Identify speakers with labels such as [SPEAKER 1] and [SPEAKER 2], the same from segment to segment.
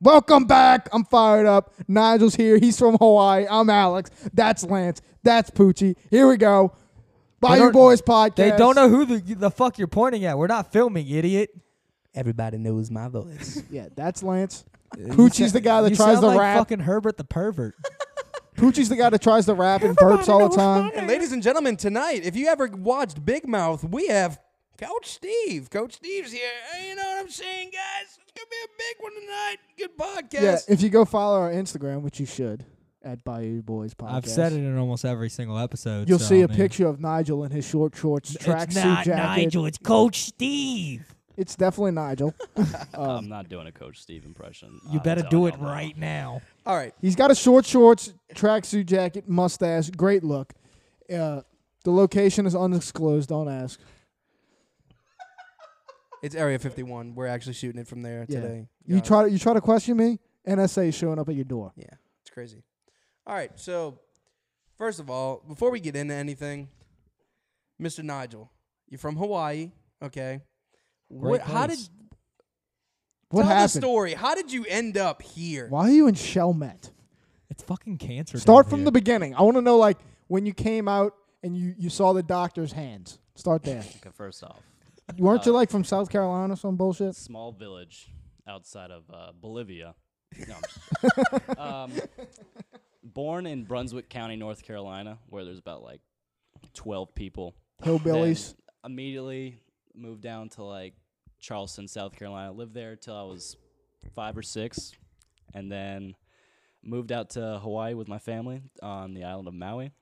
[SPEAKER 1] Welcome back. I'm fired up. Nigel's here. He's from Hawaii. I'm Alex. That's Lance. That's Poochie. Here we go. Bayou
[SPEAKER 2] don't-
[SPEAKER 1] Boys podcast.
[SPEAKER 2] They don't know who the, the fuck you're pointing at. We're not filming, idiot.
[SPEAKER 3] Everybody knows my voice.
[SPEAKER 1] Yeah, that's Lance. Poochie's the guy that
[SPEAKER 2] you
[SPEAKER 1] tries
[SPEAKER 2] sound
[SPEAKER 1] to
[SPEAKER 2] like
[SPEAKER 1] rap.
[SPEAKER 2] fucking Herbert the pervert.
[SPEAKER 1] Poochie's the guy that tries to rap and burps all the time.
[SPEAKER 3] my-
[SPEAKER 4] And ladies and gentlemen, tonight, if you ever watched Big Mouth, we have Coach Steve. Coach Steve's here. Hey, you know what I'm saying, guys? It's gonna be a big one tonight. Good
[SPEAKER 1] Yeah,
[SPEAKER 4] podcast.
[SPEAKER 1] if you go follow our Instagram, which you should, at Bayou Boys Podcast.
[SPEAKER 2] I've said it in almost every single episode.
[SPEAKER 1] You'll
[SPEAKER 2] so,
[SPEAKER 1] see a
[SPEAKER 2] I mean,
[SPEAKER 1] picture of Nigel in his short shorts, tracksuit jacket.
[SPEAKER 3] It's Coach Steve.
[SPEAKER 1] It's definitely Nigel.
[SPEAKER 5] I'm not doing a Coach Steve impression.
[SPEAKER 2] Um, You
[SPEAKER 5] I'm
[SPEAKER 2] better
[SPEAKER 5] telling
[SPEAKER 2] do it
[SPEAKER 5] y'all now.
[SPEAKER 2] right now.
[SPEAKER 4] All right.
[SPEAKER 1] He's got a short shorts, tracksuit jacket, mustache, great look. Uh, the location is undisclosed. Don't ask.
[SPEAKER 4] It's Area 51. We're actually shooting it from there
[SPEAKER 1] Yeah.
[SPEAKER 4] today.
[SPEAKER 1] You try to you try to question me. NSA is showing up at your door.
[SPEAKER 4] Yeah, it's crazy. All right, so first of all, before we get into anything, Mr. Nigel, you're from Hawaii, okay?
[SPEAKER 2] Great
[SPEAKER 4] What? How did
[SPEAKER 2] place.
[SPEAKER 1] What
[SPEAKER 4] tell the
[SPEAKER 1] happened?
[SPEAKER 4] story? How did you end up here?
[SPEAKER 1] Why are you in Shellmet?
[SPEAKER 2] It's fucking cancer.
[SPEAKER 1] Start
[SPEAKER 2] down
[SPEAKER 1] from
[SPEAKER 2] here.
[SPEAKER 1] the beginning. I want to know like when you came out and you you saw the doctor's hands. Start there.
[SPEAKER 5] Okay, first off,
[SPEAKER 1] Weren't you like from South Carolina or some bullshit?
[SPEAKER 5] small village outside of uh, Bolivia. No, I'm just- um, born in Brunswick County, North Carolina, where there's about like 12 people.
[SPEAKER 1] Hillbillies.
[SPEAKER 5] Then immediately moved down to like Charleston, South Carolina. Lived there till I was five or six, and then moved out to Hawaii with my family on the island of Maui,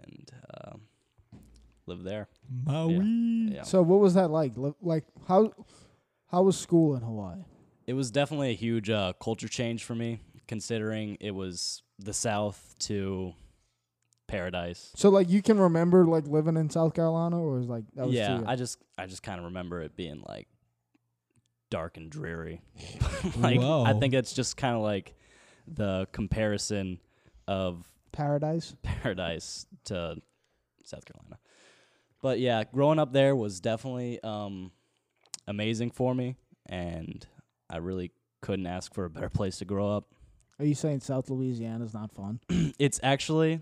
[SPEAKER 5] and um, lived there. Yeah.
[SPEAKER 2] Maui.
[SPEAKER 5] yeah.
[SPEAKER 1] Mm, So what was that like? Li- Like how how was school in Hawaii?
[SPEAKER 5] it was definitely a huge uh, culture change for me, considering it was the South to paradise.
[SPEAKER 1] So like you can remember like living in South Carolina or was like that was
[SPEAKER 5] yeah,
[SPEAKER 1] too-
[SPEAKER 5] I just I just kind of remember it being like dark and dreary. like I
[SPEAKER 2] Whoa.
[SPEAKER 5] think it's just kind of like the comparison of
[SPEAKER 1] paradise.
[SPEAKER 5] paradise to South Carolina. But yeah, growing up there was definitely um, amazing for me, and I really couldn't ask for a better place to grow up.
[SPEAKER 1] Are you saying South Louisiana's not fun?
[SPEAKER 5] Mm-hmm. it's actually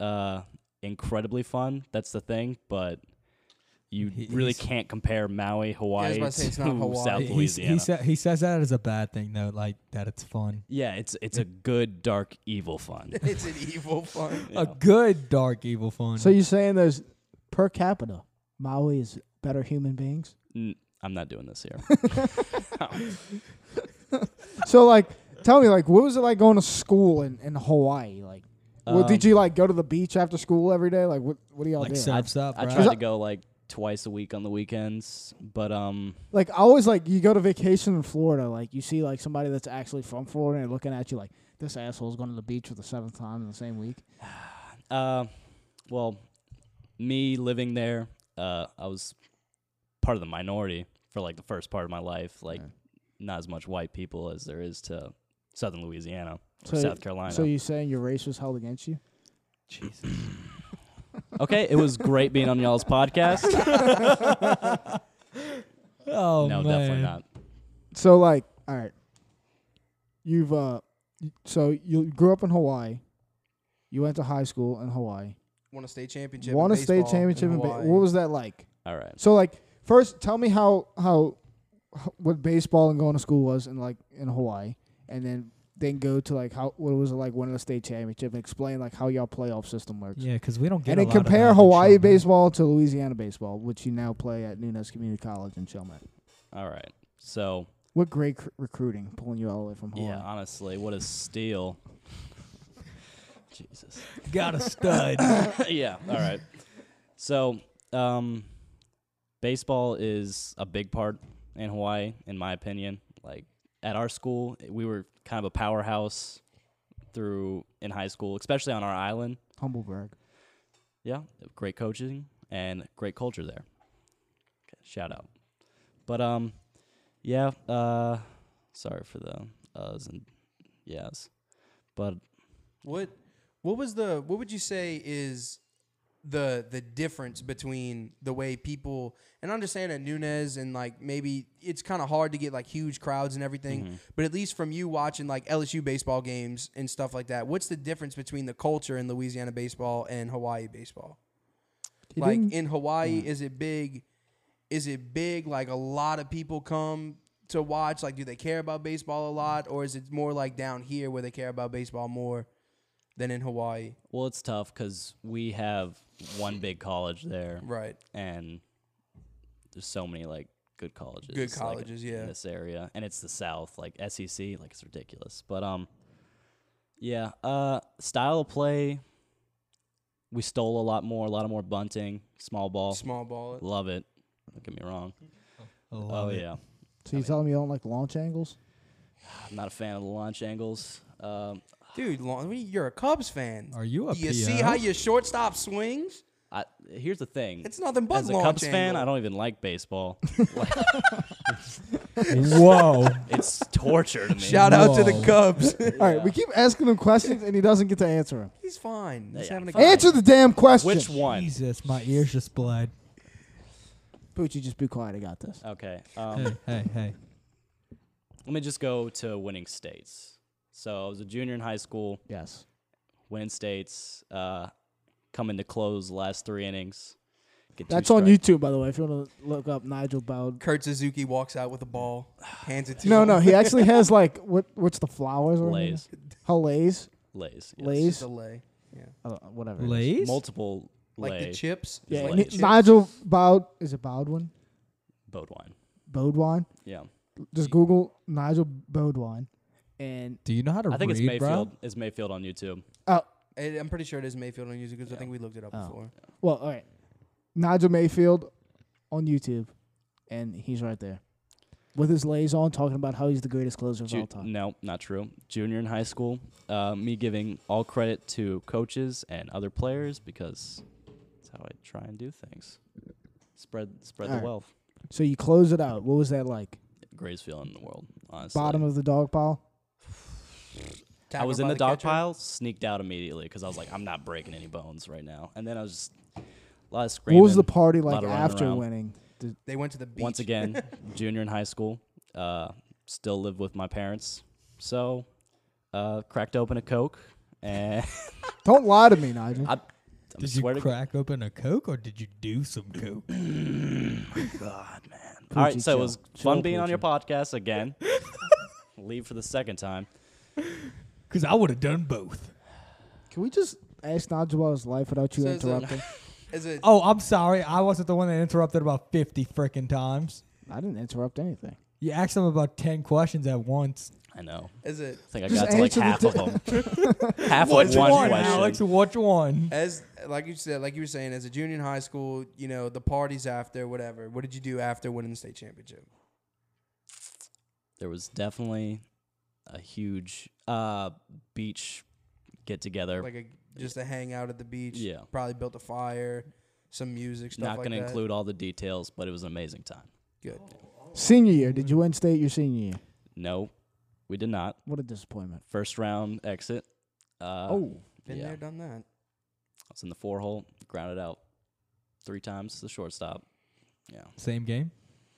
[SPEAKER 5] uh, incredibly fun. That's the thing, but you
[SPEAKER 2] He-
[SPEAKER 5] really
[SPEAKER 2] he's-
[SPEAKER 5] can't compare Maui, Hawaii
[SPEAKER 4] about to say, it's
[SPEAKER 5] to
[SPEAKER 4] not Hawaii.
[SPEAKER 5] South
[SPEAKER 2] He- he-
[SPEAKER 5] Louisiana.
[SPEAKER 2] He, sa- he says that as a bad thing, though, like that it's fun.
[SPEAKER 5] yeah, it's it's a good dark evil fun.
[SPEAKER 4] it's an evil fun.
[SPEAKER 5] you
[SPEAKER 2] A
[SPEAKER 5] know.
[SPEAKER 2] good dark evil fun.
[SPEAKER 1] So you're saying there's per capita Maui is better human beings?
[SPEAKER 5] N- I'm not doing this here.
[SPEAKER 1] So like tell me like what was it like going to school in, in Hawaii? Like
[SPEAKER 5] Um,
[SPEAKER 1] well, did you like go to the beach after school every day? Like what what do y'all
[SPEAKER 2] like
[SPEAKER 1] do?
[SPEAKER 2] surfs up,
[SPEAKER 5] I
[SPEAKER 2] right?
[SPEAKER 5] try to go like twice a week on the weekends, but um,
[SPEAKER 1] like I always like you go to vacation in Florida, like you see like somebody that's actually from Florida and looking at you like this asshole's going to the beach for the seventh time in the same week.
[SPEAKER 5] uh, well, me living there, uh, I was part of the minority for like the first part of my life. Like, not as much white people as there is to Southern Louisiana or
[SPEAKER 1] So-
[SPEAKER 5] South Carolina.
[SPEAKER 1] So you saying your race was held against you?
[SPEAKER 5] okay, it was great being on y'all's podcast.
[SPEAKER 2] oh
[SPEAKER 5] no,
[SPEAKER 2] man.
[SPEAKER 5] definitely not.
[SPEAKER 1] So like, all right, you've uh, y- so you grew up in Hawaii, you went to high school in Hawaii,
[SPEAKER 4] Won a state championship. in
[SPEAKER 1] won a state
[SPEAKER 4] baseball in
[SPEAKER 1] championship. In ba-
[SPEAKER 4] Hawaii.
[SPEAKER 1] what was that like?
[SPEAKER 5] All right.
[SPEAKER 1] So like, first tell me how how h- what baseball and going to school was in like in Hawaii, and then then go to like how what was it like winning a state championship and explain like how y'all playoff system works.
[SPEAKER 2] Yeah, because we don't get.
[SPEAKER 1] And
[SPEAKER 2] a
[SPEAKER 1] then
[SPEAKER 2] lot of that
[SPEAKER 1] compare
[SPEAKER 2] in
[SPEAKER 1] Hawaii
[SPEAKER 2] Charlotte.
[SPEAKER 1] baseball to Louisiana baseball, which you now play at Nunes Community College in Chalmette.
[SPEAKER 5] All right. So,
[SPEAKER 1] What great cr- recruiting pulling you all the way from Hawaii.
[SPEAKER 5] yeah, honestly, what a steal. Jesus.
[SPEAKER 2] Got a stud.
[SPEAKER 5] yeah. All right. So, um, baseball is a big part in Hawaii, in my opinion. Like at our school, we were kind of a powerhouse through in high school, especially on our island.
[SPEAKER 1] Humble brag.
[SPEAKER 5] Yeah, great coaching and great culture there. Okay, shout out. But um, yeah. Uh, sorry for the uhs and yes, but
[SPEAKER 4] What what was the what would you say is the the difference between the way people and I understand at Nunez and like maybe it's kind of hard to get like huge crowds and everything, but at least from you watching like LSU baseball games and stuff like that, what's the difference between the culture in Louisiana baseball and Hawaii baseball?
[SPEAKER 1] It
[SPEAKER 4] like
[SPEAKER 1] didn't- Mm.
[SPEAKER 4] in Hawaii, is it big? Is it big? Like a lot of people come to watch. Like, do they care about baseball a lot, or is it more like down here where they care about baseball more than in Hawaii?
[SPEAKER 5] Well, it's tough because we have one big college there,
[SPEAKER 4] Right.
[SPEAKER 5] and there's so many like good colleges,
[SPEAKER 4] Good
[SPEAKER 5] like,
[SPEAKER 4] colleges, yeah.
[SPEAKER 5] in this area, and it's the South, like SEC, like it's ridiculous. But um, yeah, uh, style of play, we stole a lot more, a lot of more bunting, small ball,
[SPEAKER 4] Small ball. it.
[SPEAKER 5] love it. Don't get me wrong.
[SPEAKER 2] love
[SPEAKER 5] Oh
[SPEAKER 2] it.
[SPEAKER 5] yeah,
[SPEAKER 1] So you telling me you don't like launch angles?
[SPEAKER 5] I'm not a fan of the launch angles. Um,
[SPEAKER 4] Dude, Lon- you're a Cubs fan.
[SPEAKER 2] Are you a
[SPEAKER 4] Do you
[SPEAKER 2] PL?
[SPEAKER 4] see how your shortstop swings?
[SPEAKER 5] I, here's the thing.
[SPEAKER 4] It's nothing but
[SPEAKER 5] As a
[SPEAKER 4] launch
[SPEAKER 5] Cubs fan,
[SPEAKER 4] angle.
[SPEAKER 5] I don't even like baseball. like,
[SPEAKER 2] Whoa.
[SPEAKER 5] it's torture to me.
[SPEAKER 4] Shout out to the
[SPEAKER 2] Whoa.
[SPEAKER 4] Cubs.
[SPEAKER 1] All right, we keep asking him questions and he doesn't get to answer them.
[SPEAKER 4] He's fine. He's
[SPEAKER 5] Yeah,
[SPEAKER 4] having a
[SPEAKER 5] fine.
[SPEAKER 1] Answer the damn question.
[SPEAKER 5] Which one?
[SPEAKER 2] Jesus, my ears just bled.
[SPEAKER 1] Poochie, just be quiet. I got this.
[SPEAKER 5] Okay. Um,
[SPEAKER 2] Hey, hey, hey.
[SPEAKER 5] let me just go to winning states. So I was a junior in high school,
[SPEAKER 1] Yes.
[SPEAKER 5] winning states, uh, coming to close the last three innings. Get two
[SPEAKER 1] That's on
[SPEAKER 5] strike-
[SPEAKER 1] YouTube, by the way. If you want to look up Nigel Bowd.
[SPEAKER 4] Kurt Suzuki walks out with a ball, hands it to
[SPEAKER 1] No,
[SPEAKER 4] him.
[SPEAKER 1] no, he actually has like what? What's the flowers? or whatever?
[SPEAKER 5] Lays.
[SPEAKER 1] How lays?
[SPEAKER 5] Lays. yes.
[SPEAKER 1] Lays?
[SPEAKER 4] It's just a lay. Yeah.
[SPEAKER 1] Uh, whatever. it is.
[SPEAKER 2] Lays?
[SPEAKER 5] Multiple
[SPEAKER 4] Like
[SPEAKER 5] lay.
[SPEAKER 4] the chips.
[SPEAKER 1] Yeah,
[SPEAKER 5] Lays.
[SPEAKER 1] Ni-
[SPEAKER 4] Chips.
[SPEAKER 1] Nigel Bowd is it Bowdwin?
[SPEAKER 5] Bodwine.
[SPEAKER 1] Bowdwine.
[SPEAKER 5] Yeah.
[SPEAKER 1] Just Google Nigel Bowdwine, and
[SPEAKER 2] Do you know how to
[SPEAKER 5] I think
[SPEAKER 2] read,
[SPEAKER 5] it's Mayfield.
[SPEAKER 2] bro?
[SPEAKER 5] It's Mayfield on YouTube.
[SPEAKER 1] oh,
[SPEAKER 4] I- I'm pretty sure it is Mayfield on music because I think we looked it up
[SPEAKER 1] Oh.
[SPEAKER 4] before.
[SPEAKER 1] well, all right, Nigel Mayfield on YouTube, and he's right there with his lays on, talking about how he's the greatest closer of
[SPEAKER 5] Ju-
[SPEAKER 1] all time.
[SPEAKER 5] no, not true. Junior in high school, uh, me giving all credit to coaches and other players because that's how I try and do things. Spread spread the
[SPEAKER 1] Alright.
[SPEAKER 5] wealth.
[SPEAKER 1] So you close it out. What was that like?
[SPEAKER 5] Greatest feeling in the world, honestly.
[SPEAKER 1] Bottom of the dog pile.
[SPEAKER 5] I
[SPEAKER 4] Tackled
[SPEAKER 5] was in
[SPEAKER 4] by
[SPEAKER 5] the dog
[SPEAKER 4] catcher.
[SPEAKER 5] pile, sneaked out immediately because I was like, I'm not breaking any bones right now. And then I was just a lot of screaming.
[SPEAKER 1] What was the party
[SPEAKER 5] lot
[SPEAKER 1] like
[SPEAKER 5] of running
[SPEAKER 1] after
[SPEAKER 5] around.
[SPEAKER 1] winning? Did-
[SPEAKER 4] They went to the beach.
[SPEAKER 5] Once again, junior in high school, uh, still live with my parents, so uh, cracked open a coke and
[SPEAKER 1] don't lie to me, Nigel.
[SPEAKER 5] I, I
[SPEAKER 2] Did you
[SPEAKER 5] swear to
[SPEAKER 2] crack open a Coke or did you do some Coke?
[SPEAKER 5] God, man. All right,
[SPEAKER 1] Poochie,
[SPEAKER 5] so
[SPEAKER 1] chill.
[SPEAKER 5] it was
[SPEAKER 1] Chill,
[SPEAKER 5] fun being on your
[SPEAKER 1] Poochie.
[SPEAKER 5] podcast again. Leave for the second time.
[SPEAKER 2] Because I would have done both.
[SPEAKER 1] Can we just ask Nigel about his life without you
[SPEAKER 4] So
[SPEAKER 5] uh,
[SPEAKER 4] is it-
[SPEAKER 1] interrupting?
[SPEAKER 4] Is it
[SPEAKER 2] Oh, I'm sorry. I wasn't the one that interrupted about 50 freaking times.
[SPEAKER 1] I didn't interrupt anything.
[SPEAKER 2] You asked them about 10 questions at once.
[SPEAKER 5] I know.
[SPEAKER 4] Is it
[SPEAKER 5] I think I
[SPEAKER 1] Just
[SPEAKER 5] got to like
[SPEAKER 1] answer the
[SPEAKER 5] half of them. half of
[SPEAKER 2] Which
[SPEAKER 5] one,
[SPEAKER 2] one,
[SPEAKER 5] question.
[SPEAKER 2] Alex? Which one?
[SPEAKER 4] as like you said, like you were saying, as a junior in high school, you know the parties after whatever. What did you do after winning the state championship?
[SPEAKER 5] there was definitely a huge uh, beach get together.
[SPEAKER 4] Like a just a hangout at the beach.
[SPEAKER 5] Yeah.
[SPEAKER 4] Probably built a fire, some music stuff.
[SPEAKER 5] Not
[SPEAKER 4] like
[SPEAKER 5] going to
[SPEAKER 4] that.
[SPEAKER 5] include all the details, but it was an amazing time.
[SPEAKER 4] Good.
[SPEAKER 1] Senior year, did you win state your senior year?
[SPEAKER 5] No, we did not.
[SPEAKER 1] What a disappointment.
[SPEAKER 5] First round exit. Uh,
[SPEAKER 1] oh,
[SPEAKER 4] Been
[SPEAKER 5] yeah.
[SPEAKER 4] there, done that.
[SPEAKER 5] I was in the four hole, grounded out three times to the shortstop. Yeah.
[SPEAKER 2] Same game?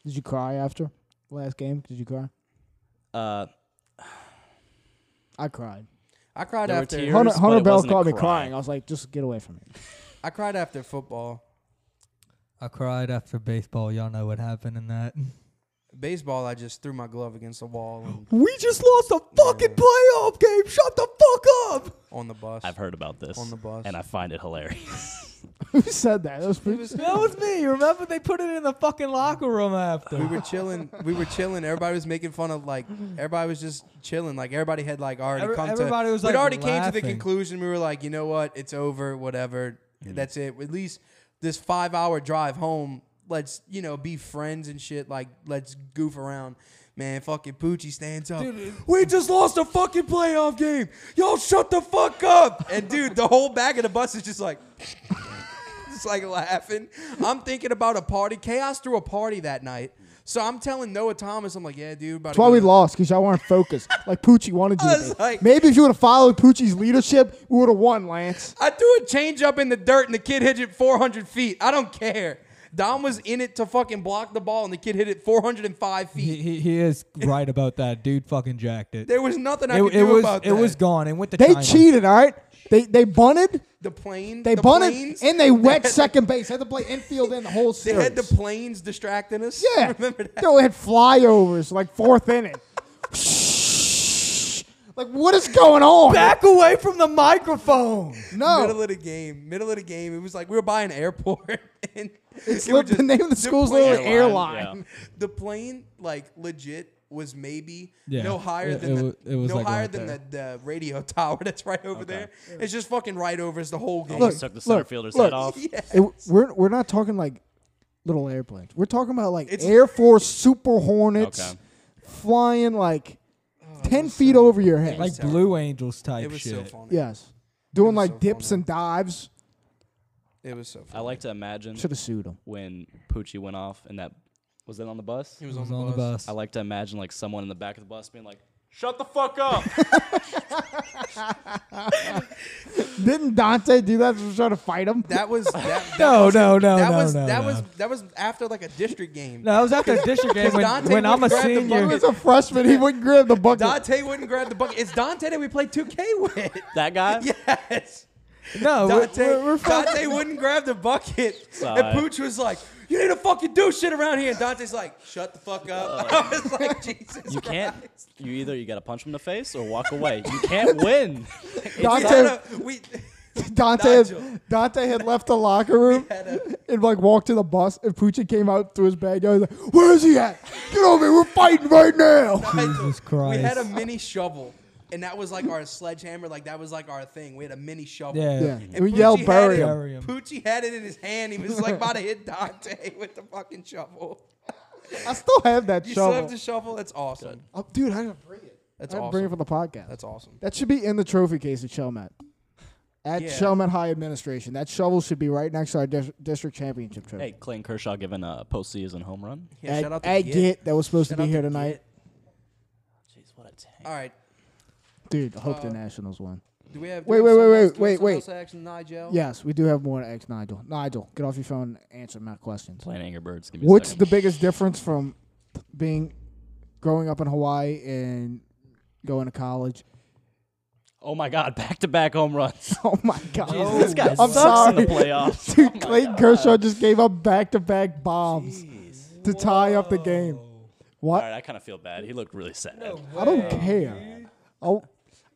[SPEAKER 1] did you cry after last game? Did you cry?
[SPEAKER 5] Uh,
[SPEAKER 1] I cried.
[SPEAKER 4] I cried
[SPEAKER 5] There were
[SPEAKER 4] after.
[SPEAKER 5] tears.
[SPEAKER 1] Hunter,
[SPEAKER 5] but
[SPEAKER 1] Hunter
[SPEAKER 5] it
[SPEAKER 1] Bell
[SPEAKER 5] wasn't a
[SPEAKER 1] called me
[SPEAKER 5] cry.
[SPEAKER 1] crying. I was like, just get away from me.
[SPEAKER 4] I cried after football.
[SPEAKER 2] I cried after baseball. Y'all know what happened in that.
[SPEAKER 4] Baseball, I just threw my glove against the wall and
[SPEAKER 2] We just lost a fucking playoff game. Shut the fuck up.
[SPEAKER 4] on the bus.
[SPEAKER 5] I've heard about this.
[SPEAKER 4] On the bus.
[SPEAKER 5] And I find it hilarious.
[SPEAKER 1] Who said that? That was pretty.
[SPEAKER 2] That was me. Remember they put it in the fucking locker room
[SPEAKER 4] we
[SPEAKER 2] after.
[SPEAKER 4] were chilling. We were chilling. Everybody was making fun of like. Everybody was just chilling. Like everybody had like already
[SPEAKER 2] Every-
[SPEAKER 4] come to.
[SPEAKER 2] everybody was,
[SPEAKER 4] we'd
[SPEAKER 2] like,
[SPEAKER 4] already came to the
[SPEAKER 2] laughing.
[SPEAKER 4] conclusion. We were like, you know what? It's over. Whatever. That's it. At least this five hour drive home. Let's you know be friends and shit. Like let's goof around. Man, fucking Poochie stands up. we just lost a fucking playoff game. Y'all shut the fuck up. And dude, the whole back of the bus is just like. It's like laughing. I'm thinking about a party. Chaos threw a party that night. So I'm telling Noah Thomas, I'm like, yeah, dude. About
[SPEAKER 1] That's why we lost because y'all weren't focused. like Poochie wanted you.
[SPEAKER 4] I
[SPEAKER 1] to
[SPEAKER 4] was
[SPEAKER 1] be.
[SPEAKER 4] like-
[SPEAKER 1] Maybe if you would have followed Poochie's leadership, we would have won, Lance.
[SPEAKER 4] I threw a change up in the dirt and the kid hit it 400 feet. I don't care. Dom was in it to fucking block the ball and the kid hit it 405
[SPEAKER 2] He,
[SPEAKER 4] feet.
[SPEAKER 2] he, he is right about that. Dude fucking jacked it.
[SPEAKER 4] There was nothing I
[SPEAKER 2] it,
[SPEAKER 4] could
[SPEAKER 2] it
[SPEAKER 4] do
[SPEAKER 2] was
[SPEAKER 4] about that.
[SPEAKER 2] it was gone. It went to
[SPEAKER 1] They
[SPEAKER 2] China.
[SPEAKER 1] cheated, all right. They they bunted,
[SPEAKER 4] the plane.
[SPEAKER 1] they
[SPEAKER 4] the
[SPEAKER 1] bunted,
[SPEAKER 4] planes,
[SPEAKER 1] and they wet
[SPEAKER 4] had the-
[SPEAKER 1] second base. Had to play infield in the whole
[SPEAKER 4] They
[SPEAKER 1] series.
[SPEAKER 4] had the planes distracting us.
[SPEAKER 1] Yeah.
[SPEAKER 4] remember that?
[SPEAKER 1] Yo, it had flyovers, like fourth inning. like, what is going on?
[SPEAKER 2] Back away from the microphone.
[SPEAKER 1] no.
[SPEAKER 4] Middle of the game. Middle of the game. It was like we were by an airport. and
[SPEAKER 1] It's
[SPEAKER 4] we were
[SPEAKER 1] li- the name of the school's
[SPEAKER 4] plane-
[SPEAKER 1] literally airline.
[SPEAKER 5] Airline,
[SPEAKER 4] Um, The plane, like legit, was maybe
[SPEAKER 2] Yeah,
[SPEAKER 4] no higher
[SPEAKER 2] it-
[SPEAKER 4] than
[SPEAKER 2] it
[SPEAKER 4] the,
[SPEAKER 2] wa- it was,
[SPEAKER 4] no
[SPEAKER 2] like,
[SPEAKER 4] higher
[SPEAKER 2] right
[SPEAKER 4] than the,
[SPEAKER 2] there.
[SPEAKER 4] the radio tower that's right over there. It's just fucking right over. It's the
[SPEAKER 2] Oh,
[SPEAKER 4] whole game.
[SPEAKER 1] Look,
[SPEAKER 5] Took the center
[SPEAKER 1] look,
[SPEAKER 5] fielder's
[SPEAKER 1] look.
[SPEAKER 5] head off.
[SPEAKER 4] yeah.
[SPEAKER 1] It- we're, we're not talking like little airplanes. We're talking about like
[SPEAKER 4] It's-
[SPEAKER 1] Air Force Super Hornets
[SPEAKER 5] Okay.
[SPEAKER 1] flying like
[SPEAKER 4] Oh,
[SPEAKER 1] 10 feet over your head.
[SPEAKER 2] Like
[SPEAKER 4] terrible.
[SPEAKER 2] Blue Angels type
[SPEAKER 4] It was so
[SPEAKER 2] shit.
[SPEAKER 4] funny.
[SPEAKER 1] yes. Doing
[SPEAKER 4] was
[SPEAKER 1] like
[SPEAKER 4] so
[SPEAKER 1] dips
[SPEAKER 4] funny.
[SPEAKER 1] and dives.
[SPEAKER 4] It was so funny.
[SPEAKER 5] I like to imagine
[SPEAKER 1] Should have sued him.
[SPEAKER 5] when Poochie went off and that was that on the bus.
[SPEAKER 4] He was,
[SPEAKER 2] It was on the bus.
[SPEAKER 5] I like to imagine like someone in the back of the bus being like, "Shut the fuck up."
[SPEAKER 1] Didn't Dante do that to try to fight him?
[SPEAKER 4] That was that, that
[SPEAKER 2] No,
[SPEAKER 4] was,
[SPEAKER 2] no, no,
[SPEAKER 4] that
[SPEAKER 2] no,
[SPEAKER 4] was
[SPEAKER 2] no,
[SPEAKER 4] that
[SPEAKER 2] no.
[SPEAKER 4] was that was after like a district game.
[SPEAKER 2] No, it was after a district game when,
[SPEAKER 4] Dante
[SPEAKER 2] when I'm a
[SPEAKER 4] wouldn't grab the
[SPEAKER 1] He
[SPEAKER 2] senior.
[SPEAKER 4] bucket.
[SPEAKER 1] was a freshman. He wouldn't grab the bucket.
[SPEAKER 4] Dante wouldn't grab the bucket. It's Dante that we played 2K with.
[SPEAKER 5] that guy.
[SPEAKER 4] Yes.
[SPEAKER 2] No, we're-
[SPEAKER 4] Dante,
[SPEAKER 2] we're- we're fucking-
[SPEAKER 4] Dante wouldn't grab the bucket.
[SPEAKER 5] Sigh.
[SPEAKER 4] And Pooch was like, You need to fucking do shit around here. And Dante's like, Shut the fuck up. I was like, Jesus
[SPEAKER 5] You
[SPEAKER 4] Christ.
[SPEAKER 5] can't. You either you gotta punch him in the face or walk away. You can't win.
[SPEAKER 4] We
[SPEAKER 1] Dante,
[SPEAKER 4] had a- we-
[SPEAKER 1] Dante
[SPEAKER 4] Nigel.
[SPEAKER 1] had, Dante had left the locker room
[SPEAKER 4] had a-
[SPEAKER 1] and like walked to the bus and Pucci came out through his bag. I was like, Where is he at? Get over here, we're fighting right now.
[SPEAKER 4] Nigel,
[SPEAKER 2] Christ.
[SPEAKER 4] We had a mini shovel. And that was like our sledgehammer. Like, that was like our thing. We had a mini shovel.
[SPEAKER 2] yeah.
[SPEAKER 1] Yeah.
[SPEAKER 4] And
[SPEAKER 1] We
[SPEAKER 4] Pucci
[SPEAKER 1] yelled
[SPEAKER 4] had
[SPEAKER 1] bury
[SPEAKER 4] it-
[SPEAKER 1] him.
[SPEAKER 2] Bury him.
[SPEAKER 4] Pucci had it in his hand. He was like about to hit Dante with the fucking shovel.
[SPEAKER 1] I still have that
[SPEAKER 4] You
[SPEAKER 1] shovel.
[SPEAKER 4] still have the shovel? That's awesome.
[SPEAKER 1] Oh, dude, I gotta bring it.
[SPEAKER 4] That's
[SPEAKER 1] I gotta bring it
[SPEAKER 4] awesome.
[SPEAKER 1] for the podcast.
[SPEAKER 4] That's awesome.
[SPEAKER 1] that should be in the trophy case at Chelmet. At
[SPEAKER 4] Yeah.
[SPEAKER 1] Chelmet High Administration. That shovel should be right next to our dis- district championship trophy.
[SPEAKER 5] Hey, Clayton Kershaw giving a postseason home run.
[SPEAKER 4] Yeah,
[SPEAKER 1] Ag-
[SPEAKER 4] shout out to
[SPEAKER 1] Ag
[SPEAKER 4] Git.
[SPEAKER 1] Git that was supposed
[SPEAKER 4] Shout
[SPEAKER 1] to
[SPEAKER 4] out
[SPEAKER 1] be here
[SPEAKER 4] to
[SPEAKER 1] tonight.
[SPEAKER 5] Jeez, what a tank.
[SPEAKER 4] All right.
[SPEAKER 1] Dude, I hope
[SPEAKER 4] Uh,
[SPEAKER 1] the Nationals won.
[SPEAKER 4] Do we have? do
[SPEAKER 1] Wait,
[SPEAKER 4] we have
[SPEAKER 1] wait,
[SPEAKER 4] something
[SPEAKER 1] wait,
[SPEAKER 4] else-
[SPEAKER 1] wait,
[SPEAKER 4] do we
[SPEAKER 1] wait,
[SPEAKER 4] have something
[SPEAKER 1] wait.
[SPEAKER 4] else to Action Nigel.
[SPEAKER 1] Yes, we do have more to ex Nigel. Nigel, get off your phone and answer my questions.
[SPEAKER 5] Playing Angry Birds. Give me a
[SPEAKER 1] What's the
[SPEAKER 5] second.
[SPEAKER 1] biggest difference from being growing up in Hawaii and going to college?
[SPEAKER 5] Oh my God! Back to back home runs.
[SPEAKER 1] Oh my god.
[SPEAKER 5] this guy
[SPEAKER 1] I'm
[SPEAKER 5] sucks
[SPEAKER 1] sorry.
[SPEAKER 5] in the playoffs.
[SPEAKER 1] Dude, Clayton Kershaw just gave up back-to-back bombs to tie up the game.
[SPEAKER 5] All
[SPEAKER 1] What?
[SPEAKER 5] right, I kind of feel bad. He looked really sad. No,
[SPEAKER 1] I don't care. Oh,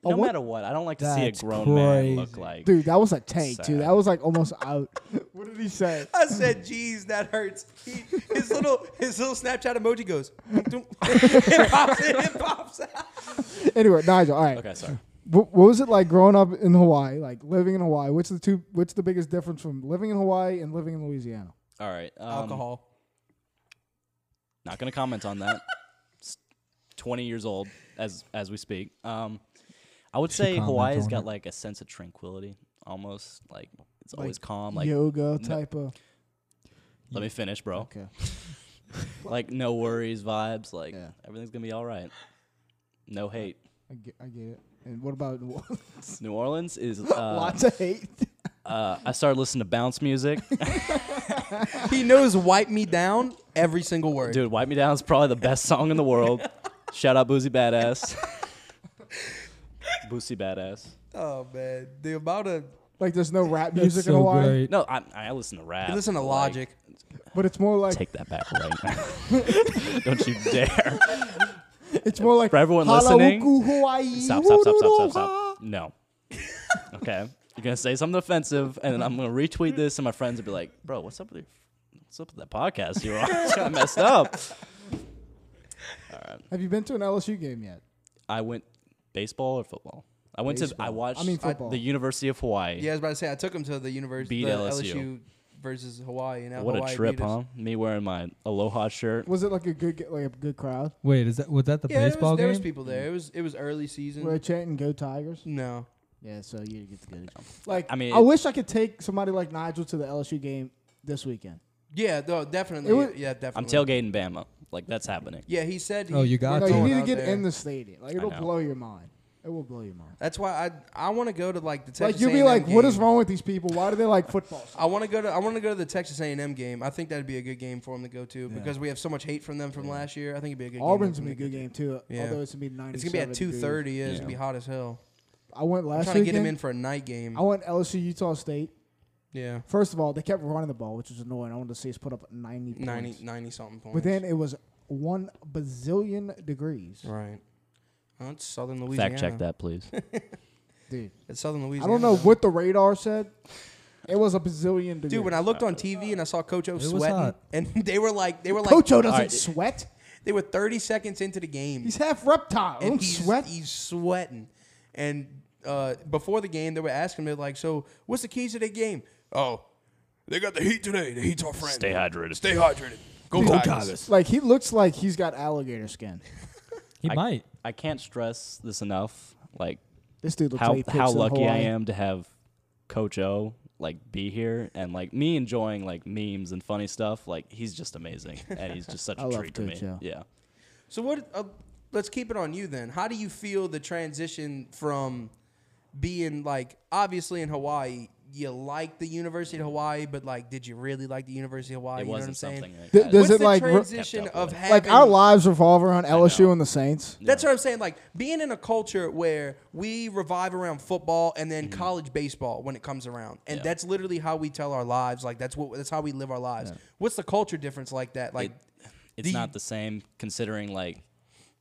[SPEAKER 1] I want-
[SPEAKER 5] matter what, I don't like to see a
[SPEAKER 2] That's
[SPEAKER 5] grown man look
[SPEAKER 2] crazy.
[SPEAKER 5] like.
[SPEAKER 1] dude, that was a tank, too.
[SPEAKER 5] Sad.
[SPEAKER 1] That was like almost out. what did he say?
[SPEAKER 4] I said, "Geez, that hurts." He, his little his little Snapchat emoji goes. "Dum, dum." it pops in. It pops out.
[SPEAKER 1] Anyway, Nigel. All right.
[SPEAKER 5] Okay, sorry.
[SPEAKER 1] Wh- What, what was it like growing up in Hawaii? Like living in Hawaii? What's the two? What's the biggest difference from living in Hawaii and living in Louisiana?
[SPEAKER 5] All right. Um,
[SPEAKER 4] Alcohol.
[SPEAKER 5] Not gonna comment on that. S- Twenty years old as as we speak. Um, I would say
[SPEAKER 2] comment
[SPEAKER 5] Hawaii's
[SPEAKER 2] on
[SPEAKER 5] got
[SPEAKER 2] it.
[SPEAKER 5] like a sense of tranquility, almost like it's always calm. Like
[SPEAKER 1] yoga type of.
[SPEAKER 5] let me finish, bro.
[SPEAKER 1] Okay.
[SPEAKER 5] Like no worries vibes. Like
[SPEAKER 1] Yeah.
[SPEAKER 5] everything's gonna be all right. No hate.
[SPEAKER 1] I get, I get it. And what about New
[SPEAKER 5] Uh,
[SPEAKER 1] Orleans?
[SPEAKER 5] New Orleans is. Uh,
[SPEAKER 1] lots of hate?
[SPEAKER 5] uh, I started listening to bounce music.
[SPEAKER 4] He knows "wipe me down" every single word.
[SPEAKER 5] Dude, Wipe Me Down is probably the best song in the world. Shout out Boozy Badass. Boozy Badass.
[SPEAKER 4] Oh man, the amount of
[SPEAKER 1] like there's no rap music
[SPEAKER 2] That's
[SPEAKER 1] in
[SPEAKER 2] so
[SPEAKER 1] Hawaii,
[SPEAKER 2] great.
[SPEAKER 5] No, I, I listen to rap.
[SPEAKER 4] you listen to
[SPEAKER 5] but, like,
[SPEAKER 4] Logic.
[SPEAKER 1] but it's more like
[SPEAKER 5] Take that back right now. Don't you dare.
[SPEAKER 1] it's more like
[SPEAKER 5] For everyone
[SPEAKER 1] Halauku,
[SPEAKER 5] listening-
[SPEAKER 1] Hawaii.
[SPEAKER 5] Stop, stop, stop, stop, stop, stop. No. Okay. You're going to say something offensive, and then I'm going to retweet this, and my friends will be like, bro, what's up with your. What's up with that podcast you're on? It's kind of messed up.
[SPEAKER 1] Have you been to an LSU game yet?
[SPEAKER 5] I went baseball or football. I went to. I
[SPEAKER 1] Baseball.
[SPEAKER 5] watched
[SPEAKER 1] I mean football.
[SPEAKER 5] the University of Hawaii.
[SPEAKER 4] Yeah, I was about to say I took him to the university,
[SPEAKER 5] Beat
[SPEAKER 4] the LSU.
[SPEAKER 5] LSU.
[SPEAKER 4] versus Hawaii. And now
[SPEAKER 5] What
[SPEAKER 4] Hawaii
[SPEAKER 5] a trip,
[SPEAKER 4] beat us.
[SPEAKER 5] huh? Me wearing my Aloha shirt.
[SPEAKER 1] Was it like a good ge- like a good crowd?
[SPEAKER 2] Wait, is that was that the
[SPEAKER 4] Yeah, there was-
[SPEAKER 2] baseball
[SPEAKER 4] there was
[SPEAKER 2] game?
[SPEAKER 4] people there. It was it was early season.
[SPEAKER 1] Were they chanting "Go Tigers"?
[SPEAKER 4] no,
[SPEAKER 1] Yeah, so you get the good. Like
[SPEAKER 5] I mean,
[SPEAKER 1] I
[SPEAKER 5] it-
[SPEAKER 1] wish I could take somebody like Nigel to the LSU game this weekend.
[SPEAKER 4] yeah, no, definitely,
[SPEAKER 1] It was-
[SPEAKER 4] yeah, definitely.
[SPEAKER 5] I'm tailgating Bama. Like that's happening.
[SPEAKER 4] Yeah, he said. He,
[SPEAKER 2] Oh, you got
[SPEAKER 1] No,
[SPEAKER 4] we're
[SPEAKER 2] to.
[SPEAKER 1] you
[SPEAKER 4] going
[SPEAKER 1] need to
[SPEAKER 4] out
[SPEAKER 1] get
[SPEAKER 4] there.
[SPEAKER 1] in the stadium. Like it'll
[SPEAKER 5] know.
[SPEAKER 1] blow your mind. It will blow your mind.
[SPEAKER 4] That's why I I want to go to like the Texas.
[SPEAKER 1] Like you'll be
[SPEAKER 4] A&M
[SPEAKER 1] like, what is
[SPEAKER 4] game.
[SPEAKER 1] wrong with these people? Why do they like football? so
[SPEAKER 4] I want to go to I want to go to the Texas A&M game. I think that'd be a good game for him to go to because we have so much hate from them from last year. I think it'd be a good.
[SPEAKER 1] Auburn's
[SPEAKER 4] game
[SPEAKER 1] gonna
[SPEAKER 4] for
[SPEAKER 1] be a
[SPEAKER 4] him
[SPEAKER 1] good game too.
[SPEAKER 4] Yeah.
[SPEAKER 1] Although it's gonna be ninety.
[SPEAKER 4] It's gonna be at two thirty. Yeah, it's gonna be hot as hell.
[SPEAKER 1] I went
[SPEAKER 4] I'm
[SPEAKER 1] last
[SPEAKER 4] trying to
[SPEAKER 1] weekend.
[SPEAKER 4] get him in for a night game.
[SPEAKER 1] I went LSU Utah State.
[SPEAKER 4] Yeah,
[SPEAKER 1] First of all, they kept running the ball, which was annoying. I wanted to see us put up ninety points,
[SPEAKER 4] 90, 90 something points.
[SPEAKER 1] but then it was one bazillion degrees,
[SPEAKER 4] right. Well, it's Southern Louisiana.
[SPEAKER 5] Fact check that, please.
[SPEAKER 1] dude.
[SPEAKER 4] It's Southern
[SPEAKER 1] I
[SPEAKER 4] Louisiana.
[SPEAKER 1] don't know
[SPEAKER 4] though.
[SPEAKER 1] what the radar said. It was a bazillion degrees.
[SPEAKER 4] Dude, when I looked on TV and I saw Coach O
[SPEAKER 2] was
[SPEAKER 4] sweating,
[SPEAKER 2] hot.
[SPEAKER 4] and they were like, they were like,
[SPEAKER 1] Coach O doesn't
[SPEAKER 5] Alright.
[SPEAKER 1] sweat.
[SPEAKER 4] they were thirty seconds into the game.
[SPEAKER 1] He's half reptile. I
[SPEAKER 4] and
[SPEAKER 1] don't
[SPEAKER 4] he's,
[SPEAKER 1] sweat.
[SPEAKER 4] he's sweating. And uh, before the game, they were asking him, they're like, so what's the keys to the game? Oh, they got the heat today. The heat's our friend.
[SPEAKER 5] Stay hydrated.
[SPEAKER 4] Stay hydrated. Go, Tigers.
[SPEAKER 1] Like he looks like he's got alligator skin.
[SPEAKER 2] He might.
[SPEAKER 5] I can't stress this enough. Like
[SPEAKER 1] This dude looks
[SPEAKER 5] how
[SPEAKER 1] like he
[SPEAKER 5] how
[SPEAKER 1] picks in
[SPEAKER 5] lucky I
[SPEAKER 1] Hawaii.
[SPEAKER 5] am to have Coach O like be here and like me enjoying like memes and funny stuff. Like he's just amazing and he's just such
[SPEAKER 1] I
[SPEAKER 5] a
[SPEAKER 1] love
[SPEAKER 5] treat to me.
[SPEAKER 1] Coach O.
[SPEAKER 5] Yeah.
[SPEAKER 4] So what? Uh, let's keep it on you then. How do you feel the transition from being like obviously in Hawaii? You like the University of Hawaii, but like, did you really like the University of Hawaii? you
[SPEAKER 5] It
[SPEAKER 4] know what I'm
[SPEAKER 5] wasn't
[SPEAKER 4] saying?
[SPEAKER 5] something like
[SPEAKER 1] Th-
[SPEAKER 5] that.
[SPEAKER 1] does
[SPEAKER 4] What's
[SPEAKER 1] it,
[SPEAKER 4] the
[SPEAKER 1] like, re-
[SPEAKER 4] transition
[SPEAKER 5] Kept up
[SPEAKER 4] of
[SPEAKER 5] with.
[SPEAKER 4] having
[SPEAKER 1] Like our lives revolve around LSU
[SPEAKER 5] know.
[SPEAKER 1] and the Saints.
[SPEAKER 4] That's what I'm saying. Like being in a culture where we revive around football and then college baseball when it comes around, and
[SPEAKER 5] Mm-hmm. Yeah.
[SPEAKER 4] that's literally how we tell our lives. Like that's what that's how we live our lives. What's the culture difference like that? Like,
[SPEAKER 5] it's
[SPEAKER 4] Do you-
[SPEAKER 5] not the same considering like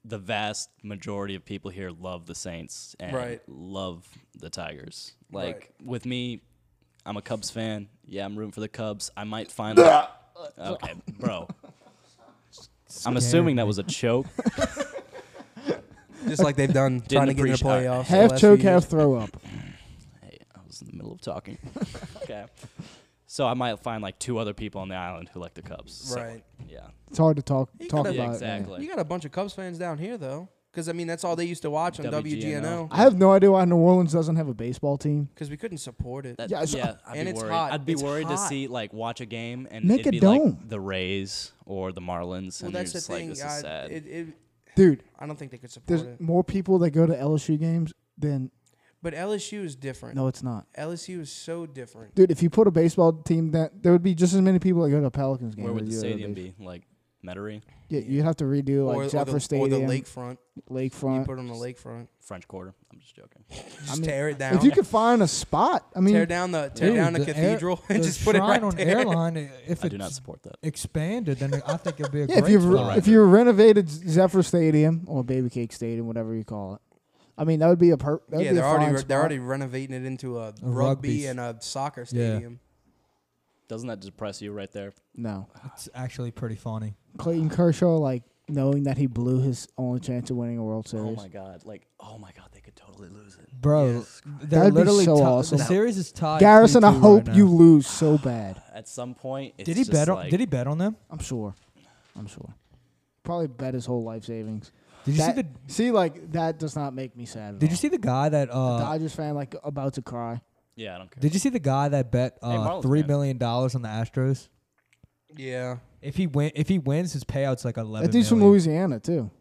[SPEAKER 5] the vast majority of people here love the Saints and
[SPEAKER 4] Right.
[SPEAKER 5] love the Tigers.
[SPEAKER 4] Right.
[SPEAKER 5] Like with me, I'm a Cubs fan. Yeah, I'm rooting for the Cubs. I might finally Okay, bro. I'm assuming that was a choke.
[SPEAKER 4] just like they've done trying to get in the
[SPEAKER 5] appreciate-
[SPEAKER 4] playoffs. the
[SPEAKER 1] Half
[SPEAKER 4] last few
[SPEAKER 1] choke,
[SPEAKER 4] years.
[SPEAKER 1] half throw up.
[SPEAKER 5] Hey, I was in the middle of talking. okay. So I might find like two other people on the island who like the Cubs. So,
[SPEAKER 4] Right.
[SPEAKER 5] Yeah.
[SPEAKER 1] It's hard to talk talk
[SPEAKER 4] gotta-
[SPEAKER 1] about.
[SPEAKER 5] Yeah,
[SPEAKER 1] it,
[SPEAKER 5] exactly.
[SPEAKER 4] You got a bunch of Cubs fans down here though, because I mean that's all they used to watch on
[SPEAKER 5] WGNO.
[SPEAKER 4] WGNO.
[SPEAKER 1] I have no idea why New Orleans doesn't have a baseball team.
[SPEAKER 4] Because we couldn't support it.
[SPEAKER 5] That-
[SPEAKER 1] Yeah,
[SPEAKER 5] yeah,
[SPEAKER 1] so-
[SPEAKER 5] I'd
[SPEAKER 4] And
[SPEAKER 5] be
[SPEAKER 4] it's
[SPEAKER 5] worried.
[SPEAKER 4] hot.
[SPEAKER 5] I'd be
[SPEAKER 4] It's
[SPEAKER 5] worried to
[SPEAKER 4] hot.
[SPEAKER 5] see like watch a game and
[SPEAKER 1] Make
[SPEAKER 5] it'd
[SPEAKER 1] a
[SPEAKER 5] be
[SPEAKER 1] dome.
[SPEAKER 5] like the Rays or the Marlins,
[SPEAKER 4] well,
[SPEAKER 5] and
[SPEAKER 4] that's
[SPEAKER 5] you're
[SPEAKER 4] the
[SPEAKER 5] just like,
[SPEAKER 4] thing.
[SPEAKER 5] this is
[SPEAKER 4] I,
[SPEAKER 5] sad.
[SPEAKER 4] It, it,
[SPEAKER 1] Dude,
[SPEAKER 4] I don't think they could support
[SPEAKER 1] there's
[SPEAKER 4] it.
[SPEAKER 1] more people that go to LSU games than
[SPEAKER 4] But LSU is different.
[SPEAKER 1] no, it's not.
[SPEAKER 4] LSU is so different.
[SPEAKER 1] Dude, if you put a baseball team that there would be just as many people that go to a Pelicans game.
[SPEAKER 5] Where would
[SPEAKER 1] as
[SPEAKER 5] the
[SPEAKER 1] you go to a
[SPEAKER 5] stadium
[SPEAKER 1] base-
[SPEAKER 5] be? Like Metairie,
[SPEAKER 1] Yeah, you'd have to redo like
[SPEAKER 4] or, or,
[SPEAKER 1] Zephyr
[SPEAKER 4] the, or
[SPEAKER 1] Stadium,
[SPEAKER 4] the lakefront. You
[SPEAKER 1] lakefront.
[SPEAKER 4] put it on the lakefront.
[SPEAKER 5] French Quarter. I'm just joking.
[SPEAKER 4] Just
[SPEAKER 1] mean,
[SPEAKER 4] tear it down.
[SPEAKER 1] If you could find a spot, I mean,
[SPEAKER 4] tear down the tear
[SPEAKER 2] Dude,
[SPEAKER 4] down the,
[SPEAKER 2] air-
[SPEAKER 4] cathedral and
[SPEAKER 2] the
[SPEAKER 4] just put it
[SPEAKER 2] Shrine
[SPEAKER 4] right
[SPEAKER 2] on
[SPEAKER 4] there.
[SPEAKER 2] airline. i- If
[SPEAKER 5] I
[SPEAKER 2] it's
[SPEAKER 5] do not support that.
[SPEAKER 2] expanded, then I think it'd be a
[SPEAKER 1] yeah, if
[SPEAKER 2] great
[SPEAKER 1] you
[SPEAKER 2] spot.
[SPEAKER 1] re- if you renovated Zephyr Stadium or Baby Cake Stadium, whatever you call it, I mean that would be a per. that would
[SPEAKER 4] Yeah,
[SPEAKER 1] be a
[SPEAKER 4] they're already
[SPEAKER 1] fine
[SPEAKER 4] re- they're
[SPEAKER 1] spot.
[SPEAKER 4] already renovating it into a, rugby,
[SPEAKER 2] rugby's-
[SPEAKER 4] and a soccer stadium.
[SPEAKER 5] Doesn't that depress you right there?
[SPEAKER 1] no
[SPEAKER 2] It's actually pretty funny.
[SPEAKER 1] Clayton Kershaw like knowing that he blew his only chance of winning a World Series.
[SPEAKER 5] Oh my god! Like, oh my god, they could totally lose it.
[SPEAKER 2] Bro, they're
[SPEAKER 1] That'd be
[SPEAKER 2] literally
[SPEAKER 1] so
[SPEAKER 2] ti-
[SPEAKER 1] awesome.
[SPEAKER 2] The series is tied.
[SPEAKER 1] Garrison, I
[SPEAKER 2] 3-2 right
[SPEAKER 1] hope
[SPEAKER 2] now.
[SPEAKER 1] you lose so bad.
[SPEAKER 5] At some point, it's
[SPEAKER 2] Did he
[SPEAKER 5] just
[SPEAKER 2] bet on?
[SPEAKER 5] Like,
[SPEAKER 2] Did he bet on them?
[SPEAKER 1] I'm sure. I'm sure. Probably bet his whole life savings.
[SPEAKER 2] Did you
[SPEAKER 1] That-
[SPEAKER 2] see the?
[SPEAKER 1] see, like that does not make me sad. at
[SPEAKER 2] Did
[SPEAKER 1] all.
[SPEAKER 2] you see the guy that?
[SPEAKER 1] A
[SPEAKER 2] Uh,
[SPEAKER 1] Dodgers fan like about to cry?
[SPEAKER 5] Yeah, I don't care.
[SPEAKER 2] did you see the guy that bet uh,
[SPEAKER 5] Marlins
[SPEAKER 2] three
[SPEAKER 5] fan.
[SPEAKER 2] million dollars on the Astros?
[SPEAKER 4] Yeah,
[SPEAKER 2] If he win, if he wins, his payout's like eleven.
[SPEAKER 1] That dude's from
[SPEAKER 2] million.
[SPEAKER 1] Louisiana too.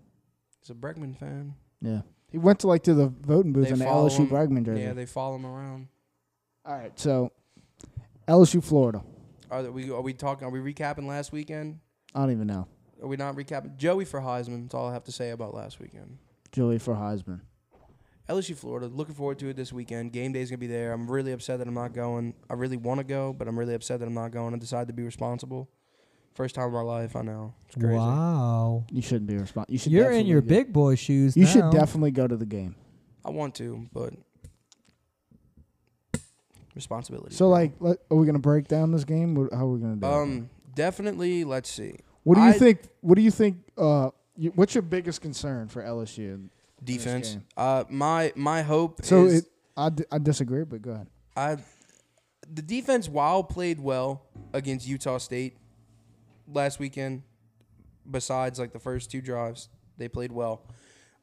[SPEAKER 4] he's a Bregman fan.
[SPEAKER 1] Yeah, he went to like to the voting booth
[SPEAKER 4] They
[SPEAKER 1] in the
[SPEAKER 4] follow
[SPEAKER 1] LSU
[SPEAKER 4] him.
[SPEAKER 1] Bregman jersey.
[SPEAKER 4] Yeah, they follow him around.
[SPEAKER 1] All right, so LSU Florida.
[SPEAKER 4] Are th- we are we talking? Are we recapping last weekend?
[SPEAKER 1] I don't even know
[SPEAKER 4] Are we not recapping? Joey for Heisman. That's all I have to say about last weekend.
[SPEAKER 1] Joey for Heisman.
[SPEAKER 4] LSU Florida. Looking forward to it this weekend. Game day's gonna be there. I'm really upset that I'm not going. I really want to go, but I'm really upset that I'm not going. I decided to be responsible. First time in my life, I know. It's crazy.
[SPEAKER 2] Wow,
[SPEAKER 1] You shouldn't be responsible. You should.
[SPEAKER 2] you're in
[SPEAKER 1] definitely
[SPEAKER 2] your
[SPEAKER 1] go.
[SPEAKER 2] big boy shoes.
[SPEAKER 1] You
[SPEAKER 2] now.
[SPEAKER 1] should definitely go to the game.
[SPEAKER 4] I want to, but responsibility.
[SPEAKER 1] So like, let, are we gonna break down this game? What- How are we gonna do? it?
[SPEAKER 4] um, definitely. Let's see.
[SPEAKER 1] What do you
[SPEAKER 4] I-
[SPEAKER 1] think? What do you think? Uh, you, what's your biggest concern for LSU?
[SPEAKER 4] Defense.
[SPEAKER 1] game.
[SPEAKER 4] Uh, my my hope
[SPEAKER 1] So
[SPEAKER 4] is
[SPEAKER 1] it, I, d- I disagree, but go ahead.
[SPEAKER 4] I the defense while played well against Utah State last weekend. Besides, like the first two drives, they played well.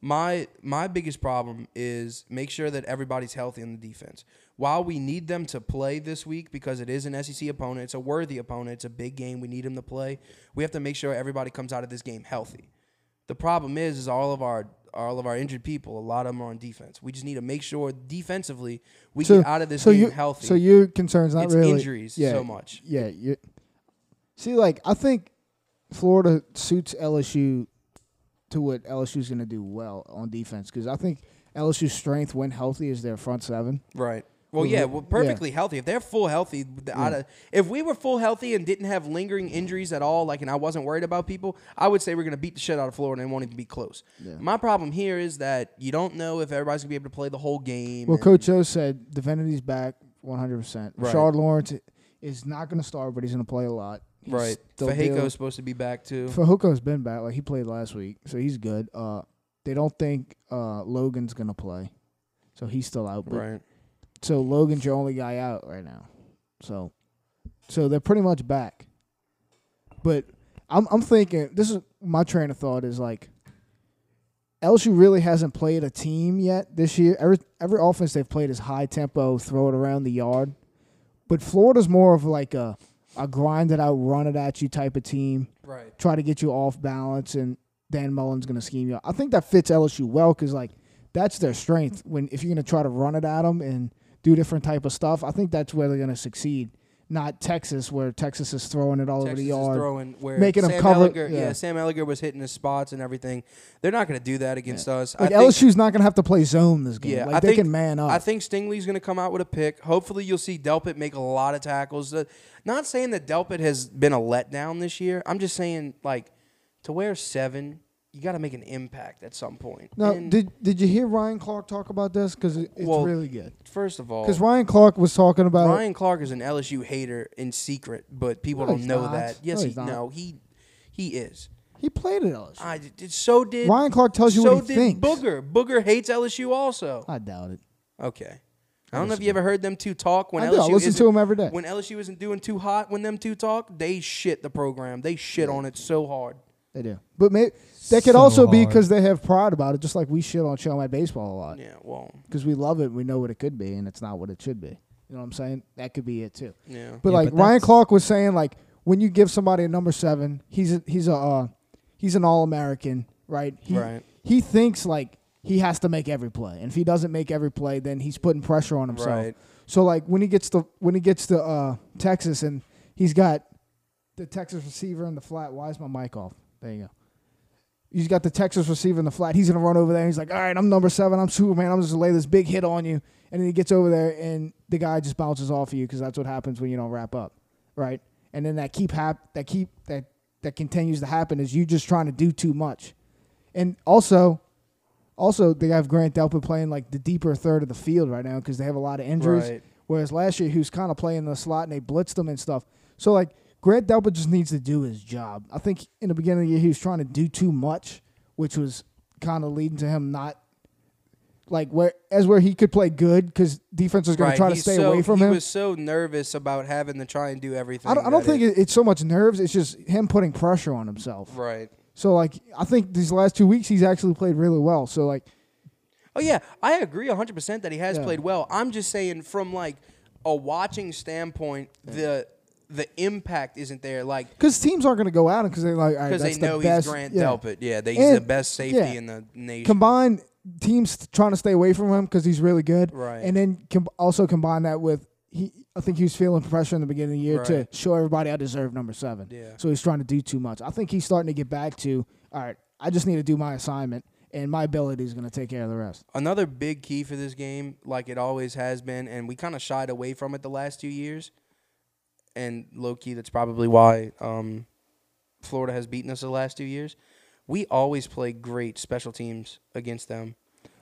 [SPEAKER 4] My my biggest problem is make sure that everybody's healthy on the defense. While we need them to play this week because it is an SEC opponent, it's a worthy opponent, it's a big game. We need them to play. We have to make sure everybody comes out of this game healthy. The problem is, is all of our all of our injured people. A lot of them are on defense. We just need to make sure defensively we
[SPEAKER 1] So-
[SPEAKER 4] get out of this
[SPEAKER 1] so
[SPEAKER 4] game
[SPEAKER 1] you,
[SPEAKER 4] healthy.
[SPEAKER 1] So your concerns not
[SPEAKER 4] It's
[SPEAKER 1] really
[SPEAKER 4] injuries
[SPEAKER 1] yeah,
[SPEAKER 4] so much.
[SPEAKER 1] Yeah, you see, like I think Florida suits LSU to what LSU's going to do well on defense because I think LSU's strength when healthy is their front seven.
[SPEAKER 4] Right. Well,
[SPEAKER 1] Well,
[SPEAKER 4] yeah,
[SPEAKER 1] we-
[SPEAKER 4] well,
[SPEAKER 1] yeah.
[SPEAKER 4] perfectly healthy. If they're full healthy, the- I'd, uh, if we were full healthy and didn't have lingering injuries at all, like, and I wasn't worried about people, I would say we're going to beat the shit out of Florida and it won't even be close. My problem here is that you don't know if everybody's going to be able to play the whole game.
[SPEAKER 1] Well,
[SPEAKER 4] and-
[SPEAKER 1] Coach O said Divinity's back 100. percent
[SPEAKER 4] Right.
[SPEAKER 1] Shard Lawrence is not going to start, but he's going to play a lot. He's
[SPEAKER 4] Right.
[SPEAKER 1] still
[SPEAKER 4] Fajeko's
[SPEAKER 1] dealing-
[SPEAKER 4] supposed to be back too.
[SPEAKER 1] Fajoko's been back. Like he played last week, so he's good. Uh, they don't think uh Logan's going to play, so he's still out. But
[SPEAKER 4] right.
[SPEAKER 1] So Logan's your only guy out right now. So so they're pretty much back. But I'm I'm thinking this is my train of thought is like LSU really hasn't played a team yet this year. Every every offense they've played is high tempo, throw it around the yard. But Florida's more of like a a grind it out, run it at you type of team
[SPEAKER 4] Right.
[SPEAKER 1] try to get you off balance, and Dan Mullen's going to scheme you. out. I think that fits LSU well because like that's their strength. When if you're going to try to run it at them and do different type of stuff, I think that's where they're going to succeed. Not Texas, where Texas is throwing it all over
[SPEAKER 4] Texas
[SPEAKER 1] the
[SPEAKER 4] is
[SPEAKER 1] yard.
[SPEAKER 4] throwing where
[SPEAKER 1] making 'em
[SPEAKER 4] Sam
[SPEAKER 1] cover-
[SPEAKER 4] Elliger- yeah.
[SPEAKER 1] yeah.
[SPEAKER 4] Sam Elliger was hitting his spots and everything. They're not going to do that against us.
[SPEAKER 1] like
[SPEAKER 4] I think-
[SPEAKER 1] LSU's not going to have to play zone this game.
[SPEAKER 4] Yeah,
[SPEAKER 1] like
[SPEAKER 4] I
[SPEAKER 1] they
[SPEAKER 4] think-
[SPEAKER 1] can man up.
[SPEAKER 4] I think Stingley's going to come out with a pick. Hopefully, you'll see Delpit make a lot of tackles. Uh, Not saying that Delpit has been a letdown this year. I'm just saying, like, to wear seven, you got to make an impact at some point.
[SPEAKER 1] now,
[SPEAKER 4] And
[SPEAKER 1] did did you hear Ryan Clark talk about this? Because it, it's
[SPEAKER 4] Well,
[SPEAKER 1] really good.
[SPEAKER 4] first of all,
[SPEAKER 1] Because Ryan Clark was talking about it.
[SPEAKER 4] Ryan Clark is an LSU hater in secret, but people
[SPEAKER 1] No,
[SPEAKER 4] don't
[SPEAKER 1] he's
[SPEAKER 4] know
[SPEAKER 1] not.
[SPEAKER 4] that. Yes,
[SPEAKER 1] No,
[SPEAKER 4] he
[SPEAKER 1] he's not.
[SPEAKER 4] no he he is.
[SPEAKER 1] he played at LSU.
[SPEAKER 4] I did- so did
[SPEAKER 1] Ryan Clark tells you
[SPEAKER 4] so
[SPEAKER 1] what he
[SPEAKER 4] did
[SPEAKER 1] thinks.
[SPEAKER 4] Booger. Booger hates LSU also.
[SPEAKER 1] I doubt it.
[SPEAKER 4] Okay. I don't know if you ever heard them two talk when
[SPEAKER 1] I
[SPEAKER 4] LSU
[SPEAKER 1] do. I listen
[SPEAKER 4] isn't-
[SPEAKER 1] to 'em every day.
[SPEAKER 4] When LSU isn't doing too hot, when them two talk, they shit the program. They shit on it so hard.
[SPEAKER 1] They do, but may, that could
[SPEAKER 2] So
[SPEAKER 1] also be
[SPEAKER 2] hard.
[SPEAKER 1] because they have pride about it, just like we shit on Show My Baseball a lot
[SPEAKER 4] Yeah, well,
[SPEAKER 1] because we love it. We know what it could be, and it's not what it should be. You know what I'm saying? That could be it too.
[SPEAKER 4] yeah.
[SPEAKER 1] But
[SPEAKER 2] Yeah,
[SPEAKER 1] like
[SPEAKER 2] but
[SPEAKER 1] Ryan
[SPEAKER 2] that's-
[SPEAKER 1] Clark was saying, like when you give somebody a number seven, he's a, he's a uh, he's an All American, right? He,
[SPEAKER 4] Right.
[SPEAKER 1] He thinks like he has to make every play, and if he doesn't make every play, then he's putting pressure on himself.
[SPEAKER 4] Right.
[SPEAKER 1] So like when he gets the when he gets to uh, Texas and he's got the Texas receiver in the flat. Why is my mic off? There you go. He's got the Texas receiver in the flat. He's gonna run over there. He's like, "All right, I'm number seven. I'm Superman. I'm just gonna lay this big hit on you." And then he gets over there, and the guy just bounces off of you because that's what happens when you don't wrap up, right? And then that keep hap- that keep that that continues to happen is you just trying to do too much, and also, also they have Grant Delpit playing like the deeper third of the field right now because they have a lot of injuries.
[SPEAKER 4] Right.
[SPEAKER 1] Whereas last year he was kind of playing the slot and they blitzed him and stuff. So like Grant Delpit just needs to do his job. I think in the beginning of the year he was trying to do too much, which was kind of leading to him not like where as where he could play good because defense was going
[SPEAKER 4] Right,
[SPEAKER 1] to try to
[SPEAKER 4] he's
[SPEAKER 1] stay
[SPEAKER 4] so-
[SPEAKER 1] away from
[SPEAKER 4] he
[SPEAKER 1] him.
[SPEAKER 4] was so nervous about having to try and do everything.
[SPEAKER 1] I don't, I don't
[SPEAKER 4] that
[SPEAKER 1] think
[SPEAKER 4] it-
[SPEAKER 1] it, it's so much nerves. It's just him putting pressure on himself.
[SPEAKER 4] Right.
[SPEAKER 1] So like I think these last two weeks he's actually played really well. So like
[SPEAKER 4] Oh yeah, I agree 100% that he has
[SPEAKER 1] Yeah.
[SPEAKER 4] played well. I'm just saying from like a watching standpoint, the the impact isn't there like
[SPEAKER 1] because teams aren't going to go out because they're like
[SPEAKER 4] because they know
[SPEAKER 1] the best.
[SPEAKER 4] he's Grant
[SPEAKER 1] yeah.
[SPEAKER 4] Delpit. Yeah, they, he's
[SPEAKER 1] And-
[SPEAKER 4] the best safety
[SPEAKER 1] yeah.
[SPEAKER 4] in the nation.
[SPEAKER 1] combine teams t- trying to stay away from him because he's really good,
[SPEAKER 4] Right.
[SPEAKER 1] And then com- also combine that with he. I think he was feeling pressure in the beginning of the year to
[SPEAKER 4] Right.
[SPEAKER 1] show everybody I deserve number seven.
[SPEAKER 4] Yeah.
[SPEAKER 1] So he's trying to do too much. I think he's starting to get back to all right. I just need to do my assignment, and my ability is going to take care of the rest.
[SPEAKER 4] Another big key for this game, like it always has been, and we kind of shied away from it the last two years. And low key, that's probably why um, Florida has beaten us the last two years. We always play great special teams against them.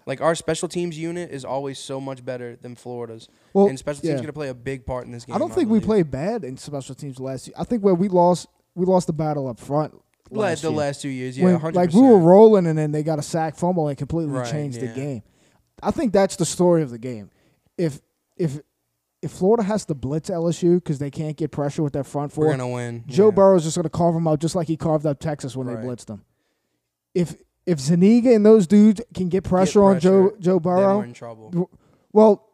[SPEAKER 4] Like our special teams unit is always so much better than Florida's.
[SPEAKER 1] Well,
[SPEAKER 4] and special teams
[SPEAKER 1] yeah.
[SPEAKER 4] going to play a big part in this game.
[SPEAKER 1] I don't think we
[SPEAKER 4] believe.
[SPEAKER 1] played bad in special teams last year. I think where we lost, we lost the battle up front.
[SPEAKER 4] La-
[SPEAKER 1] Last
[SPEAKER 4] the
[SPEAKER 1] year.
[SPEAKER 4] last two years. Yeah,
[SPEAKER 1] When,
[SPEAKER 4] 100%.
[SPEAKER 1] like we were rolling and then they got a sack fumble and completely
[SPEAKER 4] Right,
[SPEAKER 1] changed the
[SPEAKER 4] yeah.
[SPEAKER 1] game. I think that's the story of the game. If if if Florida has to blitz LSU because they can't get pressure with their front
[SPEAKER 4] we're
[SPEAKER 1] four,
[SPEAKER 4] going to win.
[SPEAKER 1] Joe
[SPEAKER 4] yeah.
[SPEAKER 1] Burrow's just going to carve them out just like he carved up Texas when
[SPEAKER 4] Right.
[SPEAKER 1] they blitzed them. If if Zaniga and those dudes can get pressure, on Joe
[SPEAKER 4] pressure,
[SPEAKER 1] Joe
[SPEAKER 4] Then we're
[SPEAKER 1] Burrow,
[SPEAKER 4] in trouble.
[SPEAKER 1] w- well,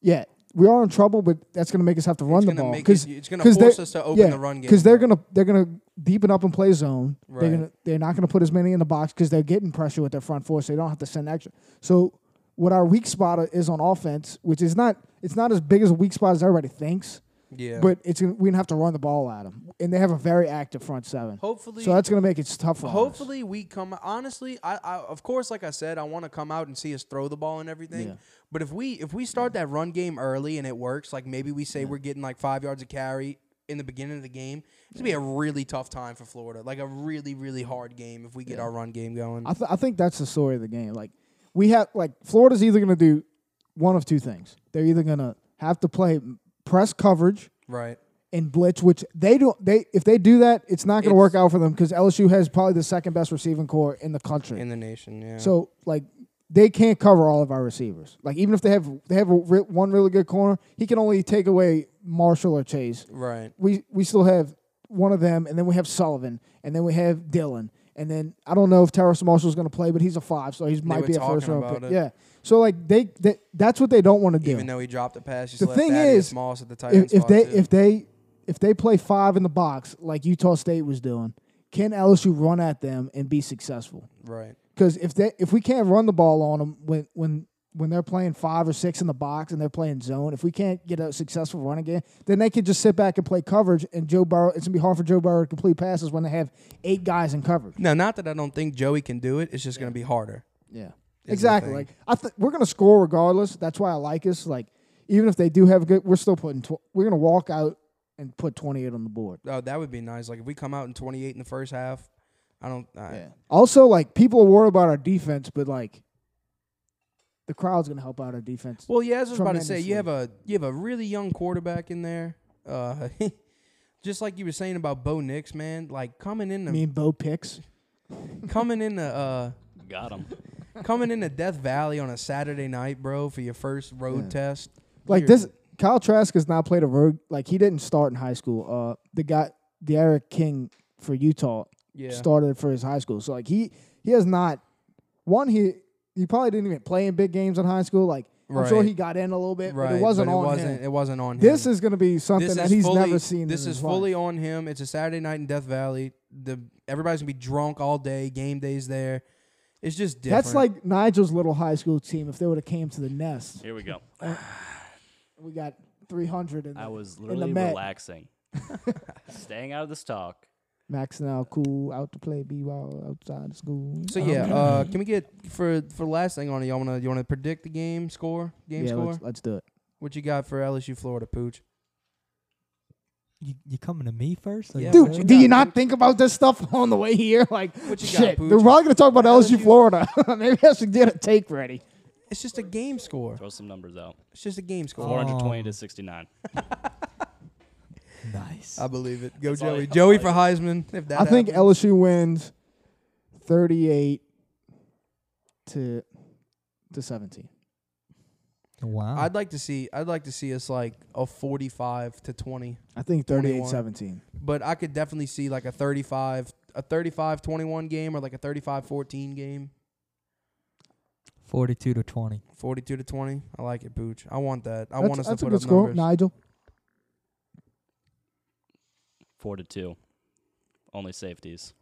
[SPEAKER 1] yeah, we are in trouble. But that's gonna make us have to run
[SPEAKER 4] It's
[SPEAKER 1] the
[SPEAKER 4] gonna
[SPEAKER 1] ball
[SPEAKER 4] make it, it's gonna force
[SPEAKER 1] they-
[SPEAKER 4] us to open
[SPEAKER 1] yeah,
[SPEAKER 4] the run game
[SPEAKER 1] because they're
[SPEAKER 4] more.
[SPEAKER 1] gonna they're gonna deepen up and play zone.
[SPEAKER 4] Right.
[SPEAKER 1] They're gonna they're not gonna put as many in the box because they're getting pressure with their front four, so they don't have to send extra. So what our weak spot is on offense, which is not it's not as big as a weak spot as everybody thinks,
[SPEAKER 4] yeah.
[SPEAKER 1] but it's gonna, we're gonna have to run the ball at them, and they have a very active front seven.
[SPEAKER 4] hopefully,
[SPEAKER 1] so that's gonna make it tough for us.
[SPEAKER 4] hopefully we come. Honestly, I, I of course, like I said, I want to come out and see us throw the ball and everything.
[SPEAKER 1] Yeah.
[SPEAKER 4] But if we if we start that run game early and it works, like maybe we say we're getting like five yards of carry in the beginning of the game, it's gonna be a really tough time for Florida. Like a really really hard game if we get our run game going.
[SPEAKER 1] I, th- I think that's the story of the game. Like we have, like Florida's either going to do one of two things. They're either going to have to play press coverage
[SPEAKER 4] right.
[SPEAKER 1] and blitz, which they don't. They if they do that, it's not going to work out for them because LSU has probably the second best receiving core in the country.
[SPEAKER 4] In the nation, yeah.
[SPEAKER 1] so like they can't cover all of our receivers. Like even if they have they have a re- one really good corner, he can only take away Marshall or Chase
[SPEAKER 4] right.
[SPEAKER 1] we we still have one of them, and then we have Sullivan, and then we have Dylan, and then I don't know if Terrace Marshall's going to play, but he's a five, so he might
[SPEAKER 4] were
[SPEAKER 1] be a first
[SPEAKER 4] talking
[SPEAKER 1] round
[SPEAKER 4] about
[SPEAKER 1] pick.
[SPEAKER 4] it.
[SPEAKER 1] Yeah. So like they, they that's what they don't want to do.
[SPEAKER 4] Even though he dropped the pass, you
[SPEAKER 1] The
[SPEAKER 4] still left
[SPEAKER 1] thing
[SPEAKER 4] Thaddeus
[SPEAKER 1] is,
[SPEAKER 4] Moss at the tight end
[SPEAKER 1] if, if
[SPEAKER 4] spot,
[SPEAKER 1] they
[SPEAKER 4] too.
[SPEAKER 1] if they if they play five in the box like Utah State was doing, can LSU run at them and be successful?
[SPEAKER 4] right.
[SPEAKER 1] Because if they if we can't run the ball on them when when when they're playing five or six in the box and they're playing zone, if we can't get a successful running game, then they can just sit back and play coverage. And Joe Burrow, it's gonna be hard for Joe Burrow to complete passes when they have eight guys in coverage.
[SPEAKER 4] No, not that I don't think Joey can do it. It's just gonna be harder.
[SPEAKER 1] Yeah,
[SPEAKER 4] the
[SPEAKER 1] exactly.
[SPEAKER 4] thing.
[SPEAKER 1] Like I th- we're gonna score regardless. That's why I like us. Like even if they do have a good, we're still putting. Tw- we're gonna walk out and put twenty eight on the board.
[SPEAKER 4] Oh, that would be nice. Like if we come out in 28 in the first half, I don't. I,
[SPEAKER 1] Also, like people are worried about our defense, but like the crowd's gonna help out our defense.
[SPEAKER 4] Well, yeah, I was just about to say you have
[SPEAKER 1] Tremendously.
[SPEAKER 4] a you have a really young quarterback in there. Uh, just like you were saying about Bo Nix, man. Like coming in
[SPEAKER 1] I
[SPEAKER 4] the
[SPEAKER 1] mean, Bo picks.
[SPEAKER 4] coming in the uh,
[SPEAKER 5] Got him.
[SPEAKER 4] coming into Death Valley on a Saturday night, bro, for your first road test.
[SPEAKER 1] Like
[SPEAKER 4] Weird.
[SPEAKER 1] this, Kyle Trask has not played a road. Like he didn't start in high school. Uh, the guy, Derek King for Utah,
[SPEAKER 4] Yeah.
[SPEAKER 1] started for his high school. So like he he has not. One he he probably didn't even play in big games in high school. Like I'm sure
[SPEAKER 4] Right.
[SPEAKER 1] he got in a little bit,
[SPEAKER 4] right.
[SPEAKER 1] but it wasn't
[SPEAKER 4] but
[SPEAKER 1] on
[SPEAKER 4] it wasn't,
[SPEAKER 1] him.
[SPEAKER 4] It wasn't on
[SPEAKER 1] This
[SPEAKER 4] him.
[SPEAKER 1] is going to be something
[SPEAKER 4] This
[SPEAKER 1] that
[SPEAKER 4] is
[SPEAKER 1] he's
[SPEAKER 4] fully,
[SPEAKER 1] never seen.
[SPEAKER 4] This
[SPEAKER 1] in his
[SPEAKER 4] is fully
[SPEAKER 1] life.
[SPEAKER 4] on him. It's a Saturday night in Death Valley. The everybody's gonna be drunk all day. Game days there. It's just different.
[SPEAKER 1] That's like Nigel's little high school team. If they would have came to the nest,
[SPEAKER 5] Here we go.
[SPEAKER 1] we got 300 in the,
[SPEAKER 5] I was
[SPEAKER 1] in the
[SPEAKER 5] literally
[SPEAKER 1] Met.
[SPEAKER 5] relaxing, staying out of this talk.
[SPEAKER 1] Max now cool out to play b ball outside of school. Um,
[SPEAKER 4] So yeah, uh, can we get for for last thing on it? Y'all wanna you wanna predict the game score? Game
[SPEAKER 1] yeah,
[SPEAKER 4] score?
[SPEAKER 1] let's, let's do it.
[SPEAKER 4] What you got for LSU Florida Pooch?
[SPEAKER 2] You, you coming to me first? Are
[SPEAKER 4] Yeah,
[SPEAKER 2] you
[SPEAKER 4] what
[SPEAKER 1] Dude,
[SPEAKER 2] good?
[SPEAKER 1] do
[SPEAKER 4] got,
[SPEAKER 1] you not
[SPEAKER 4] Pooch?
[SPEAKER 1] think about this stuff on the way here? Like,
[SPEAKER 4] What you got,
[SPEAKER 1] shit,
[SPEAKER 4] Pooch?
[SPEAKER 1] we're probably gonna talk about LSU,
[SPEAKER 4] LSU.
[SPEAKER 1] Florida. Maybe I should get a take ready.
[SPEAKER 4] It's just a game score.
[SPEAKER 5] Throw some numbers out.
[SPEAKER 4] It's just a game
[SPEAKER 5] Four
[SPEAKER 4] score.
[SPEAKER 5] hundred twenty
[SPEAKER 2] Um,
[SPEAKER 5] to sixty nine.
[SPEAKER 2] Nice.
[SPEAKER 4] I believe it. Go
[SPEAKER 5] That's all
[SPEAKER 4] Joey.
[SPEAKER 5] I-
[SPEAKER 4] Joey for Heisman. If that
[SPEAKER 1] I think
[SPEAKER 4] happens.
[SPEAKER 1] LSU wins, thirty-eight to to seventeen.
[SPEAKER 2] wow.
[SPEAKER 4] I'd like to see I'd like to see us like a 45 to 20.
[SPEAKER 1] I think
[SPEAKER 4] 21.
[SPEAKER 1] 38-17.
[SPEAKER 4] But I could definitely see like a 35 a 35-21 game or like a 35-14 game.
[SPEAKER 2] 42 to 20.
[SPEAKER 4] 42 to 20. I like it, Pooch. I want that. I
[SPEAKER 1] That's-
[SPEAKER 4] want us
[SPEAKER 1] that's a
[SPEAKER 4] to put
[SPEAKER 1] good
[SPEAKER 4] up
[SPEAKER 1] score,
[SPEAKER 4] numbers.
[SPEAKER 1] Nigel.
[SPEAKER 5] Four to two. Only safeties.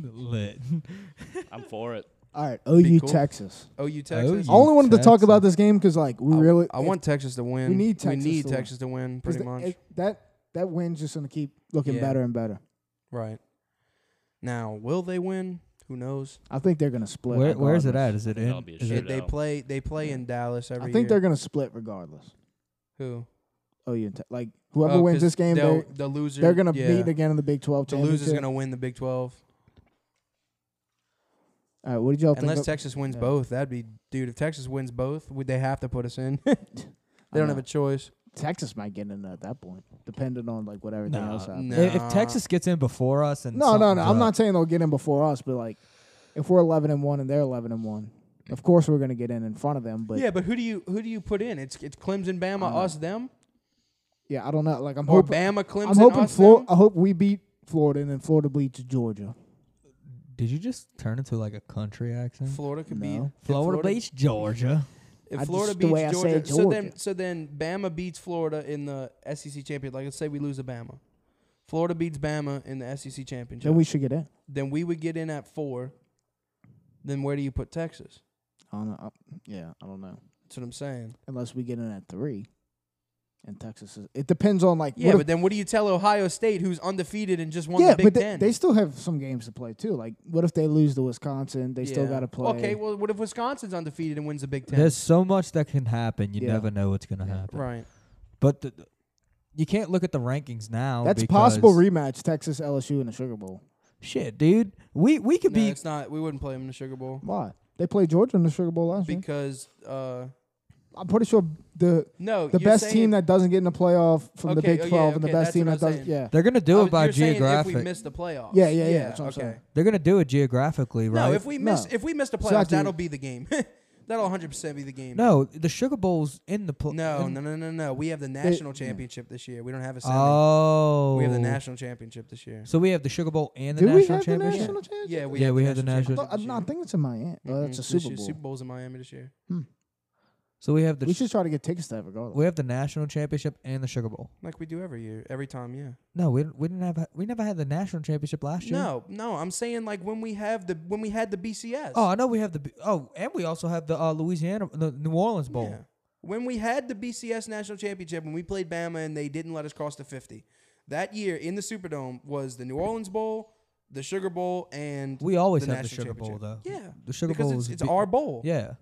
[SPEAKER 2] Lit.
[SPEAKER 5] I'm for it.
[SPEAKER 1] All right, OU
[SPEAKER 4] cool.
[SPEAKER 1] Texas.
[SPEAKER 4] OU
[SPEAKER 5] Oh,
[SPEAKER 4] Texas.
[SPEAKER 1] I
[SPEAKER 2] OU.
[SPEAKER 1] only wanted to talk
[SPEAKER 2] Texas.
[SPEAKER 1] about this game because, like, we
[SPEAKER 4] I-
[SPEAKER 1] really.
[SPEAKER 4] I want Texas to win.
[SPEAKER 1] we need Texas
[SPEAKER 4] We need
[SPEAKER 1] to win. eh,
[SPEAKER 4] Texas to win,
[SPEAKER 1] Because
[SPEAKER 4] pretty much.
[SPEAKER 1] th- it- that that win's just gonna keep looking
[SPEAKER 4] Yeah.
[SPEAKER 1] better and better.
[SPEAKER 4] right. Now, will they win? Who knows?
[SPEAKER 1] I think they're gonna split.
[SPEAKER 2] Where, where is it at?
[SPEAKER 1] regardless.
[SPEAKER 2] Is it
[SPEAKER 5] That'll
[SPEAKER 2] in?
[SPEAKER 5] be a
[SPEAKER 2] Is
[SPEAKER 5] shit.
[SPEAKER 4] They,
[SPEAKER 2] it,
[SPEAKER 5] Sure
[SPEAKER 4] they
[SPEAKER 5] don't.
[SPEAKER 4] play. They play in Dallas every
[SPEAKER 1] I
[SPEAKER 4] year.
[SPEAKER 1] think they're gonna split regardless.
[SPEAKER 4] who
[SPEAKER 1] OU and Te- like whoever
[SPEAKER 4] Oh,
[SPEAKER 1] wins
[SPEAKER 4] 'cause
[SPEAKER 1] this game,
[SPEAKER 4] they'll-
[SPEAKER 1] they're,
[SPEAKER 4] the loser
[SPEAKER 1] they're gonna
[SPEAKER 4] yeah,
[SPEAKER 1] meet again in the Big Twelve.
[SPEAKER 4] the loser's
[SPEAKER 1] championship.
[SPEAKER 4] gonna win the Big Twelve
[SPEAKER 1] All right, what did y'all
[SPEAKER 4] unless
[SPEAKER 1] think? of-
[SPEAKER 4] Texas wins
[SPEAKER 1] yeah.
[SPEAKER 4] both. That'd be dude. If Texas wins both, would they have to put us in? they
[SPEAKER 1] I
[SPEAKER 4] don't
[SPEAKER 1] know.
[SPEAKER 4] have a choice.
[SPEAKER 1] Texas might get in at that point, depending on like what everything
[SPEAKER 2] Nah.
[SPEAKER 1] else happens.
[SPEAKER 4] No.
[SPEAKER 2] If- If Texas gets in before us and
[SPEAKER 1] No, no, no.
[SPEAKER 2] something's
[SPEAKER 1] I'm
[SPEAKER 2] up.
[SPEAKER 1] not saying they'll get in before us, but like if we're 11 and one and they're 11 and one, of course we're gonna get in in front of them. But
[SPEAKER 4] yeah, but who do you who do you put in? It's it's Clemson, Bama,
[SPEAKER 1] know.
[SPEAKER 4] us, them,
[SPEAKER 1] yeah, I don't know. Like I'm
[SPEAKER 4] or
[SPEAKER 1] hoping,
[SPEAKER 4] Bama, Clemson,
[SPEAKER 1] I'm hoping
[SPEAKER 4] us,
[SPEAKER 1] Florida.
[SPEAKER 4] them?
[SPEAKER 1] I hope we beat Florida and then Florida beats Georgia.
[SPEAKER 2] Did you just turn into like a country
[SPEAKER 1] uh,
[SPEAKER 2] accent?
[SPEAKER 4] Florida could be
[SPEAKER 3] No.
[SPEAKER 4] if
[SPEAKER 2] Florida Beach, Georgia.
[SPEAKER 4] If
[SPEAKER 3] I
[SPEAKER 4] Florida
[SPEAKER 3] just- the
[SPEAKER 4] beats
[SPEAKER 3] way I
[SPEAKER 4] Georgia,
[SPEAKER 3] said
[SPEAKER 4] so then
[SPEAKER 3] Georgia.
[SPEAKER 4] so then Bama beats Florida in the SEC championship. Like let's say we lose to Bama, Florida beats Bama in the SEC championship.
[SPEAKER 1] Then we should get in.
[SPEAKER 4] then we would get in at four. Then where do you put Texas?
[SPEAKER 1] I don't know. Yeah, I don't know.
[SPEAKER 4] That's what I'm saying.
[SPEAKER 1] Unless we get in at three, and Texas is. It depends on like.
[SPEAKER 4] Yeah,
[SPEAKER 1] what
[SPEAKER 4] but then what do you tell Ohio State, who's undefeated and just
[SPEAKER 1] if,
[SPEAKER 4] won
[SPEAKER 1] yeah,
[SPEAKER 4] the Big
[SPEAKER 1] but they,
[SPEAKER 4] Ten?
[SPEAKER 1] they still have some games to play too. Like, what if they lose to Wisconsin? They still
[SPEAKER 4] Yeah.
[SPEAKER 1] got to play.
[SPEAKER 4] Okay, well, what if Wisconsin's undefeated and wins the Big Ten?
[SPEAKER 2] There's so much that can happen. You
[SPEAKER 1] Yeah.
[SPEAKER 2] never know what's gonna
[SPEAKER 1] Yeah.
[SPEAKER 2] happen.
[SPEAKER 4] right.
[SPEAKER 2] But the, the- you can't look at the rankings now.
[SPEAKER 1] that's possible
[SPEAKER 2] because-
[SPEAKER 1] rematch Texas LSU in the Sugar Bowl.
[SPEAKER 2] Shit, dude. We we could
[SPEAKER 4] No,
[SPEAKER 2] be.
[SPEAKER 4] it's not. We wouldn't play them in the Sugar Bowl
[SPEAKER 1] Why? They played Georgia in the Sugar Bowl last year.
[SPEAKER 4] because uh,
[SPEAKER 1] I'm pretty sure the
[SPEAKER 4] no,
[SPEAKER 1] the
[SPEAKER 4] you're
[SPEAKER 1] best
[SPEAKER 4] saying-
[SPEAKER 1] team that doesn't get in the playoff from the
[SPEAKER 4] Okay,
[SPEAKER 1] Big
[SPEAKER 4] oh, yeah,
[SPEAKER 1] 12 and the
[SPEAKER 4] okay,
[SPEAKER 1] best
[SPEAKER 4] that's
[SPEAKER 1] team
[SPEAKER 4] what
[SPEAKER 1] that
[SPEAKER 4] I'm
[SPEAKER 1] does
[SPEAKER 4] saying.
[SPEAKER 1] yeah.
[SPEAKER 2] They're gonna do
[SPEAKER 4] I
[SPEAKER 2] it
[SPEAKER 4] was-
[SPEAKER 2] by
[SPEAKER 4] you're saying
[SPEAKER 2] geographic.
[SPEAKER 4] If we miss the playoffs.
[SPEAKER 1] Yeah, yeah, yeah, that's what I'm saying.
[SPEAKER 2] They're gonna do it geographically, right?
[SPEAKER 4] No, if we miss
[SPEAKER 1] No.
[SPEAKER 4] if we miss the playoffs,
[SPEAKER 1] Exactly.
[SPEAKER 4] that'll be the game. that'll 100 percent be the game.
[SPEAKER 2] No, the Sugar Bowl's in the pl-
[SPEAKER 4] no,
[SPEAKER 2] in-
[SPEAKER 4] no, no, no, no. We have the national championship this year. We don't have a semi.
[SPEAKER 2] Oh,
[SPEAKER 4] we have the national championship this year.
[SPEAKER 2] So we have the Sugar Bowl and the
[SPEAKER 1] Do we have
[SPEAKER 2] national
[SPEAKER 1] the
[SPEAKER 2] championship.
[SPEAKER 1] national championship?
[SPEAKER 4] Yeah, we
[SPEAKER 2] Yeah,
[SPEAKER 4] have
[SPEAKER 2] we
[SPEAKER 4] the
[SPEAKER 2] have the
[SPEAKER 1] I
[SPEAKER 2] national
[SPEAKER 1] thought- I'm not I think it's in Miami. Oh, that's a
[SPEAKER 4] Mhm. This
[SPEAKER 1] Super
[SPEAKER 4] year-
[SPEAKER 1] Bowl.
[SPEAKER 4] Super Bowl's in Miami this year.
[SPEAKER 2] So we have the
[SPEAKER 1] We
[SPEAKER 2] sh-
[SPEAKER 1] should try to get tickets to that regardless.
[SPEAKER 2] we have the national championship and the Sugar Bowl.
[SPEAKER 4] Like we do every year, every time, yeah.
[SPEAKER 2] No, we we didn't have we never had the national championship last year.
[SPEAKER 4] No, no, I'm saying like when we have the when we had the BCS.
[SPEAKER 2] Oh, I know we have the B- oh, and we also have the uh, Louisiana the New Orleans Bowl.
[SPEAKER 4] Yeah. When we had the BCS national championship, when we played Bama and they didn't let us cross the 50, that year in the Superdome was the New Orleans Bowl, the Sugar Bowl, and
[SPEAKER 2] We always have the
[SPEAKER 4] national
[SPEAKER 2] Sugar Bowl though.
[SPEAKER 4] championship. Yeah,
[SPEAKER 2] the Sugar
[SPEAKER 4] because
[SPEAKER 2] Bowl
[SPEAKER 4] it's,
[SPEAKER 2] is
[SPEAKER 4] it's
[SPEAKER 2] big-
[SPEAKER 4] our bowl.
[SPEAKER 2] Yeah,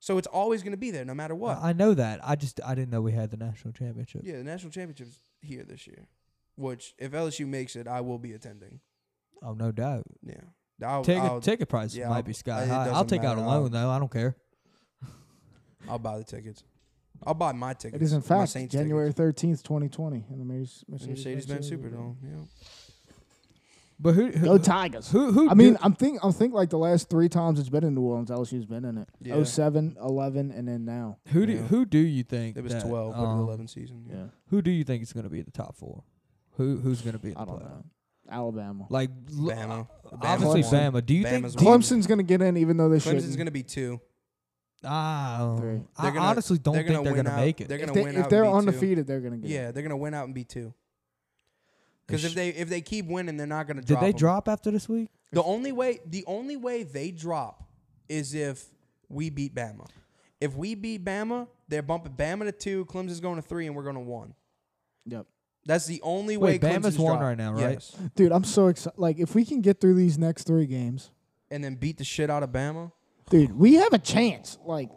[SPEAKER 4] So it's always going to be there, no matter what.
[SPEAKER 2] I I know that. I just I didn't know we had the national championship.
[SPEAKER 4] yeah, the national championship's here this year, which if LSU makes it, I will be attending.
[SPEAKER 2] Oh, no doubt.
[SPEAKER 4] Yeah, I'll, I'll,
[SPEAKER 2] Ticket ticket prices
[SPEAKER 4] Oh, yeah,
[SPEAKER 2] might
[SPEAKER 4] I'll-
[SPEAKER 2] be sky
[SPEAKER 4] it
[SPEAKER 2] high. I'll
[SPEAKER 4] doesn't
[SPEAKER 2] take out a
[SPEAKER 4] matter.
[SPEAKER 2] loan though. I don't care.
[SPEAKER 4] I'll buy the tickets. I'll buy my tickets.
[SPEAKER 1] It is in
[SPEAKER 4] my
[SPEAKER 1] fact
[SPEAKER 4] Saints
[SPEAKER 1] January
[SPEAKER 4] tickets.
[SPEAKER 1] 13th, 2020 in the Mercedes-
[SPEAKER 4] In Mercedes-Benz Superdome. Yeah.
[SPEAKER 2] But who who
[SPEAKER 1] Go Tigers.
[SPEAKER 2] who, who
[SPEAKER 1] I
[SPEAKER 2] do-
[SPEAKER 1] mean, I'm think I'm think like the last 3 times it's been in New Orleans, LSU's been in it.
[SPEAKER 4] Yeah.
[SPEAKER 1] Oh seven, eleven, 07, 11 and then now.
[SPEAKER 2] who do
[SPEAKER 4] yeah.
[SPEAKER 2] who do you think
[SPEAKER 4] It was
[SPEAKER 2] that,
[SPEAKER 4] 12, but
[SPEAKER 2] um,
[SPEAKER 4] an 11 season. Yeah.
[SPEAKER 1] Yeah.
[SPEAKER 2] Who do you think is going to be in the top four? Who who's going to be in the
[SPEAKER 1] I don't
[SPEAKER 2] playoff?
[SPEAKER 1] know. Alabama.
[SPEAKER 2] Like l-
[SPEAKER 4] Bama.
[SPEAKER 1] uh,
[SPEAKER 2] obviously
[SPEAKER 1] Clemson.
[SPEAKER 2] Bama. Do you
[SPEAKER 4] Bama's
[SPEAKER 2] think do you-
[SPEAKER 4] one.
[SPEAKER 1] Clemson's going to get in even though they
[SPEAKER 4] Clemson's
[SPEAKER 1] shouldn't.
[SPEAKER 4] going to be two.
[SPEAKER 2] Ah,
[SPEAKER 1] Three.
[SPEAKER 2] I
[SPEAKER 4] They're gonna-
[SPEAKER 2] honestly don't
[SPEAKER 4] they're
[SPEAKER 2] think
[SPEAKER 4] gonna
[SPEAKER 2] they're
[SPEAKER 4] win
[SPEAKER 2] going to
[SPEAKER 4] out.
[SPEAKER 2] make it.
[SPEAKER 4] They're going
[SPEAKER 1] if
[SPEAKER 4] to win
[SPEAKER 1] they,
[SPEAKER 4] out.
[SPEAKER 1] if they're
[SPEAKER 4] and be two.
[SPEAKER 1] undefeated, they're going to get in.
[SPEAKER 4] yeah, they're going to win out and be two.
[SPEAKER 2] They
[SPEAKER 4] Because if
[SPEAKER 2] sh-
[SPEAKER 4] they if they keep winning, they're not going to.
[SPEAKER 2] did they
[SPEAKER 4] 'em.
[SPEAKER 2] drop after this week?
[SPEAKER 4] The only way the only way they drop is if we beat Bama. If we beat Bama, they're bumping Bama to two, Clemson's going to three, and we're going to one.
[SPEAKER 1] Yep.
[SPEAKER 4] That's the only
[SPEAKER 2] Wait,
[SPEAKER 4] way.
[SPEAKER 2] Bama's
[SPEAKER 4] Clemson's
[SPEAKER 2] one
[SPEAKER 4] dropped.
[SPEAKER 2] right now, right?
[SPEAKER 4] Yes.
[SPEAKER 1] Dude, I'm so excited. Like if we can get through these next 3 games,
[SPEAKER 4] And then beat the shit out of Bama.
[SPEAKER 1] dude, we have a chance. Like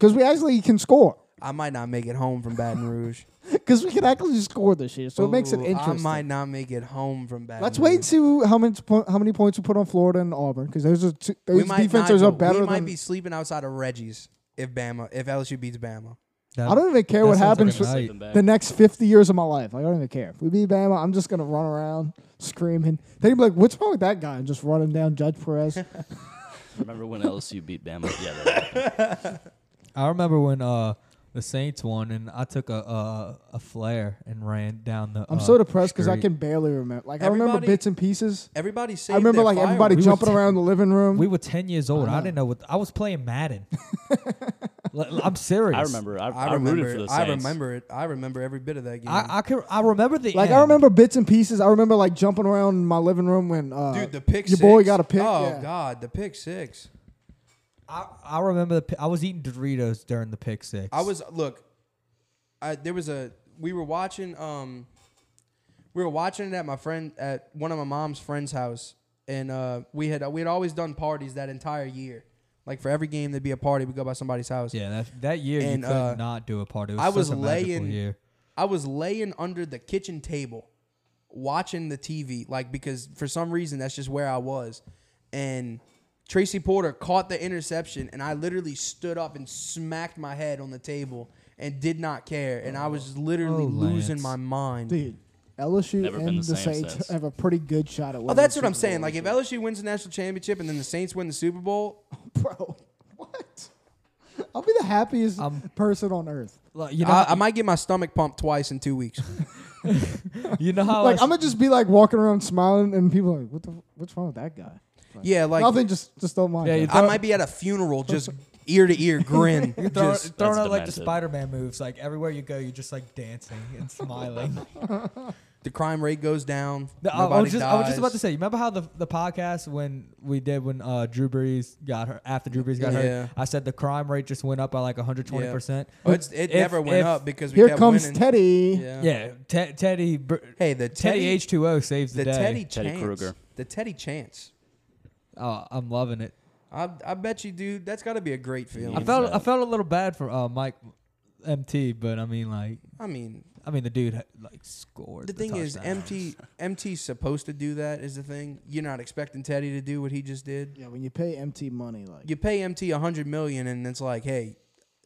[SPEAKER 1] cuz we actually can score.
[SPEAKER 4] I might not make it home from Baton Rouge.
[SPEAKER 1] Because we can actually score this year, so it makes it
[SPEAKER 4] Ooh,
[SPEAKER 1] interesting.
[SPEAKER 4] I might not make it home from Baton.
[SPEAKER 1] Let's
[SPEAKER 4] Rouge.
[SPEAKER 1] wait and see who, how many po- how many points we put on Florida and Auburn because those are two, those defenses
[SPEAKER 4] not
[SPEAKER 1] are
[SPEAKER 4] go-
[SPEAKER 1] better
[SPEAKER 4] We might
[SPEAKER 1] than.
[SPEAKER 4] be sleeping outside of Reggie's if Bama if LSU beats Bama.
[SPEAKER 2] That-
[SPEAKER 1] I don't even care
[SPEAKER 2] That
[SPEAKER 1] what
[SPEAKER 2] sounds like
[SPEAKER 1] happens
[SPEAKER 2] a
[SPEAKER 1] for
[SPEAKER 2] nice-
[SPEAKER 5] Sleeping bag.
[SPEAKER 1] the next fifty years of my life. Like I don't even care if we beat Bama. I'm just gonna run around screaming. They'd be like, "What's wrong with that guy?" And just running down Judge Perez.
[SPEAKER 5] Remember when LSU beat Bama? Yeah, that happened.
[SPEAKER 2] I remember when uh the Saints won and I took a a, a flare and ran down the.
[SPEAKER 1] I'm
[SPEAKER 2] uh,
[SPEAKER 1] so depressed because I
[SPEAKER 2] street.
[SPEAKER 1] can barely remember. Like I remember
[SPEAKER 4] Everybody-
[SPEAKER 1] bits and pieces.
[SPEAKER 4] Everybody saved
[SPEAKER 1] I remember
[SPEAKER 4] their
[SPEAKER 1] like everybody
[SPEAKER 4] fireworks.
[SPEAKER 1] jumping around the living room.
[SPEAKER 2] We were ten years old. I,
[SPEAKER 1] know.
[SPEAKER 2] didn't know what I was playing Madden. L- I'm serious.
[SPEAKER 5] I remember. I,
[SPEAKER 4] I
[SPEAKER 5] I,
[SPEAKER 4] remember.
[SPEAKER 5] rooted for the
[SPEAKER 4] I
[SPEAKER 5] Saints.
[SPEAKER 4] remember it. I remember every bit of that game.
[SPEAKER 2] I I, can, I remember the
[SPEAKER 1] like
[SPEAKER 2] end.
[SPEAKER 1] I remember bits and pieces. I remember like jumping around in my living room when uh,
[SPEAKER 4] Dude, the pick.
[SPEAKER 1] your
[SPEAKER 4] six.
[SPEAKER 1] boy got a pick.
[SPEAKER 4] Oh
[SPEAKER 1] yeah.
[SPEAKER 4] God, the pick six.
[SPEAKER 2] I, I remember the pi- I was eating Doritos during the pick six.
[SPEAKER 4] I was look. I there was a we were watching um, we were watching it at my friend at one of my mom's friend's house, and uh, we had we had always done parties that entire year. Like for every game, there'd be a party. We would go by somebody's house.
[SPEAKER 2] yeah that that year
[SPEAKER 4] And,
[SPEAKER 2] you could
[SPEAKER 4] uh,
[SPEAKER 2] not do a party. It was
[SPEAKER 4] I was
[SPEAKER 2] such a magical
[SPEAKER 4] laying-
[SPEAKER 2] year.
[SPEAKER 4] I was laying under the kitchen table watching the TV, like because for some reason that's just where I was. And Tracy Porter caught the interception, and I literally stood up and smacked my head on the table and did not care. And I was literally
[SPEAKER 2] Oh,
[SPEAKER 4] losing
[SPEAKER 2] Lance.
[SPEAKER 4] my mind.
[SPEAKER 1] Dude, LSU
[SPEAKER 5] Never been
[SPEAKER 1] and the,
[SPEAKER 5] the same
[SPEAKER 1] Saints
[SPEAKER 5] since.
[SPEAKER 1] have a pretty good shot at.
[SPEAKER 4] Oh,
[SPEAKER 1] winning
[SPEAKER 4] that's
[SPEAKER 1] the
[SPEAKER 4] what I'm
[SPEAKER 1] Super
[SPEAKER 4] saying.
[SPEAKER 1] Bowl
[SPEAKER 4] Like, if
[SPEAKER 1] this
[SPEAKER 4] LSU wins the national championship and then the Saints win the Super Bowl,
[SPEAKER 1] year. bro, what? I'll be the happiest
[SPEAKER 2] Um,
[SPEAKER 1] person on earth.
[SPEAKER 2] Like, you know,
[SPEAKER 4] I, I might get my stomach pumped twice in two weeks.
[SPEAKER 2] you know how
[SPEAKER 1] Like
[SPEAKER 2] us-
[SPEAKER 1] I'm gonna just be like walking around smiling, and people are like, "What the? What's wrong with that guy?" Like,
[SPEAKER 4] Yeah, like
[SPEAKER 1] nothing. Just just don't mind.
[SPEAKER 2] Yeah,
[SPEAKER 1] Yeah,
[SPEAKER 2] you
[SPEAKER 4] I might be at a funeral, just ear to ear grin.
[SPEAKER 2] Throw,
[SPEAKER 4] just,
[SPEAKER 2] throwing
[SPEAKER 5] that's
[SPEAKER 2] out like the
[SPEAKER 5] demented.
[SPEAKER 2] Spider-Man moves, like everywhere you go, you're just like dancing and smiling.
[SPEAKER 4] the crime rate goes down.
[SPEAKER 2] The- I, I
[SPEAKER 4] nobody
[SPEAKER 2] was just, I was just about to
[SPEAKER 4] dies.
[SPEAKER 2] say, you remember how the, the podcast when we did when uh, Drew Brees got hurt after Drew Brees got
[SPEAKER 4] Yeah.
[SPEAKER 2] hurt, I said the crime rate just went up by like 120 percent.
[SPEAKER 4] Oh, it's, it
[SPEAKER 2] If-
[SPEAKER 4] never went
[SPEAKER 2] if-
[SPEAKER 4] up because we
[SPEAKER 1] Here
[SPEAKER 4] kept
[SPEAKER 1] comes
[SPEAKER 4] winning.
[SPEAKER 1] Teddy.
[SPEAKER 4] Yeah.
[SPEAKER 2] Yeah, Te- Teddy Br-
[SPEAKER 4] Hey, the
[SPEAKER 2] Teddy
[SPEAKER 4] Teddy,
[SPEAKER 2] H two O saves the,
[SPEAKER 4] the
[SPEAKER 2] day.
[SPEAKER 4] Teddy,
[SPEAKER 5] Teddy
[SPEAKER 4] chance.
[SPEAKER 5] Krueger.
[SPEAKER 4] The Teddy chance.
[SPEAKER 2] Oh, I'm loving it.
[SPEAKER 4] I, I bet you, dude, that's got to be a great feeling.
[SPEAKER 2] I
[SPEAKER 5] Yeah.
[SPEAKER 2] felt I
[SPEAKER 5] Exactly.
[SPEAKER 2] felt a little bad for uh, Mike MT, but I mean like
[SPEAKER 4] I mean,
[SPEAKER 2] I mean the dude had, like scored.
[SPEAKER 4] the thing is,
[SPEAKER 2] touchdown.
[SPEAKER 4] MT MT's supposed to do that. Is the thing you're not expecting Teddy to do what he just did.
[SPEAKER 1] Yeah, when you pay MT money, like
[SPEAKER 4] You pay MT a hundred million, and it's like, hey,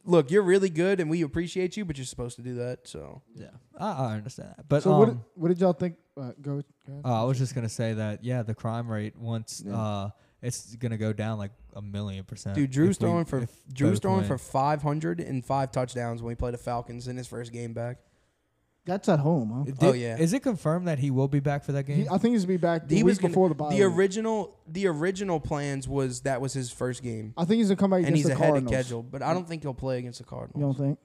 [SPEAKER 4] look, you're really good, and we appreciate you, but you're supposed to do that. So
[SPEAKER 2] Yeah, I, I understand that. But
[SPEAKER 1] so.
[SPEAKER 2] um,
[SPEAKER 1] what, did, what did y'all think? Uh, go. go ahead.
[SPEAKER 2] uh, I was just gonna say that yeah, the crime rate once
[SPEAKER 1] Yeah.
[SPEAKER 2] uh, it's gonna go down like a million percent.
[SPEAKER 4] Dude,
[SPEAKER 2] Uh, if
[SPEAKER 4] Drew's
[SPEAKER 2] we-
[SPEAKER 4] throwing for
[SPEAKER 2] if
[SPEAKER 4] Drew's
[SPEAKER 2] both
[SPEAKER 4] throwing
[SPEAKER 2] win.
[SPEAKER 4] for 500 and five touchdowns when we played the Falcons in his first game back.
[SPEAKER 1] That's at home, huh?
[SPEAKER 2] Did-
[SPEAKER 4] Oh, yeah.
[SPEAKER 2] Is it confirmed that he will be back for that game?
[SPEAKER 1] He, I think he's gonna be back the
[SPEAKER 4] He
[SPEAKER 1] week
[SPEAKER 4] was gonna-
[SPEAKER 1] before the bye.
[SPEAKER 4] The
[SPEAKER 1] week.
[SPEAKER 4] original the original plans was that was his first game,
[SPEAKER 1] I think he's gonna come back
[SPEAKER 4] and
[SPEAKER 1] against
[SPEAKER 4] he's
[SPEAKER 1] the
[SPEAKER 4] ahead
[SPEAKER 1] Cardinals.
[SPEAKER 4] of schedule. But I don't think he'll play against the
[SPEAKER 1] You don't
[SPEAKER 4] Cardinals.
[SPEAKER 1] think?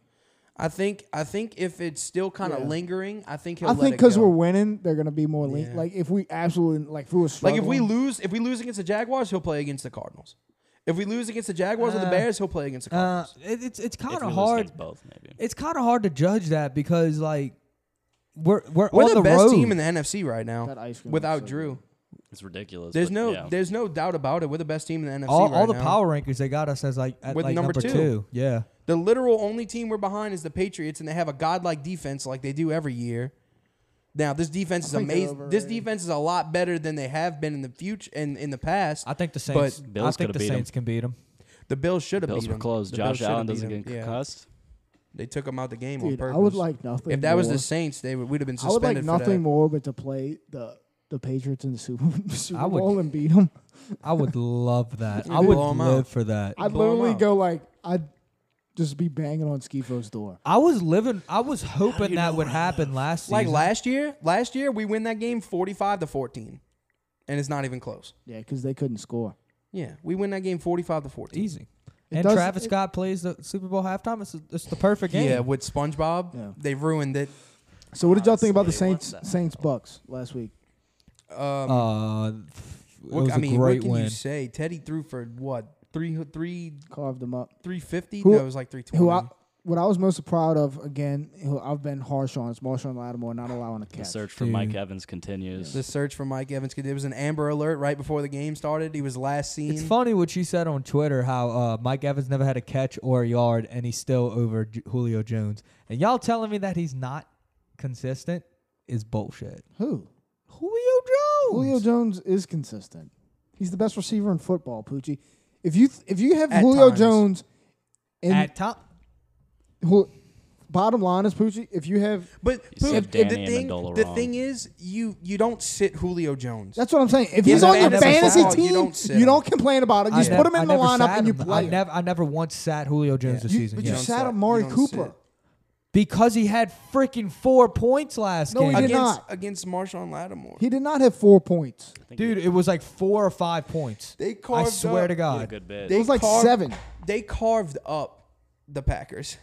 [SPEAKER 4] I think I think if it's still kind of
[SPEAKER 1] Yeah.
[SPEAKER 4] lingering, I think he'll.
[SPEAKER 1] I
[SPEAKER 4] let
[SPEAKER 1] think
[SPEAKER 4] it
[SPEAKER 1] because
[SPEAKER 4] go.
[SPEAKER 1] we're winning, they're gonna be more lean.
[SPEAKER 4] Yeah.
[SPEAKER 1] Like if we absolutely like if we were
[SPEAKER 4] like if we
[SPEAKER 1] struggling-
[SPEAKER 4] lose if we lose against the Jaguars, he'll play against the Cardinals. If we lose against the Jaguars or the
[SPEAKER 2] Uh,
[SPEAKER 4] Bears, he'll play against the
[SPEAKER 2] uh,
[SPEAKER 4] Cardinals.
[SPEAKER 2] it, it's it's
[SPEAKER 5] If
[SPEAKER 2] kind of
[SPEAKER 5] we lose
[SPEAKER 2] hard.
[SPEAKER 5] against both, maybe.
[SPEAKER 2] It's kind of hard to judge that because like we're we're,
[SPEAKER 4] we're
[SPEAKER 2] on
[SPEAKER 4] the,
[SPEAKER 2] the
[SPEAKER 4] best
[SPEAKER 2] road.
[SPEAKER 4] team in the NFC right now
[SPEAKER 1] that ice cream
[SPEAKER 4] without
[SPEAKER 1] was so
[SPEAKER 4] Drew.
[SPEAKER 5] It's ridiculous.
[SPEAKER 4] There's
[SPEAKER 5] but
[SPEAKER 4] no
[SPEAKER 5] yeah.
[SPEAKER 4] there's no doubt about it. We're the best team in the NFC
[SPEAKER 2] all,
[SPEAKER 4] right
[SPEAKER 2] all the
[SPEAKER 4] now.
[SPEAKER 2] power rankings they got us as like at
[SPEAKER 4] With
[SPEAKER 2] like
[SPEAKER 4] number
[SPEAKER 2] number,
[SPEAKER 4] two.
[SPEAKER 2] two. Yeah,
[SPEAKER 4] The literal only team we're behind is the Patriots, and they have a godlike defense like they do every year. Now this defense is
[SPEAKER 1] I think they're
[SPEAKER 4] amazing. This
[SPEAKER 1] overrated.
[SPEAKER 4] defense is a lot better than they have been in the future and in the past.
[SPEAKER 2] I think the
[SPEAKER 4] But
[SPEAKER 2] Saints. I
[SPEAKER 5] Bills
[SPEAKER 2] think
[SPEAKER 5] coulda
[SPEAKER 2] the
[SPEAKER 5] beat 'em.
[SPEAKER 2] Saints can beat them.
[SPEAKER 4] The Bills should have
[SPEAKER 5] Bills
[SPEAKER 4] beat
[SPEAKER 5] were
[SPEAKER 4] them.
[SPEAKER 5] close.
[SPEAKER 4] The Bills
[SPEAKER 5] Josh
[SPEAKER 4] shoulda
[SPEAKER 5] Allen
[SPEAKER 4] beat
[SPEAKER 5] doesn't
[SPEAKER 4] them.
[SPEAKER 5] get
[SPEAKER 4] Yeah.
[SPEAKER 5] concussed.
[SPEAKER 4] They took them out the game on
[SPEAKER 1] Dude,
[SPEAKER 4] purpose.
[SPEAKER 1] I would like nothing.
[SPEAKER 4] if that was
[SPEAKER 1] more-
[SPEAKER 4] the Saints, they would, we'd have been
[SPEAKER 1] I would
[SPEAKER 4] suspended
[SPEAKER 1] like
[SPEAKER 4] for that.
[SPEAKER 1] nothing more but to play the the Patriots in the Super, Super
[SPEAKER 2] I would-
[SPEAKER 1] Bowl and beat them.
[SPEAKER 2] I would love that.
[SPEAKER 4] You
[SPEAKER 2] I
[SPEAKER 4] could
[SPEAKER 2] would
[SPEAKER 4] blow 'em
[SPEAKER 2] live
[SPEAKER 4] out.
[SPEAKER 2] for that.
[SPEAKER 1] I'd
[SPEAKER 4] blow 'em
[SPEAKER 1] literally
[SPEAKER 4] out.
[SPEAKER 1] go like I'd just be banging on Skifo's door.
[SPEAKER 2] I was living. I was hoping that would happen last season.
[SPEAKER 4] Like last year, last year we win that game forty-five to fourteen, and it's not even close.
[SPEAKER 1] Yeah, because they couldn't score.
[SPEAKER 4] Yeah, we win that game forty-five to fourteen.
[SPEAKER 2] easy.
[SPEAKER 1] It
[SPEAKER 2] and
[SPEAKER 1] does-
[SPEAKER 2] Travis
[SPEAKER 1] it-
[SPEAKER 2] Scott plays the Super Bowl halftime. It's, it's the perfect game.
[SPEAKER 4] Yeah, with SpongeBob,
[SPEAKER 1] Yeah.
[SPEAKER 4] they ruined it.
[SPEAKER 1] So what did y'all think about the
[SPEAKER 5] Honestly, what
[SPEAKER 1] Saints
[SPEAKER 5] the
[SPEAKER 1] Saints Bucks last week?
[SPEAKER 4] Um,
[SPEAKER 2] Uh, it
[SPEAKER 4] what,
[SPEAKER 2] was
[SPEAKER 4] I mean,
[SPEAKER 2] a
[SPEAKER 4] what
[SPEAKER 2] great
[SPEAKER 4] can
[SPEAKER 2] win.
[SPEAKER 4] you say? Teddy threw for what three three
[SPEAKER 1] Carved them up.
[SPEAKER 4] 350?
[SPEAKER 1] Who-
[SPEAKER 4] no, it was like 320.
[SPEAKER 1] Who I what I was most proud of again, who I've been harsh on is Marshawn Lattimore not allowing a
[SPEAKER 5] The
[SPEAKER 1] catch.
[SPEAKER 5] search for
[SPEAKER 2] Dude.
[SPEAKER 5] Mike Evans continues.
[SPEAKER 4] the search for Mike Evans. 'cause There was an Amber Alert right before the game started. He was last seen.
[SPEAKER 2] It's funny what you said on Twitter how uh, Mike Evans never had a catch or a yard, and he's still over J- Julio Jones. And y'all telling me that he's not consistent is bullshit.
[SPEAKER 1] Who?
[SPEAKER 2] Julio Jones.
[SPEAKER 1] Julio Jones is consistent. He's the best receiver in football, Poochie. If you if you have
[SPEAKER 4] At
[SPEAKER 1] Julio
[SPEAKER 4] times.
[SPEAKER 1] Jones in
[SPEAKER 2] at top.
[SPEAKER 1] Well, bottom line is Poochie. If you have,
[SPEAKER 4] But
[SPEAKER 5] You
[SPEAKER 4] Pooh,
[SPEAKER 5] said
[SPEAKER 4] if the
[SPEAKER 5] Danny
[SPEAKER 4] thing,
[SPEAKER 5] Amendola
[SPEAKER 4] the
[SPEAKER 5] wrong.
[SPEAKER 4] thing is, you you don't sit Julio Jones.
[SPEAKER 1] that's what I'm saying. If
[SPEAKER 4] Yeah,
[SPEAKER 1] he's
[SPEAKER 4] but
[SPEAKER 1] on your
[SPEAKER 4] I never
[SPEAKER 1] fantasy
[SPEAKER 4] sat him.
[SPEAKER 1] team,
[SPEAKER 4] You
[SPEAKER 1] you
[SPEAKER 4] don't
[SPEAKER 1] don't,
[SPEAKER 4] sit him.
[SPEAKER 1] complain about it. You just put him in the lineup and you play.
[SPEAKER 2] I
[SPEAKER 1] him.
[SPEAKER 2] never, I never once sat Julio Jones
[SPEAKER 4] Yeah.
[SPEAKER 2] this
[SPEAKER 1] You-
[SPEAKER 2] season.
[SPEAKER 1] but
[SPEAKER 2] yeah.
[SPEAKER 1] you
[SPEAKER 4] don't
[SPEAKER 1] sat
[SPEAKER 4] sit.
[SPEAKER 1] on Mari
[SPEAKER 4] You don't
[SPEAKER 1] Cooper.
[SPEAKER 4] sit.
[SPEAKER 2] because he had freaking four points last
[SPEAKER 1] No, he
[SPEAKER 2] game.
[SPEAKER 1] did
[SPEAKER 4] against
[SPEAKER 1] not.
[SPEAKER 4] against Marshawn Lattimore.
[SPEAKER 1] He did not have four points.
[SPEAKER 2] Dude, it was like four or five points.
[SPEAKER 4] They
[SPEAKER 2] I
[SPEAKER 4] carved
[SPEAKER 2] swear to
[SPEAKER 4] up-
[SPEAKER 5] He had a
[SPEAKER 2] God.
[SPEAKER 5] good bit.
[SPEAKER 1] It was like
[SPEAKER 4] carved-
[SPEAKER 1] seven.
[SPEAKER 4] They carved up the Packers.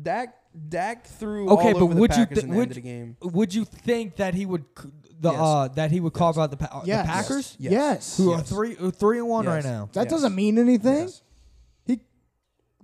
[SPEAKER 4] Dak Dak threw
[SPEAKER 2] Okay,
[SPEAKER 4] all
[SPEAKER 2] but
[SPEAKER 4] over the
[SPEAKER 2] would you
[SPEAKER 4] Packers
[SPEAKER 2] thi-
[SPEAKER 4] in the
[SPEAKER 2] would
[SPEAKER 4] end of the game.
[SPEAKER 2] Would you think that he would c- the
[SPEAKER 4] Yes.
[SPEAKER 2] uh, that he would carve out the, pa- uh, the
[SPEAKER 1] Yes.
[SPEAKER 2] Packers
[SPEAKER 1] Yes.
[SPEAKER 4] Yes.
[SPEAKER 2] who
[SPEAKER 4] Yes.
[SPEAKER 2] are three uh, three and one
[SPEAKER 4] Yes.
[SPEAKER 2] right now?
[SPEAKER 1] That
[SPEAKER 4] Yes.
[SPEAKER 1] doesn't mean anything.
[SPEAKER 4] Yes.
[SPEAKER 1] He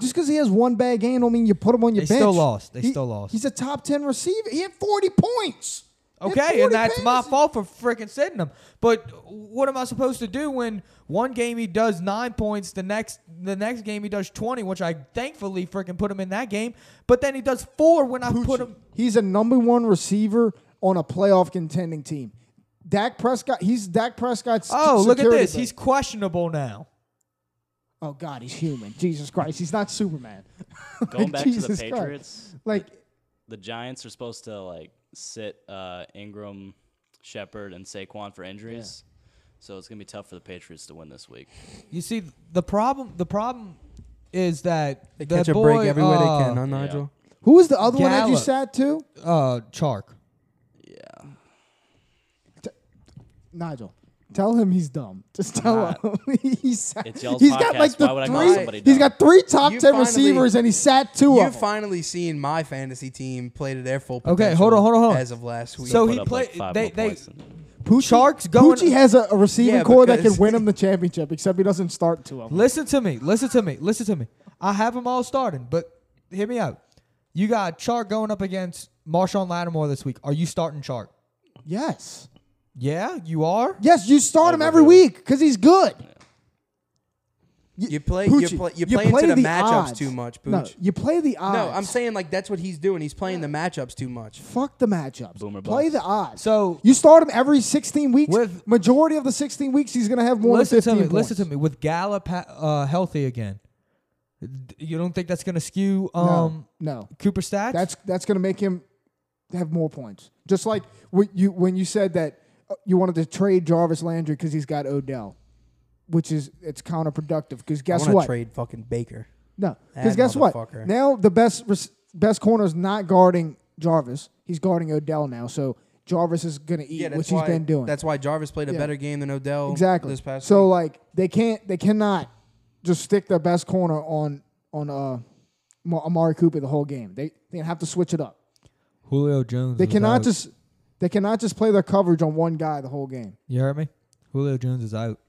[SPEAKER 1] just because he has one bad game don't mean you put him on your
[SPEAKER 2] They
[SPEAKER 1] bench.
[SPEAKER 2] still lost. They
[SPEAKER 1] He-
[SPEAKER 2] still lost.
[SPEAKER 1] He's a top ten receiver. He had forty points. He had
[SPEAKER 2] Okay, and
[SPEAKER 1] 40
[SPEAKER 2] that's my
[SPEAKER 1] fantasy-
[SPEAKER 2] fault for freaking sitting him. But what am I supposed to do when one game he does nine points, the next the next game he does twenty, which I thankfully freaking put him in that game. But then he does four when I put him.
[SPEAKER 1] He's a number one receiver on a playoff contending team. Dak Prescott. He's Dak Prescott's.
[SPEAKER 2] Oh, look at
[SPEAKER 1] security
[SPEAKER 2] this.
[SPEAKER 1] blanket.
[SPEAKER 2] He's questionable now.
[SPEAKER 1] Oh God, he's human. Jesus Christ, he's not Superman.
[SPEAKER 5] Going back to the
[SPEAKER 1] Jesus Christ.
[SPEAKER 5] Patriots,
[SPEAKER 1] Like
[SPEAKER 5] the Giants are supposed to like sit uh, Ingram, Shepard, and Saquon for injuries. So it's gonna be tough for the Patriots to win this week.
[SPEAKER 2] You see, the problem the problem is that
[SPEAKER 4] They
[SPEAKER 2] that
[SPEAKER 4] catch a
[SPEAKER 2] boy,
[SPEAKER 4] break every way they can,
[SPEAKER 2] uh,
[SPEAKER 4] huh, Nigel?
[SPEAKER 1] who was the other one that you
[SPEAKER 2] Gallup.
[SPEAKER 1] sat to?
[SPEAKER 2] Uh, Chark.
[SPEAKER 5] Yeah,
[SPEAKER 1] Nigel. Tell him he's dumb. Just tell
[SPEAKER 5] not.
[SPEAKER 1] him he's
[SPEAKER 5] It's y'all's
[SPEAKER 1] he's got like
[SPEAKER 5] podcast.
[SPEAKER 1] the
[SPEAKER 5] Why would I call
[SPEAKER 1] three.
[SPEAKER 5] somebody
[SPEAKER 1] He's
[SPEAKER 5] dumb?
[SPEAKER 1] got three top
[SPEAKER 4] You
[SPEAKER 1] ten
[SPEAKER 4] finally-
[SPEAKER 1] receivers, and he sat two
[SPEAKER 4] You've
[SPEAKER 1] of them.
[SPEAKER 4] finally seen my fantasy team play to their full potential.
[SPEAKER 2] Okay, hold on, hold on, hold on.
[SPEAKER 4] As of last week.
[SPEAKER 2] So
[SPEAKER 5] Put
[SPEAKER 2] he
[SPEAKER 5] up, like,
[SPEAKER 2] played-
[SPEAKER 5] five
[SPEAKER 2] they-
[SPEAKER 5] more
[SPEAKER 2] they-
[SPEAKER 5] points than-
[SPEAKER 2] Sharks going.
[SPEAKER 1] Poochie has a, a receiving
[SPEAKER 4] Yeah,
[SPEAKER 1] core that can
[SPEAKER 4] because-
[SPEAKER 1] win him the championship, except he doesn't start two of them.
[SPEAKER 2] Listen to me. Listen to me. Listen to me. I have them all starting, but hear me out. You got Chark going up against Marshawn Lattimore this week. Are you starting Chark?
[SPEAKER 1] Yes,
[SPEAKER 2] Yeah, you are.
[SPEAKER 1] yes, you start him
[SPEAKER 5] Over
[SPEAKER 1] every
[SPEAKER 5] who?
[SPEAKER 1] week because he's good.
[SPEAKER 4] You play- you play- you play into the matchups
[SPEAKER 1] odds.
[SPEAKER 4] too much,
[SPEAKER 1] No,
[SPEAKER 4] Pooch.
[SPEAKER 1] you play the odds.
[SPEAKER 4] no, I'm saying like that's what he's doing. He's playing the matchups too much.
[SPEAKER 1] fuck the matchups.
[SPEAKER 5] Boomer
[SPEAKER 1] play
[SPEAKER 5] bust.
[SPEAKER 1] the odds.
[SPEAKER 2] So-
[SPEAKER 1] you start him every 16 weeks.
[SPEAKER 2] With-
[SPEAKER 1] majority of the 16 weeks, he's gonna have more
[SPEAKER 2] listen
[SPEAKER 1] than 15
[SPEAKER 2] to me.
[SPEAKER 1] points.
[SPEAKER 2] Listen to me. With Gallup ha- uh, healthy again, d- you don't think that's going to skew um,
[SPEAKER 1] no, no.
[SPEAKER 2] Cooper stats?
[SPEAKER 1] That's that's going to make him have more points. Just like when you when you said that uh, you wanted to trade Jarvis Landry because he's got Odell, which is it's counterproductive. Because guess
[SPEAKER 4] I want
[SPEAKER 1] what?
[SPEAKER 4] to trade fucking Baker.
[SPEAKER 1] No, because
[SPEAKER 4] That
[SPEAKER 1] guess what?
[SPEAKER 4] motherfucker.
[SPEAKER 1] Now the best res- best corner is not guarding Jarvis. He's guarding Odell now. So Jarvis is going to eat, which he's
[SPEAKER 4] why,
[SPEAKER 1] been doing.
[SPEAKER 4] That's why Jarvis played a
[SPEAKER 1] Yeah.
[SPEAKER 4] better game than Odell
[SPEAKER 1] exactly.
[SPEAKER 4] this past
[SPEAKER 1] so
[SPEAKER 4] week.
[SPEAKER 1] like they can't they cannot just stick their best corner on on uh Ma- Amari Cooper the whole game. They they have to switch it up.
[SPEAKER 2] Julio Jones.
[SPEAKER 1] They
[SPEAKER 2] was
[SPEAKER 1] cannot
[SPEAKER 2] out.
[SPEAKER 1] just they cannot just play their coverage on one guy the whole game.
[SPEAKER 2] You heard me? Julio Jones is out.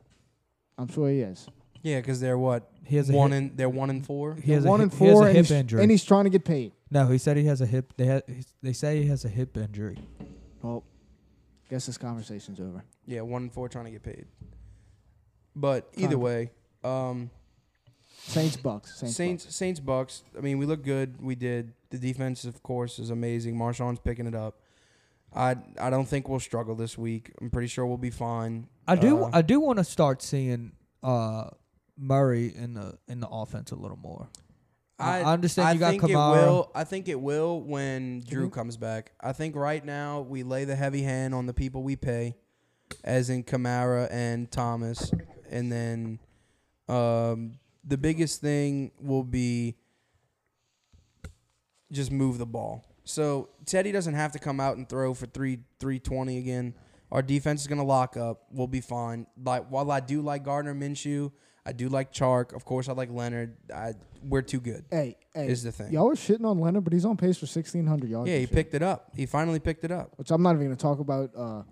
[SPEAKER 1] I'm sure he is.
[SPEAKER 4] Yeah, because they're what
[SPEAKER 2] He has a
[SPEAKER 4] one
[SPEAKER 2] hip-
[SPEAKER 4] in they're one in four.
[SPEAKER 2] He has
[SPEAKER 1] one
[SPEAKER 2] a,
[SPEAKER 1] and
[SPEAKER 2] hip- he has
[SPEAKER 1] four,
[SPEAKER 2] a
[SPEAKER 1] and
[SPEAKER 2] hip
[SPEAKER 1] he's,
[SPEAKER 2] injury.
[SPEAKER 1] and he's trying to get paid.
[SPEAKER 2] no, he said he has a hip. They had. They say he has a hip injury.
[SPEAKER 1] Well, guess this conversation's over.
[SPEAKER 4] Yeah, one in four trying to get paid. But either
[SPEAKER 1] Kinda.
[SPEAKER 4] way, um,
[SPEAKER 1] Saints Bucks. Saints.
[SPEAKER 4] Saints Saints Bucks. I mean, we look good. We did. The defense, of course, is amazing. Marshawn's picking it up. I I don't think we'll struggle this week. I'm pretty sure we'll be fine.
[SPEAKER 2] I do.
[SPEAKER 4] Uh,
[SPEAKER 2] I do want to start seeing uh, Murray in the in the offense a little more. I, I understand you got
[SPEAKER 4] think
[SPEAKER 2] Kamara.
[SPEAKER 4] It will, I think it will when Drew comes back. I think right now we lay the heavy hand on the people we pay, as in Kamara and Thomas, and then um, the biggest thing will be just move the ball. So Teddy doesn't have to come out and throw for three three twenty again. Our defense is gonna lock up. We'll be fine. Like while I do like Gardner Minshew, I do like Chark. Of course, I like Leonard. I we're too good.
[SPEAKER 1] Hey, hey.
[SPEAKER 4] Is the thing.
[SPEAKER 1] Y'all are shitting on Leonard, but he's on pace for 1,600 yards.
[SPEAKER 4] Yeah, he
[SPEAKER 1] this year,
[SPEAKER 4] picked it up. He finally picked it up.
[SPEAKER 1] Which I'm not even going to talk about uh,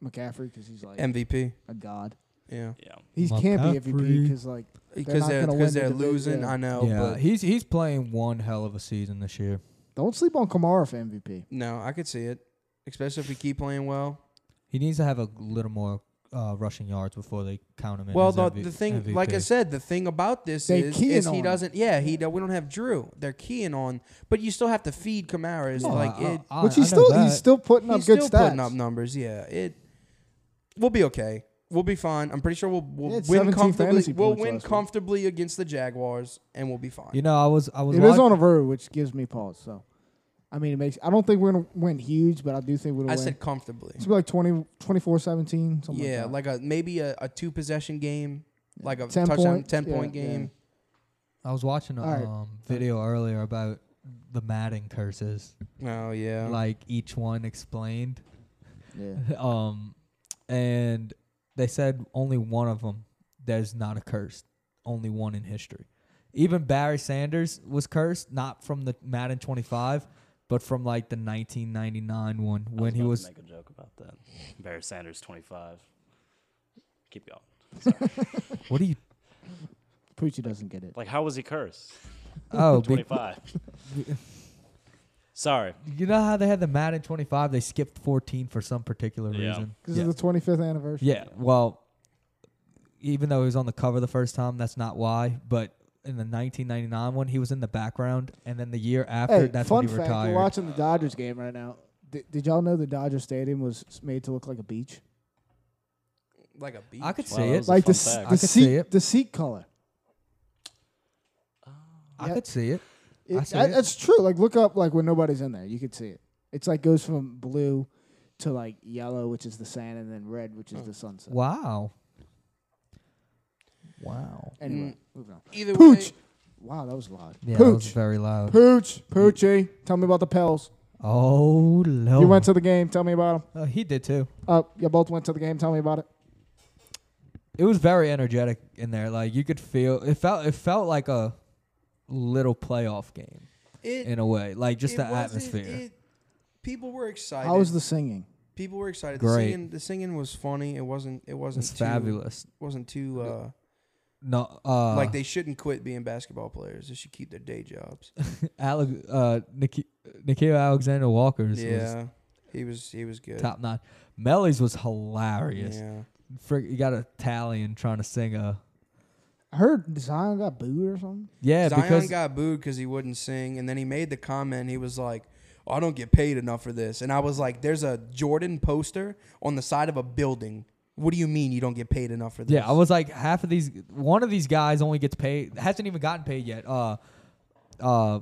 [SPEAKER 1] McCaffrey because he's like
[SPEAKER 4] MVP.
[SPEAKER 1] a god.
[SPEAKER 4] Yeah,
[SPEAKER 5] Yeah.
[SPEAKER 1] He can't be MVP
[SPEAKER 2] McCaffrey.
[SPEAKER 1] because like They're
[SPEAKER 4] because
[SPEAKER 1] not
[SPEAKER 4] they're
[SPEAKER 1] gonna win
[SPEAKER 4] because
[SPEAKER 1] the
[SPEAKER 4] they're
[SPEAKER 1] division.
[SPEAKER 4] losing. I know,
[SPEAKER 2] yeah,
[SPEAKER 4] but
[SPEAKER 2] he's he's playing one hell of a season this year.
[SPEAKER 1] don't sleep on Kamara for MVP.
[SPEAKER 4] no, I could see it, especially if we keep playing well.
[SPEAKER 2] He needs to have a little more uh, rushing yards before they count him in.
[SPEAKER 4] well,
[SPEAKER 2] as
[SPEAKER 4] the,
[SPEAKER 2] MV-
[SPEAKER 4] the thing,
[SPEAKER 2] MVP.
[SPEAKER 4] like I said, the thing about this
[SPEAKER 1] They
[SPEAKER 4] is,
[SPEAKER 1] keying
[SPEAKER 4] is
[SPEAKER 1] on
[SPEAKER 4] he
[SPEAKER 1] him.
[SPEAKER 4] doesn't. Yeah, he do- we don't have Drew. They're keying on, but you still have to feed Kamara. It's
[SPEAKER 2] Oh,
[SPEAKER 4] like
[SPEAKER 2] I-
[SPEAKER 4] it.
[SPEAKER 2] I-
[SPEAKER 1] Which
[SPEAKER 2] I
[SPEAKER 1] he's
[SPEAKER 2] know
[SPEAKER 1] still
[SPEAKER 2] that.
[SPEAKER 1] he's still putting up
[SPEAKER 4] he's
[SPEAKER 1] good
[SPEAKER 4] still
[SPEAKER 1] stats.
[SPEAKER 4] putting up numbers. Yeah, it. We'll be okay. We'll be fine. I'm pretty sure we'll,
[SPEAKER 1] He
[SPEAKER 4] we'll
[SPEAKER 1] had
[SPEAKER 4] win
[SPEAKER 1] 17
[SPEAKER 4] comfortably.
[SPEAKER 1] fantasy
[SPEAKER 4] We'll
[SPEAKER 1] points
[SPEAKER 4] win
[SPEAKER 1] last week.
[SPEAKER 4] comfortably against the Jaguars, and we'll be fine.
[SPEAKER 2] You know, I was I was
[SPEAKER 1] It is
[SPEAKER 2] watch-
[SPEAKER 1] on a road, which gives me pause. So, I mean, it makes. I don't think we're gonna win huge, but I do think we're gonna
[SPEAKER 4] I
[SPEAKER 1] win.
[SPEAKER 4] said comfortably.
[SPEAKER 1] it's gonna be like 20, 24 17, something
[SPEAKER 4] yeah,
[SPEAKER 1] like
[SPEAKER 4] like, a maybe a, a two possession game, like a
[SPEAKER 1] 10
[SPEAKER 4] touchdown,
[SPEAKER 1] points,
[SPEAKER 4] ten
[SPEAKER 1] yeah,
[SPEAKER 4] point
[SPEAKER 1] yeah.
[SPEAKER 4] game.
[SPEAKER 2] I was watching a
[SPEAKER 1] All right.
[SPEAKER 2] um, video earlier about the Madden curses,
[SPEAKER 4] Oh yeah,
[SPEAKER 2] like each one explained.
[SPEAKER 1] that. Yeah.
[SPEAKER 2] um, and they said only one of them there's not a curse, only one in history. Even Barry Sanders was cursed, not from the Madden 25, but from like the 1999 one
[SPEAKER 5] I
[SPEAKER 2] when he
[SPEAKER 5] about to
[SPEAKER 2] was.
[SPEAKER 5] make a joke about that. Barry Sanders, 25. Keep going.
[SPEAKER 2] What do you?
[SPEAKER 1] Poochie doesn't get it.
[SPEAKER 5] Like, how was he cursed?
[SPEAKER 2] Oh, be,
[SPEAKER 5] 25. Sorry.
[SPEAKER 2] you know how they had the Madden 25? They skipped 14 for some particular
[SPEAKER 5] Yeah.
[SPEAKER 2] reason.
[SPEAKER 1] This is the 25th anniversary.
[SPEAKER 2] Yeah, well, even though he was on the cover the first time, that's not why. But in the 1999 one, he was in the background, and then the year after,
[SPEAKER 1] Hey,
[SPEAKER 2] that's
[SPEAKER 1] fun
[SPEAKER 2] when he
[SPEAKER 1] fact:
[SPEAKER 2] retired.
[SPEAKER 1] We're watching the Dodgers game right now. Did, did y'all know the Dodger Stadium was made to look like a beach?
[SPEAKER 4] like a beat.
[SPEAKER 2] I could
[SPEAKER 5] Wow,
[SPEAKER 2] see
[SPEAKER 5] that
[SPEAKER 2] it.
[SPEAKER 5] was a
[SPEAKER 1] Like the
[SPEAKER 5] fun
[SPEAKER 1] s-
[SPEAKER 5] fact.
[SPEAKER 2] I
[SPEAKER 1] the
[SPEAKER 2] could see
[SPEAKER 1] seat
[SPEAKER 2] it.
[SPEAKER 1] the seat color.
[SPEAKER 2] I
[SPEAKER 1] yeah.
[SPEAKER 2] could see it. I
[SPEAKER 1] It,
[SPEAKER 2] see
[SPEAKER 1] that-
[SPEAKER 2] it.
[SPEAKER 1] That's true. Like look up like when nobody's in there, you could see it. It's like goes from blue to like yellow, which is the sand, and then red,
[SPEAKER 2] Oh.
[SPEAKER 1] which is the sunset.
[SPEAKER 2] Wow. Wow.
[SPEAKER 4] Mm.
[SPEAKER 1] Anyway, moving on.
[SPEAKER 4] Either
[SPEAKER 1] Pooch.
[SPEAKER 4] way,
[SPEAKER 1] Wow, that was loud.
[SPEAKER 2] Yeah, that was
[SPEAKER 1] Pooch.
[SPEAKER 2] very loud.
[SPEAKER 1] Pooch. Poochie. Tell me about the Pels.
[SPEAKER 2] Oh, Lord.
[SPEAKER 1] You went to the game. Tell me about Uh, them.
[SPEAKER 2] Oh, he did too.
[SPEAKER 1] Uh, you both went to the game. Tell me about it.
[SPEAKER 2] It was very energetic in there. Like you could feel it felt it felt like a little playoff game
[SPEAKER 4] It,
[SPEAKER 2] in a way. Like just
[SPEAKER 4] it
[SPEAKER 2] the
[SPEAKER 4] wasn't-
[SPEAKER 2] atmosphere.
[SPEAKER 4] it- people were excited.
[SPEAKER 1] How was the singing?
[SPEAKER 4] people were excited. The
[SPEAKER 2] Great.
[SPEAKER 4] singing, the singing was funny. It wasn't. It wasn't.
[SPEAKER 2] it's
[SPEAKER 4] too,
[SPEAKER 2] fabulous.
[SPEAKER 4] Wasn't too. Uh,
[SPEAKER 2] No, uh,
[SPEAKER 4] like they shouldn't quit being basketball players. They should keep their day jobs.
[SPEAKER 2] Ale- uh, Nik- Nikhil Alexander Walker's was
[SPEAKER 4] yeah, he was. He was good.
[SPEAKER 2] top notch. Melly's was hilarious.
[SPEAKER 4] Yeah.
[SPEAKER 2] Frig- you got Italian trying to sing a
[SPEAKER 1] I heard Zion got booed or something.
[SPEAKER 2] yeah
[SPEAKER 4] Zion
[SPEAKER 2] because
[SPEAKER 4] got booed because he wouldn't sing, and then he made the comment. He was like, "Oh, "I don't get paid enough for this," and I was like, "There's a Jordan poster on the side of a building. What do you mean you don't get paid enough for this?"
[SPEAKER 2] yeah I was like half of these one of these guys only gets paid hasn't even gotten paid yet. Uh, uh,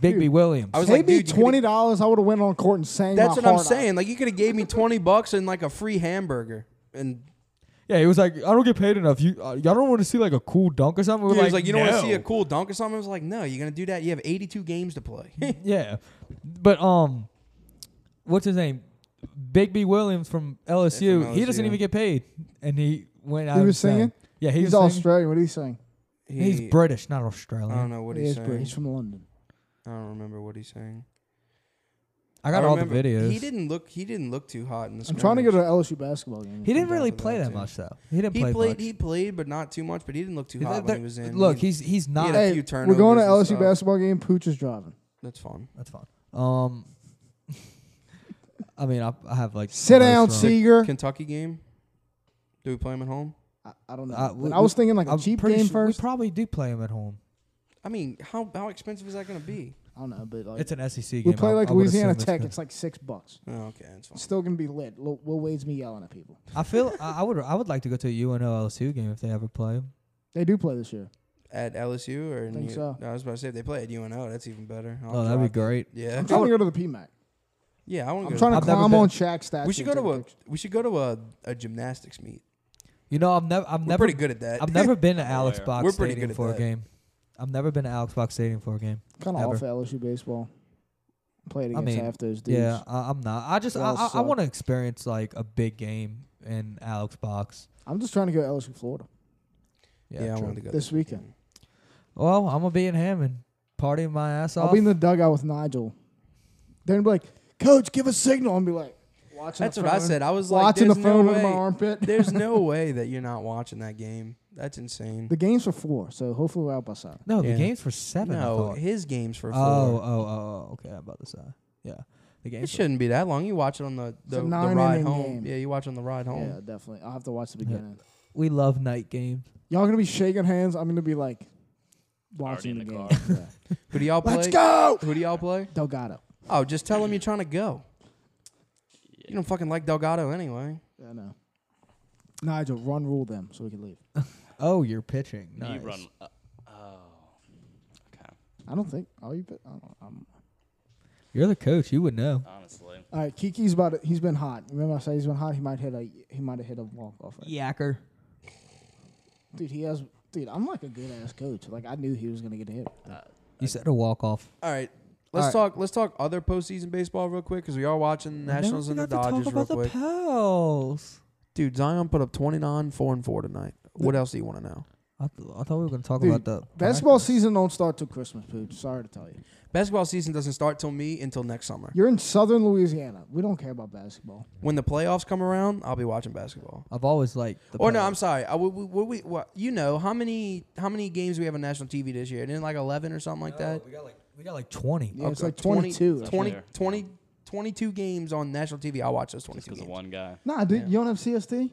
[SPEAKER 2] Bigby
[SPEAKER 1] Dude,
[SPEAKER 2] Williams.
[SPEAKER 4] I was
[SPEAKER 1] Pay
[SPEAKER 4] like,
[SPEAKER 1] me
[SPEAKER 4] dude, you could've-
[SPEAKER 1] twenty dollars, I would have went on court and sang.
[SPEAKER 4] That's
[SPEAKER 1] my
[SPEAKER 4] what I'm
[SPEAKER 1] heart out.
[SPEAKER 4] saying. Like you could have gave me twenty bucks and like a free hamburger, and
[SPEAKER 2] Yeah, he was like, I don't get paid enough. You, uh, y'all don't want to see like a cool dunk or something. We're
[SPEAKER 4] he was like, "You don't want
[SPEAKER 2] "No."
[SPEAKER 4] to see a cool dunk or something." I was like, "No, you're gonna do that. You have 82 games to play."
[SPEAKER 2] yeah, but um, what's his name? Big B Williams from LSU.
[SPEAKER 4] from
[SPEAKER 2] He doesn't
[SPEAKER 4] LSU.
[SPEAKER 2] even get paid, and he went out.
[SPEAKER 1] He
[SPEAKER 2] and
[SPEAKER 1] was
[SPEAKER 2] sang.
[SPEAKER 1] singing?
[SPEAKER 2] Yeah, he
[SPEAKER 1] He's
[SPEAKER 2] was singing.
[SPEAKER 1] Australian. What did he sing?
[SPEAKER 2] He's
[SPEAKER 4] He-
[SPEAKER 2] British, not
[SPEAKER 4] I
[SPEAKER 2] Australian.
[SPEAKER 4] don't know what
[SPEAKER 1] He
[SPEAKER 4] he's
[SPEAKER 1] is
[SPEAKER 4] saying.
[SPEAKER 1] British. He's from London.
[SPEAKER 4] I don't remember what he's saying.
[SPEAKER 2] I got
[SPEAKER 4] I
[SPEAKER 2] all the
[SPEAKER 4] remember-
[SPEAKER 2] videos.
[SPEAKER 4] He didn't look. He dn't look too hot in the.
[SPEAKER 1] I'm trying to go to
[SPEAKER 4] scrimmage.
[SPEAKER 1] an LSU basketball game.
[SPEAKER 2] He didn't
[SPEAKER 4] down
[SPEAKER 2] really
[SPEAKER 4] to
[SPEAKER 2] play
[SPEAKER 4] that,
[SPEAKER 2] that
[SPEAKER 4] too.
[SPEAKER 2] much though. He didn't
[SPEAKER 4] He
[SPEAKER 2] play
[SPEAKER 4] played.
[SPEAKER 2] much.
[SPEAKER 4] He played, but not too much. But he didn't look too hot when
[SPEAKER 2] They're-
[SPEAKER 4] he was in.
[SPEAKER 2] Look,
[SPEAKER 4] He-
[SPEAKER 2] he's he's
[SPEAKER 4] had
[SPEAKER 2] not.
[SPEAKER 4] a
[SPEAKER 1] Hey,
[SPEAKER 4] few
[SPEAKER 1] we're going to
[SPEAKER 4] turnovers
[SPEAKER 1] LSU
[SPEAKER 4] and stuff.
[SPEAKER 1] basketball game. Pooch is driving.
[SPEAKER 4] That's fine.
[SPEAKER 2] That's fine. Um, I mean, I, I have like
[SPEAKER 1] Sit
[SPEAKER 2] very
[SPEAKER 1] down,
[SPEAKER 2] strong-
[SPEAKER 1] Seeger.
[SPEAKER 4] Kentucky game. Do we play him at home?
[SPEAKER 1] I, I don't know.
[SPEAKER 2] Uh,
[SPEAKER 1] But
[SPEAKER 2] we-
[SPEAKER 1] I was thinking like a
[SPEAKER 2] I'm
[SPEAKER 1] cheap
[SPEAKER 2] pretty
[SPEAKER 1] game
[SPEAKER 2] sure
[SPEAKER 1] first.
[SPEAKER 2] We probably do play him at home.
[SPEAKER 4] I mean, how how expensive is that going to be?
[SPEAKER 1] I don't know, but like
[SPEAKER 2] It's an SEC
[SPEAKER 1] we
[SPEAKER 2] game.
[SPEAKER 1] play
[SPEAKER 2] I-
[SPEAKER 1] like
[SPEAKER 2] I would
[SPEAKER 1] Louisiana
[SPEAKER 2] assume it's
[SPEAKER 1] Tech.
[SPEAKER 2] good.
[SPEAKER 1] It's like six bucks.
[SPEAKER 4] Oh, okay, that's fine.
[SPEAKER 1] It's still gonna be lit. Lil, Lil Wade's me yelling at people.
[SPEAKER 2] I feel I, I would I would like to go to a UNO LSU game if they ever play 'em.
[SPEAKER 1] They do play this year.
[SPEAKER 4] At LSU or in
[SPEAKER 1] Think
[SPEAKER 4] U-
[SPEAKER 1] so.
[SPEAKER 4] I was about to say if they play at UNO, that's even better. I'll
[SPEAKER 2] Oh, that'd be
[SPEAKER 4] drive.
[SPEAKER 2] great.
[SPEAKER 4] Yeah,
[SPEAKER 1] I'm trying to go to the PMAC.
[SPEAKER 4] yeah. I want
[SPEAKER 1] I'm
[SPEAKER 4] to
[SPEAKER 1] trying to
[SPEAKER 2] I've never
[SPEAKER 1] climb
[SPEAKER 2] been.
[SPEAKER 1] on Shaq's statue.
[SPEAKER 4] We should go
[SPEAKER 1] and
[SPEAKER 4] to a
[SPEAKER 1] take pictures.
[SPEAKER 4] we should go to a, a gymnastics meet.
[SPEAKER 2] You know, I've never I've
[SPEAKER 4] We're
[SPEAKER 2] never
[SPEAKER 4] pretty good at that.
[SPEAKER 2] I've never been to
[SPEAKER 5] Oh,
[SPEAKER 2] Alex
[SPEAKER 5] yeah.
[SPEAKER 2] Box
[SPEAKER 4] We're pretty
[SPEAKER 2] Stadium
[SPEAKER 4] good at
[SPEAKER 2] for a
[SPEAKER 4] that.
[SPEAKER 2] game. I've never been to Alex Box Stadium for a game.
[SPEAKER 1] kind of
[SPEAKER 2] Ever.
[SPEAKER 1] off LSU baseball. Played
[SPEAKER 2] I
[SPEAKER 1] against
[SPEAKER 2] mean,
[SPEAKER 1] half those dudes.
[SPEAKER 2] Yeah, I, I'm not. I just
[SPEAKER 1] They
[SPEAKER 2] I,
[SPEAKER 1] all
[SPEAKER 2] I, I
[SPEAKER 1] suck.
[SPEAKER 2] want to experience like a big game in Alex Box.
[SPEAKER 1] I'm just trying to go to LSU Florida
[SPEAKER 4] Yeah,
[SPEAKER 2] Yeah.
[SPEAKER 4] I
[SPEAKER 2] true.
[SPEAKER 4] wanted to go
[SPEAKER 1] this weekend.
[SPEAKER 2] well, I'm gonna be in Hammond, partying my ass off.
[SPEAKER 1] I'll be in the dugout with Nigel. They're gonna be like, "Coach, give a signal," and be like, "Watching."
[SPEAKER 4] That's
[SPEAKER 1] the
[SPEAKER 4] what I
[SPEAKER 1] phone-
[SPEAKER 4] said. I was like,
[SPEAKER 1] Watching the
[SPEAKER 4] there's no
[SPEAKER 1] phone in my
[SPEAKER 4] way-
[SPEAKER 1] armpit.
[SPEAKER 4] There's no way that you're not watching that game. That's insane.
[SPEAKER 1] The game's for four, so hopefully we're out by seven.
[SPEAKER 2] no,
[SPEAKER 4] Yeah.
[SPEAKER 2] the game's for seven. I
[SPEAKER 4] no,
[SPEAKER 2] thought.
[SPEAKER 4] his game's for four.
[SPEAKER 2] Oh, oh, oh, oh, okay. I'm about to say. Yeah, the
[SPEAKER 4] It
[SPEAKER 2] game's for
[SPEAKER 4] shouldn't be that long. You watch it on the the,
[SPEAKER 1] a
[SPEAKER 4] the
[SPEAKER 1] nine
[SPEAKER 4] ride
[SPEAKER 1] inning
[SPEAKER 4] home.
[SPEAKER 1] game.
[SPEAKER 4] Yeah, you watch on the ride home.
[SPEAKER 1] Yeah, definitely. I'll have to watch the
[SPEAKER 2] Yeah.
[SPEAKER 1] beginning.
[SPEAKER 2] we love night games.
[SPEAKER 1] Y'all gonna be shaking hands. I'm gonna be like watching
[SPEAKER 5] in
[SPEAKER 1] the,
[SPEAKER 5] the
[SPEAKER 1] game.
[SPEAKER 5] car.
[SPEAKER 1] Yeah.
[SPEAKER 4] Who do y'all play?
[SPEAKER 1] Let's go,
[SPEAKER 4] Who do y'all play?
[SPEAKER 1] Delgado.
[SPEAKER 4] Oh, just tell him you're trying to go. You don't fucking like Delgado anyway.
[SPEAKER 1] I know. Nigel, run rule them so we can leave.
[SPEAKER 2] Oh, you're pitching.
[SPEAKER 5] You
[SPEAKER 2] Nice.
[SPEAKER 5] run. Uh, oh. Okay.
[SPEAKER 1] I don't think. Are you? I don't, I'm,
[SPEAKER 2] You're the coach. You would know.
[SPEAKER 5] Honestly.
[SPEAKER 1] all right, Kiki's about. To, he's been hot. Remember I said he's been hot. He might hit a. He might have hit a walk off. Right?
[SPEAKER 2] Yacker.
[SPEAKER 1] Dude, he has. Dude, I'm like a good ass coach. Like I knew he was gonna get hit.
[SPEAKER 2] You said a walk off.
[SPEAKER 4] All right. Let's
[SPEAKER 2] All
[SPEAKER 4] talk. Let's talk other postseason baseball real quick because we are watching the Nationals and the
[SPEAKER 2] Talk
[SPEAKER 4] Dodgers real
[SPEAKER 2] about the
[SPEAKER 4] quick.
[SPEAKER 2] Pels.
[SPEAKER 4] Dude, Zion put up 29, 4 and 4 tonight. What else do you want to know?
[SPEAKER 2] I, th- I thought we were going to talk
[SPEAKER 1] Dude,
[SPEAKER 2] about the
[SPEAKER 1] Basketball
[SPEAKER 2] practice.
[SPEAKER 1] season don't start till Christmas, Pooch. Sorry to tell you.
[SPEAKER 4] Basketball season doesn't start till me until next summer.
[SPEAKER 1] You're in Southern Louisiana. We don't care about basketball.
[SPEAKER 4] When the playoffs come around, I'll be watching basketball.
[SPEAKER 2] I've always liked. The
[SPEAKER 4] Or no, I'm
[SPEAKER 2] Pels.
[SPEAKER 4] sorry. I, we, we, what we, what, you know how many how many games we have on national TV this year? Didn't it like 11 or something like that?
[SPEAKER 2] We got like we got like 20.
[SPEAKER 1] Yeah, it's
[SPEAKER 4] Okay,
[SPEAKER 1] like 22.
[SPEAKER 4] 20,
[SPEAKER 5] Yeah.
[SPEAKER 4] 20 22 games on national TV. I'll watch those 22
[SPEAKER 5] Because
[SPEAKER 4] games.
[SPEAKER 5] of one guy.
[SPEAKER 1] Nah, dude,
[SPEAKER 4] Yeah.
[SPEAKER 1] you don't have CST.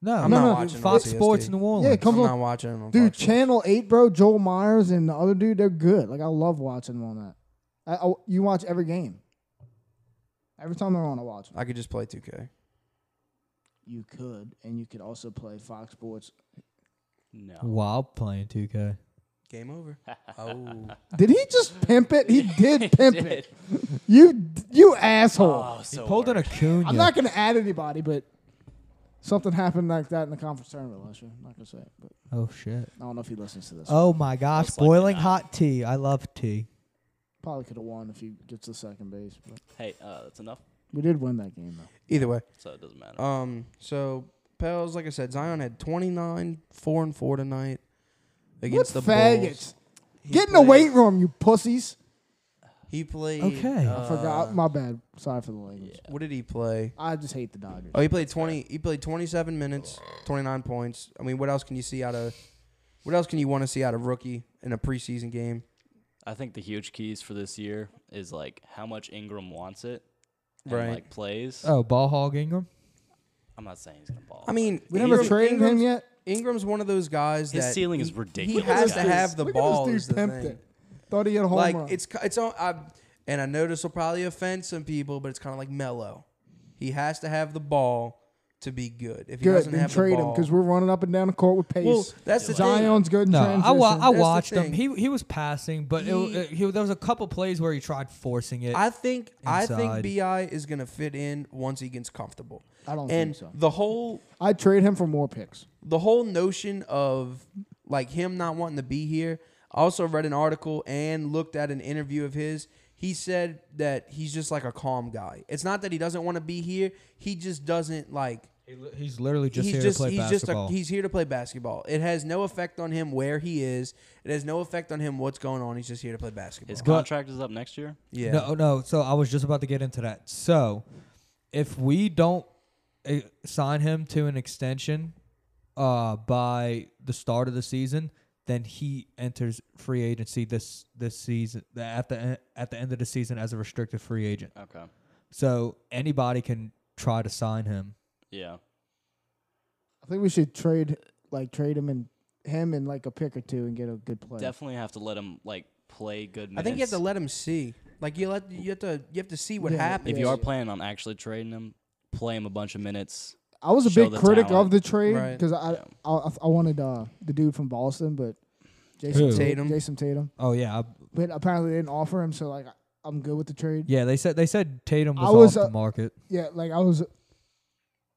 [SPEAKER 2] No,
[SPEAKER 4] I'm
[SPEAKER 1] No,
[SPEAKER 4] not
[SPEAKER 1] no,
[SPEAKER 4] watching
[SPEAKER 2] Fox
[SPEAKER 4] on CST.
[SPEAKER 2] Sports New
[SPEAKER 1] Yeah,
[SPEAKER 2] Orleans.
[SPEAKER 1] come
[SPEAKER 4] I'm
[SPEAKER 1] on.
[SPEAKER 4] not watching. it on
[SPEAKER 1] Dude,
[SPEAKER 4] Fox.
[SPEAKER 1] Channel Eight, bro, Joel Myers and the other dude, they're good. Like I love watching them on that. I, I- you watch every game. Every time they're on, I watch. 'em.
[SPEAKER 4] I could just play 2K.
[SPEAKER 1] You could, and you could also play Fox Sports.
[SPEAKER 5] No.
[SPEAKER 2] While playing 2K.
[SPEAKER 4] Game over. Oh,
[SPEAKER 1] Did he just pimp it? He did pimp it. You, you asshole.
[SPEAKER 5] Oh, so
[SPEAKER 2] Pulled in a coon.
[SPEAKER 1] I'm not gonna add anybody, but something happened like that in the conference tournament last year. I'm not gonna say it, but
[SPEAKER 2] Oh shit.
[SPEAKER 1] I don't know if he listens to this.
[SPEAKER 2] Oh my gosh,
[SPEAKER 5] Most likely
[SPEAKER 2] boiling
[SPEAKER 5] not.
[SPEAKER 2] hot tea. I love tea.
[SPEAKER 1] Probably could have won if he gets the second base, but
[SPEAKER 5] Hey, uh, that's enough.
[SPEAKER 1] we did win that game though.
[SPEAKER 4] either way.
[SPEAKER 2] Oh,
[SPEAKER 5] So it doesn't matter.
[SPEAKER 4] Um, so Pels, like I said, Zion had 29, 4 and 4 tonight
[SPEAKER 1] What
[SPEAKER 4] against the
[SPEAKER 1] faggots?
[SPEAKER 4] Bulls. He
[SPEAKER 1] Get in the
[SPEAKER 4] played-
[SPEAKER 1] weight room, you pussies.
[SPEAKER 4] He played.
[SPEAKER 2] Okay. I
[SPEAKER 1] I forgot.
[SPEAKER 4] uh,
[SPEAKER 1] My bad. Sorry for the language.
[SPEAKER 4] What did he play?
[SPEAKER 1] I just hate the Dodgers.
[SPEAKER 4] Oh, he played twenty. He played twenty-seven minutes, twenty-nine points. I mean, what else can you see out of? What else can you want to see out of rookie in a preseason game?
[SPEAKER 5] I think the huge keys for this year is like how much Ingram wants it and
[SPEAKER 4] Right.
[SPEAKER 5] like plays.
[SPEAKER 2] Oh, ball hog Ingram.
[SPEAKER 5] I'm not saying he's gonna ball.
[SPEAKER 4] I mean,
[SPEAKER 1] we never traded him
[SPEAKER 4] Ingram's-
[SPEAKER 1] yet.
[SPEAKER 4] Ingram's one of those guys
[SPEAKER 5] His
[SPEAKER 4] that
[SPEAKER 5] ceiling is
[SPEAKER 4] he-
[SPEAKER 5] ridiculous,
[SPEAKER 4] He has to
[SPEAKER 5] guys.
[SPEAKER 4] have the
[SPEAKER 1] Look
[SPEAKER 4] ball.
[SPEAKER 1] At this
[SPEAKER 4] Is the
[SPEAKER 1] dude pimped
[SPEAKER 4] thing.
[SPEAKER 1] it. Thought he had a home
[SPEAKER 4] Like
[SPEAKER 1] run.
[SPEAKER 4] it's ki- it's all, I, and I know this will probably offend some people, but it's kind of like Mello. He has to have the ball to be good. If he
[SPEAKER 1] good.
[SPEAKER 4] doesn't
[SPEAKER 1] Then
[SPEAKER 4] have
[SPEAKER 1] trade
[SPEAKER 4] the
[SPEAKER 1] him
[SPEAKER 4] ball,
[SPEAKER 1] because we're running up and down the court with pace.
[SPEAKER 4] well, that's the thing.
[SPEAKER 1] Zion's good. In
[SPEAKER 2] No, I, wa- I
[SPEAKER 1] transition.
[SPEAKER 4] the
[SPEAKER 2] watched him.
[SPEAKER 4] thing.
[SPEAKER 2] He he was passing, but it,
[SPEAKER 4] He-
[SPEAKER 2] it, he, there was a couple plays where he tried forcing it.
[SPEAKER 4] I think I
[SPEAKER 2] Inside.
[SPEAKER 4] think Bi is gonna fit in once he gets comfortable.
[SPEAKER 1] I don't think
[SPEAKER 4] and
[SPEAKER 1] so.
[SPEAKER 4] the whole
[SPEAKER 1] I trade him for more picks.
[SPEAKER 4] the whole notion of like him not wanting to be here. I also read an article and looked at an interview of his. He said that he's just like a calm guy. It's not that he doesn't want to be here. He just doesn't like.
[SPEAKER 2] He li- he's literally just
[SPEAKER 4] he's
[SPEAKER 2] here
[SPEAKER 4] just
[SPEAKER 2] to play
[SPEAKER 4] he's
[SPEAKER 2] basketball.
[SPEAKER 4] just a, he's here to play basketball. It has no effect on him where he is. It has no effect on him what's going on. He's just here to play basketball.
[SPEAKER 5] his
[SPEAKER 2] But-
[SPEAKER 5] contract is up next year.
[SPEAKER 4] yeah.
[SPEAKER 2] No, no. So I was just about to get into that. So if we don't uh, sign him to an extension uh, by the start of the season, then he enters free agency this this season the- at the en- at the end of the season as a restricted free agent.
[SPEAKER 5] Okay.
[SPEAKER 2] So anybody can try to sign him.
[SPEAKER 5] Yeah.
[SPEAKER 1] I think we should trade like trade him and him and like a pick or two and get a good player.
[SPEAKER 5] Definitely have to let him like play good minutes.
[SPEAKER 4] I think you have to let him see. Like you let you have to you have to see what
[SPEAKER 1] Yeah,
[SPEAKER 4] happens.
[SPEAKER 5] if you are planning on actually trading him, play him a bunch of minutes.
[SPEAKER 1] I was a
[SPEAKER 5] show
[SPEAKER 1] big
[SPEAKER 5] the
[SPEAKER 1] critic of
[SPEAKER 5] talent.
[SPEAKER 1] the trade
[SPEAKER 4] Right.
[SPEAKER 1] because I, I I I wanted uh, the dude from Boston, but Jason
[SPEAKER 2] Who?
[SPEAKER 1] Tatum.
[SPEAKER 4] Tatum.
[SPEAKER 1] Jason Tatum,
[SPEAKER 2] Oh yeah, I-
[SPEAKER 1] but apparently they didn't offer him, so like I- I'm good with the trade.
[SPEAKER 2] yeah. They said they said Tatum
[SPEAKER 1] I
[SPEAKER 2] was,
[SPEAKER 1] was,
[SPEAKER 2] off
[SPEAKER 1] uh,
[SPEAKER 2] the market.
[SPEAKER 1] Yeah, like I was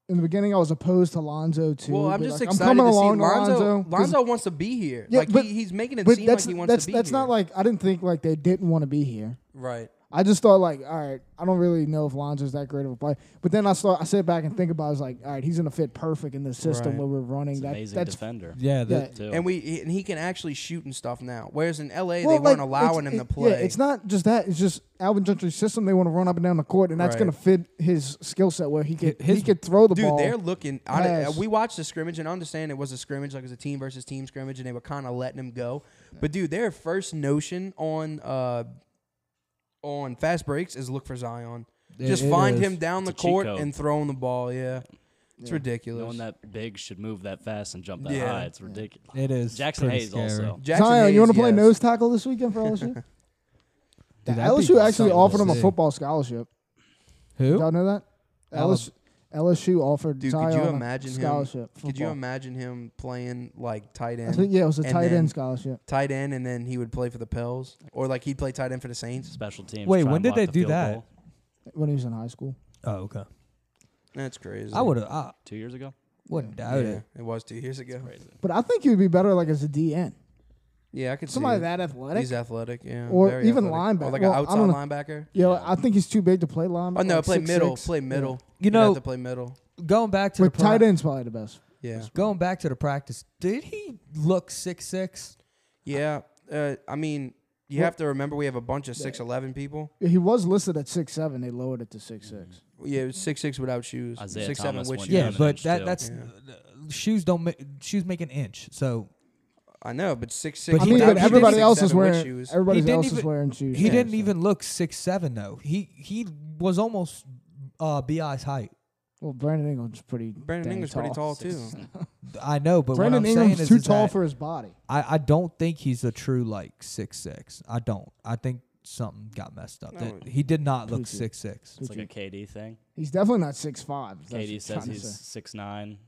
[SPEAKER 1] in the beginning, I was opposed to Lonzo too.
[SPEAKER 4] Well, I'm
[SPEAKER 1] but,
[SPEAKER 4] just
[SPEAKER 1] like,
[SPEAKER 4] excited
[SPEAKER 1] I'm coming
[SPEAKER 4] to
[SPEAKER 1] along
[SPEAKER 4] see
[SPEAKER 1] to
[SPEAKER 4] Lonzo.
[SPEAKER 1] Lonzo.
[SPEAKER 4] Lonzo,
[SPEAKER 1] 'cause-
[SPEAKER 4] wants to be here.
[SPEAKER 1] Yeah,
[SPEAKER 4] like
[SPEAKER 1] but-
[SPEAKER 4] he, he's making it
[SPEAKER 1] but
[SPEAKER 4] seem like
[SPEAKER 1] that's
[SPEAKER 4] he wants
[SPEAKER 1] that's
[SPEAKER 4] to be
[SPEAKER 1] that's
[SPEAKER 4] here.
[SPEAKER 1] not like I didn't think like they didn't want to be here.
[SPEAKER 4] right.
[SPEAKER 1] I just thought like, all right, I don't really know if Lonzo's that great of a player. But then I saw I sit back and think about, it, I was like, all right, he's gonna fit perfect in the system
[SPEAKER 4] Right.
[SPEAKER 1] where we're running.
[SPEAKER 5] He's an
[SPEAKER 1] That,
[SPEAKER 5] amazing
[SPEAKER 1] that's
[SPEAKER 5] defender.
[SPEAKER 2] Yeah,
[SPEAKER 1] yeah.
[SPEAKER 2] that
[SPEAKER 5] Too.
[SPEAKER 4] And we he- and he can actually shoot and stuff now. Whereas in LA they
[SPEAKER 1] Well, like,
[SPEAKER 4] weren't allowing
[SPEAKER 1] it's-
[SPEAKER 4] him to
[SPEAKER 1] it-
[SPEAKER 4] play.
[SPEAKER 1] Yeah, it's not just that. It's just Alvin Gentry's system. They want to run up and down the court, and that's
[SPEAKER 4] Right.
[SPEAKER 1] gonna fit his skill set where he could
[SPEAKER 2] His-
[SPEAKER 1] he could throw the
[SPEAKER 4] Dude,
[SPEAKER 1] ball.
[SPEAKER 4] they're looking. I, don't-
[SPEAKER 1] pass.
[SPEAKER 4] we watched the scrimmage, and I understand it was a scrimmage, like it was a team versus team scrimmage, and they were kind of letting him go. But dude, their first notion on uh on fast breaks is look for Zion.
[SPEAKER 2] It-
[SPEAKER 4] Just
[SPEAKER 2] it
[SPEAKER 4] find
[SPEAKER 2] is.
[SPEAKER 4] him down
[SPEAKER 5] It's
[SPEAKER 4] the
[SPEAKER 5] a cheat
[SPEAKER 4] court
[SPEAKER 5] code.
[SPEAKER 4] and throw him the ball. Yeah, it's
[SPEAKER 1] Yeah.
[SPEAKER 5] No one
[SPEAKER 4] ridiculous.
[SPEAKER 5] that big should move that fast and jump that
[SPEAKER 4] Yeah.
[SPEAKER 5] high. It's ridiculous.
[SPEAKER 2] it is.
[SPEAKER 5] Jackson
[SPEAKER 2] pretty
[SPEAKER 5] Hayes
[SPEAKER 2] scary.
[SPEAKER 5] also.
[SPEAKER 4] Jackson
[SPEAKER 1] Zion, you
[SPEAKER 4] Hayes,
[SPEAKER 1] want to play
[SPEAKER 4] yes.
[SPEAKER 1] nose tackle this weekend for LSU?
[SPEAKER 2] Dude, that'd be
[SPEAKER 1] LSU actually
[SPEAKER 2] something
[SPEAKER 1] offered
[SPEAKER 2] to
[SPEAKER 1] him a
[SPEAKER 2] see.
[SPEAKER 1] football scholarship.
[SPEAKER 2] Who?
[SPEAKER 1] Y'all know that? LSU, LSU offered
[SPEAKER 4] Dude,
[SPEAKER 1] Zion
[SPEAKER 4] could you
[SPEAKER 1] a
[SPEAKER 4] imagine him-
[SPEAKER 1] scholarship?
[SPEAKER 4] Could you
[SPEAKER 1] football.
[SPEAKER 4] imagine him playing like tight
[SPEAKER 1] I
[SPEAKER 4] end,
[SPEAKER 1] think, yeah, it was a
[SPEAKER 4] and
[SPEAKER 1] tight
[SPEAKER 4] then-
[SPEAKER 1] end scholarship.
[SPEAKER 4] tight end, and then he would play for the Pels, or like he'd play tight end for the Saints?
[SPEAKER 5] Special teams.
[SPEAKER 2] Wait,
[SPEAKER 5] try
[SPEAKER 2] when
[SPEAKER 5] and
[SPEAKER 2] did
[SPEAKER 5] block
[SPEAKER 2] they
[SPEAKER 5] the
[SPEAKER 2] do
[SPEAKER 5] field
[SPEAKER 2] that?
[SPEAKER 5] goal
[SPEAKER 1] when he was in high school.
[SPEAKER 2] Oh, okay.
[SPEAKER 4] That's crazy.
[SPEAKER 2] I would have. I
[SPEAKER 5] Two years ago.
[SPEAKER 2] wouldn't
[SPEAKER 4] Yeah,
[SPEAKER 2] doubt it.
[SPEAKER 4] it was two years ago.
[SPEAKER 5] Crazy.
[SPEAKER 1] But I think he would be better like as a DN,
[SPEAKER 4] Yeah, I could
[SPEAKER 1] somebody
[SPEAKER 4] see it.
[SPEAKER 1] that athletic.
[SPEAKER 4] He's athletic, yeah,
[SPEAKER 1] Or
[SPEAKER 4] very
[SPEAKER 1] even
[SPEAKER 4] athletic.
[SPEAKER 1] lineback-
[SPEAKER 4] or like
[SPEAKER 1] well, I
[SPEAKER 4] an outside
[SPEAKER 1] don't know.
[SPEAKER 4] linebacker.
[SPEAKER 1] yeah, like, I think he's too big to play linebacker.
[SPEAKER 4] Oh no,
[SPEAKER 1] like
[SPEAKER 4] play
[SPEAKER 1] 6'6".
[SPEAKER 4] middle, play
[SPEAKER 1] Yeah.
[SPEAKER 4] middle.
[SPEAKER 2] You
[SPEAKER 4] You'd have
[SPEAKER 2] know-
[SPEAKER 4] to play middle.
[SPEAKER 2] Going back to
[SPEAKER 1] But
[SPEAKER 2] the pra-
[SPEAKER 1] tight end's probably the best.
[SPEAKER 4] Yeah,
[SPEAKER 2] Going back to the practice, did he look six six?
[SPEAKER 4] yeah. Uh, I mean, you
[SPEAKER 1] Well-
[SPEAKER 4] have to remember we have a bunch of six eleven people.
[SPEAKER 1] He was listed at six seven. They lowered it to six
[SPEAKER 4] Mm-hmm.
[SPEAKER 1] six.
[SPEAKER 4] Yeah, six six without shoes.
[SPEAKER 5] Isaiah
[SPEAKER 4] six
[SPEAKER 5] Thomas
[SPEAKER 4] seven with
[SPEAKER 5] went
[SPEAKER 4] shoes.
[SPEAKER 5] down. Yeah, an
[SPEAKER 2] but
[SPEAKER 5] inch
[SPEAKER 2] that
[SPEAKER 5] too.
[SPEAKER 2] that's
[SPEAKER 4] Yeah.
[SPEAKER 2] uh, shoes don't ma- shoes make an inch. So
[SPEAKER 4] I know, but six six.
[SPEAKER 2] But
[SPEAKER 1] I
[SPEAKER 2] he
[SPEAKER 1] mean,
[SPEAKER 2] didn't-
[SPEAKER 1] but
[SPEAKER 2] he
[SPEAKER 1] everybody
[SPEAKER 2] didn't-
[SPEAKER 1] else is wearing
[SPEAKER 4] shoes.
[SPEAKER 1] everybody
[SPEAKER 2] He didn't
[SPEAKER 1] else is
[SPEAKER 2] even-
[SPEAKER 1] wearing shoes.
[SPEAKER 2] he
[SPEAKER 1] yeah,
[SPEAKER 2] didn't
[SPEAKER 1] so.
[SPEAKER 2] even look six seven though. He he was almost uh Bi's height.
[SPEAKER 1] Well, Brandon Ingram's pretty.
[SPEAKER 4] Brandon
[SPEAKER 1] dang
[SPEAKER 4] Ingram's
[SPEAKER 1] tall.
[SPEAKER 4] pretty tall too.
[SPEAKER 2] I know, but
[SPEAKER 1] Brandon
[SPEAKER 2] what I'm saying
[SPEAKER 1] Ingram's
[SPEAKER 2] is,
[SPEAKER 1] too
[SPEAKER 2] is
[SPEAKER 1] tall
[SPEAKER 2] that
[SPEAKER 1] for his body.
[SPEAKER 2] I I don't think he's a true like six six. I don't. I think something got messed up.
[SPEAKER 4] No.
[SPEAKER 2] That- he did not look
[SPEAKER 1] Poochie.
[SPEAKER 2] six six.
[SPEAKER 5] It's like a KD thing.
[SPEAKER 1] He's definitely not six five.
[SPEAKER 5] KD says he's six nine.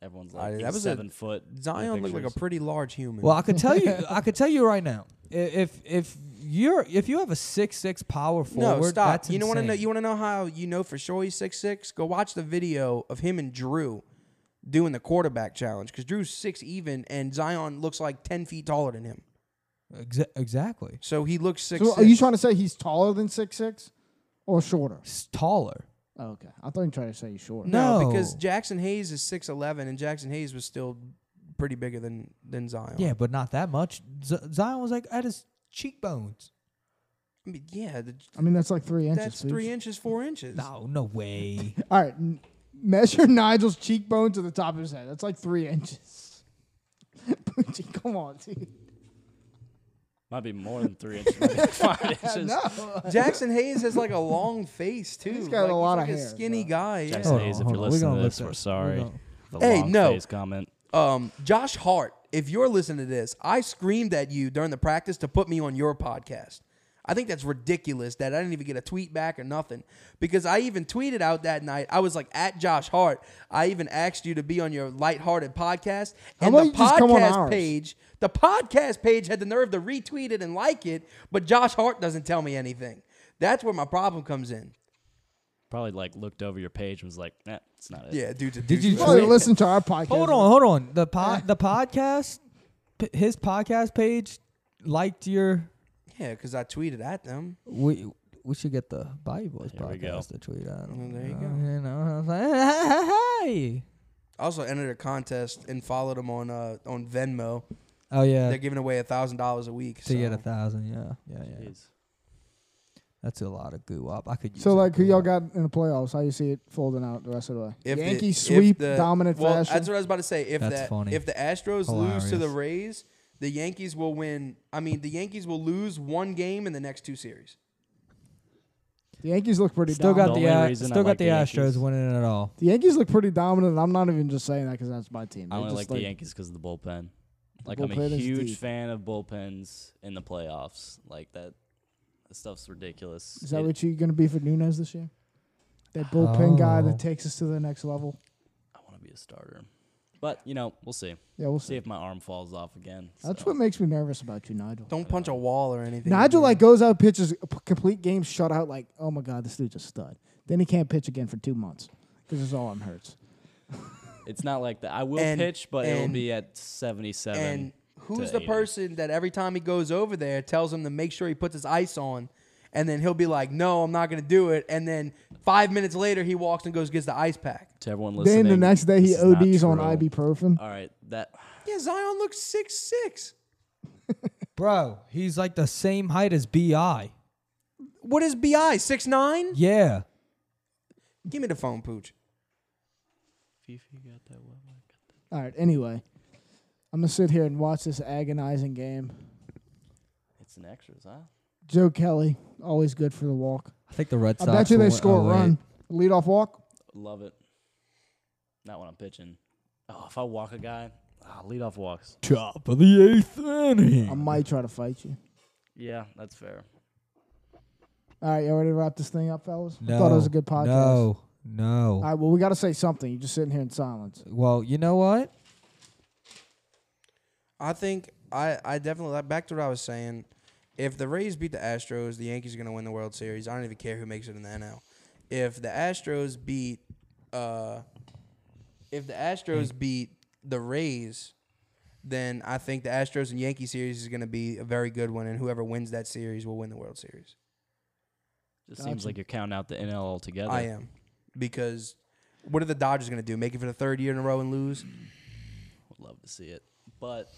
[SPEAKER 5] Everyone's
[SPEAKER 4] I-
[SPEAKER 5] like
[SPEAKER 4] that
[SPEAKER 5] he's
[SPEAKER 4] was a-
[SPEAKER 5] seven foot. in the
[SPEAKER 4] Zion looked like a
[SPEAKER 5] pictures.
[SPEAKER 4] pretty large human.
[SPEAKER 2] Well, I could tell you, I could tell you right now, i- if if you're if you have a six six power forward,
[SPEAKER 4] no, stop.
[SPEAKER 2] That's
[SPEAKER 4] you don't want to know.
[SPEAKER 2] insane.
[SPEAKER 4] You want to know how you know for sure he's six six? Go watch the video of him and Drew doing the quarterback challenge because Drew's six even, and Zion looks like ten feet taller than him.
[SPEAKER 2] Exa- exactly.
[SPEAKER 4] So he looks six.
[SPEAKER 1] So are you trying to say he's taller than six six, or shorter?
[SPEAKER 2] S- taller.
[SPEAKER 1] Oh, okay. I thought you were trying to say you short.
[SPEAKER 4] No, because
[SPEAKER 2] No.
[SPEAKER 4] Jackson Hayes is six eleven, and Jackson Hayes was still pretty bigger than than Zion.
[SPEAKER 2] Yeah, but not that much. Z- Zion was like at his cheekbones.
[SPEAKER 4] I mean, yeah, the,
[SPEAKER 1] I mean, that's like three inches.
[SPEAKER 4] that's
[SPEAKER 1] dude.
[SPEAKER 4] three inches, four inches.
[SPEAKER 2] No, no way.
[SPEAKER 1] All right. n- Measure Nigel's cheekbone to the top of his head. That's like three inches. Poochie, come on, dude.
[SPEAKER 5] Might be more than three inches. might be like five inches.
[SPEAKER 1] No.
[SPEAKER 4] Jackson Hayes has like a long face too.
[SPEAKER 1] He's got
[SPEAKER 4] Like,
[SPEAKER 1] a lot
[SPEAKER 4] like
[SPEAKER 1] of
[SPEAKER 4] a
[SPEAKER 1] hair,
[SPEAKER 4] skinny
[SPEAKER 1] bro.
[SPEAKER 4] guy. yeah.
[SPEAKER 5] Jackson
[SPEAKER 2] Hold on,
[SPEAKER 5] Hayes, if
[SPEAKER 2] hold
[SPEAKER 5] you're
[SPEAKER 2] on. We
[SPEAKER 5] listening
[SPEAKER 2] gonna
[SPEAKER 5] to
[SPEAKER 2] look
[SPEAKER 5] this,
[SPEAKER 2] that-
[SPEAKER 5] we're
[SPEAKER 2] we
[SPEAKER 5] sorry.
[SPEAKER 2] gonna-
[SPEAKER 5] The
[SPEAKER 4] Hey,
[SPEAKER 5] long
[SPEAKER 4] no.
[SPEAKER 5] face comment.
[SPEAKER 4] Um, Josh Hart, if you're listening to this, I screamed at you during the practice to put me on your podcast. I think that's ridiculous that I didn't even get a tweet back or nothing because I even tweeted out that night. I was like, at Josh Hart, I even asked you to be on your lighthearted podcast.
[SPEAKER 1] How
[SPEAKER 4] And
[SPEAKER 1] about
[SPEAKER 4] the
[SPEAKER 1] you just come on
[SPEAKER 4] podcast
[SPEAKER 1] ours?
[SPEAKER 4] page, the podcast page had the nerve to retweet it and like it, but Josh Hart doesn't tell me anything. That's where my problem comes in.
[SPEAKER 5] Probably like looked over your page and was like, nah, it's not it.
[SPEAKER 4] Yeah, dude's a
[SPEAKER 2] Did you
[SPEAKER 4] douchebag.
[SPEAKER 1] Probably
[SPEAKER 2] Wait.
[SPEAKER 1] listen to our podcast.
[SPEAKER 2] hold on, hold on. The pod, the podcast, p- his podcast page liked your.
[SPEAKER 4] Yeah, because I tweeted at them.
[SPEAKER 2] We we should get the Bayou Boys
[SPEAKER 5] There we go.
[SPEAKER 2] podcast to tweet out.
[SPEAKER 4] Well, there you
[SPEAKER 2] Uh,
[SPEAKER 4] go.
[SPEAKER 2] You know, I was like, hey.
[SPEAKER 4] I also entered a contest and followed him on uh, on Venmo.
[SPEAKER 2] Oh yeah,
[SPEAKER 4] They're giving away a thousand dollars a week.
[SPEAKER 2] to get a
[SPEAKER 4] so-
[SPEAKER 2] thousand. Yeah, yeah, yeah.
[SPEAKER 5] Jeez.
[SPEAKER 2] That's a lot of goo up. I could. Use
[SPEAKER 1] So,
[SPEAKER 2] that
[SPEAKER 1] like, who
[SPEAKER 2] goo
[SPEAKER 1] y'all
[SPEAKER 2] up.
[SPEAKER 1] got in the playoffs? How you see it folding out the rest of the way?
[SPEAKER 4] If the-
[SPEAKER 1] Yankees
[SPEAKER 4] if
[SPEAKER 1] sweep,
[SPEAKER 4] the-
[SPEAKER 1] dominant
[SPEAKER 4] well,
[SPEAKER 1] fashion.
[SPEAKER 4] That's what I was about to say. If
[SPEAKER 2] That's
[SPEAKER 4] that
[SPEAKER 2] funny.
[SPEAKER 4] if the Astros lose to the
[SPEAKER 2] Hilarious.
[SPEAKER 4] Rays, the Yankees will win. I mean, the Yankees will lose one game in the next two series.
[SPEAKER 1] the Yankees look pretty
[SPEAKER 2] Still got
[SPEAKER 1] dominant.
[SPEAKER 5] The
[SPEAKER 2] the,
[SPEAKER 5] only
[SPEAKER 2] uh,
[SPEAKER 5] reason I
[SPEAKER 2] still got
[SPEAKER 5] like
[SPEAKER 2] the
[SPEAKER 5] the
[SPEAKER 2] Astros
[SPEAKER 5] Yankees-
[SPEAKER 2] winning it all.
[SPEAKER 1] the Yankees look pretty dominant. and I'm not even just saying that because that's my team.
[SPEAKER 5] I
[SPEAKER 1] They
[SPEAKER 5] only
[SPEAKER 1] just,
[SPEAKER 5] like the Yankees because of the bullpen. Like I'm a
[SPEAKER 1] bullpen is
[SPEAKER 5] huge
[SPEAKER 1] deep.
[SPEAKER 5] fan of bullpens in the playoffs. Like that, that stuff's ridiculous.
[SPEAKER 1] Is that
[SPEAKER 5] It-
[SPEAKER 1] what you're going to be for Nunes this year? That bullpen guy
[SPEAKER 2] Oh.
[SPEAKER 1] that takes us to the next level?
[SPEAKER 5] I want to be a starter, but you know we'll see.
[SPEAKER 1] Yeah, we'll
[SPEAKER 5] See
[SPEAKER 1] see.
[SPEAKER 5] if my arm falls off again.
[SPEAKER 1] That's
[SPEAKER 5] so.
[SPEAKER 1] what makes me nervous about you, Nigel.
[SPEAKER 4] Don't punch a wall or anything.
[SPEAKER 1] Nigel like goes out pitches a p- complete game shutout. Like, oh my god, this dude's a stud. Then he can't pitch again for two months because his arm hurts.
[SPEAKER 5] It's not like that. I will
[SPEAKER 4] And-
[SPEAKER 5] pitch, but it'll
[SPEAKER 4] and-
[SPEAKER 5] be at 77.
[SPEAKER 4] And who's the
[SPEAKER 5] to 80.
[SPEAKER 4] person that every time he goes over there tells him to make sure he puts his ice on, and then he'll be like, "No, I'm not going to do it." And then five minutes later, he walks and goes gets the ice pack.
[SPEAKER 5] to everyone listening,
[SPEAKER 1] then the next day he
[SPEAKER 5] this is not
[SPEAKER 1] ODs on
[SPEAKER 5] true.
[SPEAKER 1] ibuprofen.
[SPEAKER 5] All right, that
[SPEAKER 4] Yeah, Zion looks six six.
[SPEAKER 2] Bro, he's like the same height as Bi.
[SPEAKER 4] What is Bi six nine?
[SPEAKER 2] Yeah.
[SPEAKER 4] Give me the phone, pooch.
[SPEAKER 1] All right. Anyway, I'm gonna sit here and watch this agonizing game.
[SPEAKER 5] it's an extras, huh?
[SPEAKER 1] Joe Kelly, always good for the walk.
[SPEAKER 2] I think the Red
[SPEAKER 1] I
[SPEAKER 2] Sox.
[SPEAKER 1] bet you
[SPEAKER 2] will
[SPEAKER 1] they
[SPEAKER 2] win-
[SPEAKER 1] score
[SPEAKER 2] oh,
[SPEAKER 1] a
[SPEAKER 2] wait.
[SPEAKER 1] run, lead off walk.
[SPEAKER 5] Love it. Not when I'm pitching. Oh, if I walk a guy, ah, lead off walks.
[SPEAKER 2] Top of the eighth inning.
[SPEAKER 1] I might try to fight you.
[SPEAKER 5] Yeah, that's fair.
[SPEAKER 1] All right, you ready to wrap this thing up, fellas? I thought it was a good podcast.
[SPEAKER 2] No,
[SPEAKER 1] All
[SPEAKER 2] no.
[SPEAKER 1] right, well, we got to say something. You're just sitting here in silence.
[SPEAKER 2] well, you know what?
[SPEAKER 4] I think I, I definitely back to what I was saying. If the Rays beat the Astros, the Yankees are going to win the World Series. I don't even care who makes it in the NL. If the Astros beat, uh, if the Astros beat the Rays, then I think the Astros and Yankee series is going to be a very good one, and whoever wins that series will win the World Series.
[SPEAKER 5] Just seems
[SPEAKER 1] Gotcha.
[SPEAKER 5] like you're counting out the NL altogether.
[SPEAKER 4] I am, because what are the Dodgers going to do? Make it for the third year in a row and lose?
[SPEAKER 5] Would love to see it, but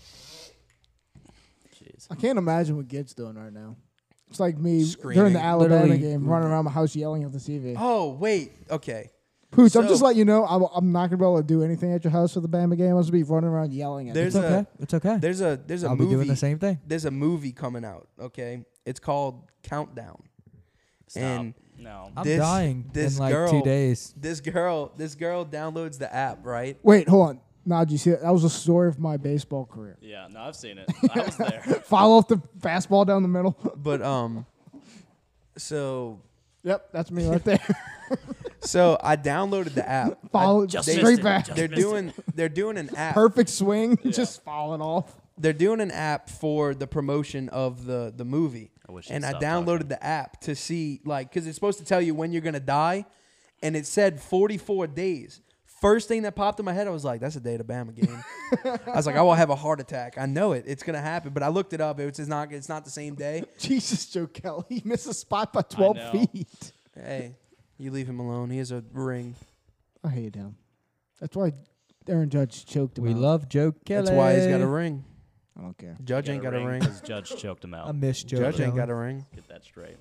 [SPEAKER 5] jeez,
[SPEAKER 1] I can't imagine what Gid's doing right now. It's like me during
[SPEAKER 4] Screaming.
[SPEAKER 1] the Alabama
[SPEAKER 2] Literally.
[SPEAKER 1] game, running around my house yelling at the TV.
[SPEAKER 4] Oh wait, okay.
[SPEAKER 1] Pooch, I'm
[SPEAKER 4] So-
[SPEAKER 1] just letting you know, I'm, I'm not gonna be able to do anything at your house for the Bama game. I'm just be running around yelling at.
[SPEAKER 4] There's
[SPEAKER 2] It's okay.
[SPEAKER 4] a
[SPEAKER 2] It's okay.
[SPEAKER 4] there's a there's a
[SPEAKER 2] I'll
[SPEAKER 4] movie.
[SPEAKER 2] be doing the same thing.
[SPEAKER 4] there's a movie coming out. Okay, it's called Countdown.
[SPEAKER 5] stop.
[SPEAKER 4] And
[SPEAKER 5] no,
[SPEAKER 2] I'm
[SPEAKER 4] this-
[SPEAKER 2] dying
[SPEAKER 4] this
[SPEAKER 2] in like
[SPEAKER 4] girl-
[SPEAKER 2] two days.
[SPEAKER 4] This girl, this girl downloads the app, right?
[SPEAKER 1] Wait, hold on. Nah, did you see that? That was the story of my baseball career.
[SPEAKER 5] yeah, no, I've seen it. I was there.
[SPEAKER 1] Follow up the fastball down the middle.
[SPEAKER 4] But um, so
[SPEAKER 1] yep, that's me right there.
[SPEAKER 4] so I downloaded the app.
[SPEAKER 1] Follow
[SPEAKER 4] I-
[SPEAKER 1] it
[SPEAKER 5] just
[SPEAKER 1] straight
[SPEAKER 5] missed it,
[SPEAKER 1] back.
[SPEAKER 5] just-
[SPEAKER 4] they're doing they're doing an app.
[SPEAKER 1] Perfect swing, just fall it off.
[SPEAKER 4] They're doing an app for the promotion of the the movie.
[SPEAKER 5] I wish you'd
[SPEAKER 4] and I
[SPEAKER 5] stop
[SPEAKER 4] downloaded the app to see like because it's supposed to tell you when you're gonna die, and it said 44 days. First thing that popped in my head, I was like, "That's a day to Bama game." I was like, "I will have a heart attack. I know it. It's gonna happen." But I looked it up. It was it's not. It's not the same day.
[SPEAKER 1] Jesus, Joe Kelly, he missed a spot by 12
[SPEAKER 5] know.
[SPEAKER 1] feet.
[SPEAKER 4] Hey, You leave him alone. He has a ring.
[SPEAKER 1] I hate him. That's why Aaron Judge choked him.
[SPEAKER 2] We
[SPEAKER 1] out.
[SPEAKER 2] love Joe Kelly.
[SPEAKER 4] That's why he's got a ring.
[SPEAKER 1] I don't care.
[SPEAKER 4] Judge ain't got a ring.
[SPEAKER 5] Because Judge choked him
[SPEAKER 2] I
[SPEAKER 5] out.
[SPEAKER 2] miss Joe.
[SPEAKER 4] Judge ain't
[SPEAKER 2] Kelly.
[SPEAKER 4] got a ring.
[SPEAKER 5] Get that straight.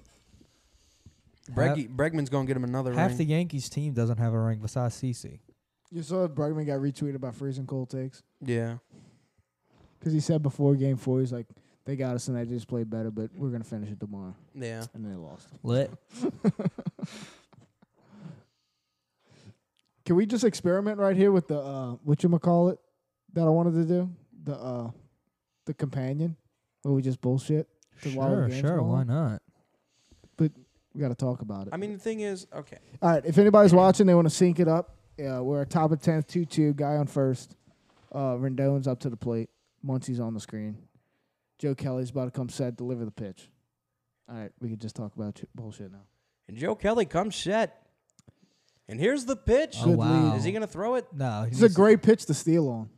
[SPEAKER 2] Half-
[SPEAKER 4] Breggy, Bregman's gonna get him another
[SPEAKER 2] Half
[SPEAKER 4] ring.
[SPEAKER 2] the Yankees team doesn't have a ring besides CC.
[SPEAKER 1] You saw Bregman got retweeted by freezing cold takes
[SPEAKER 4] yeah,
[SPEAKER 1] because he said before game four he's like they got us and they just played better, but we're gonna finish it tomorrow,
[SPEAKER 4] yeah.
[SPEAKER 1] and they lost.
[SPEAKER 2] Lit.
[SPEAKER 1] Can we just experiment right here with the uh, what you call it that I wanted to do the uh, the companion where we just bullshit? The wild
[SPEAKER 2] Sure,
[SPEAKER 1] games
[SPEAKER 2] sure.
[SPEAKER 1] going
[SPEAKER 2] Why
[SPEAKER 1] on?
[SPEAKER 2] not?
[SPEAKER 1] We got to talk about it.
[SPEAKER 4] I mean, the thing is, okay.
[SPEAKER 1] all right. If anybody's watching, they want to sync it up. Yeah, we're a top of tenth, two two guy on first. Uh, Rendon's up to the plate. Muncie's on the screen. Joe Kelly's about to come set, deliver the pitch. All right, we could just talk about ch- bullshit now.
[SPEAKER 4] And Joe Kelly comes set. And here's the pitch.
[SPEAKER 2] Oh, wow.
[SPEAKER 4] Is he gonna throw it?
[SPEAKER 2] No. he
[SPEAKER 1] This is a
[SPEAKER 2] needs-
[SPEAKER 1] great pitch to steal on.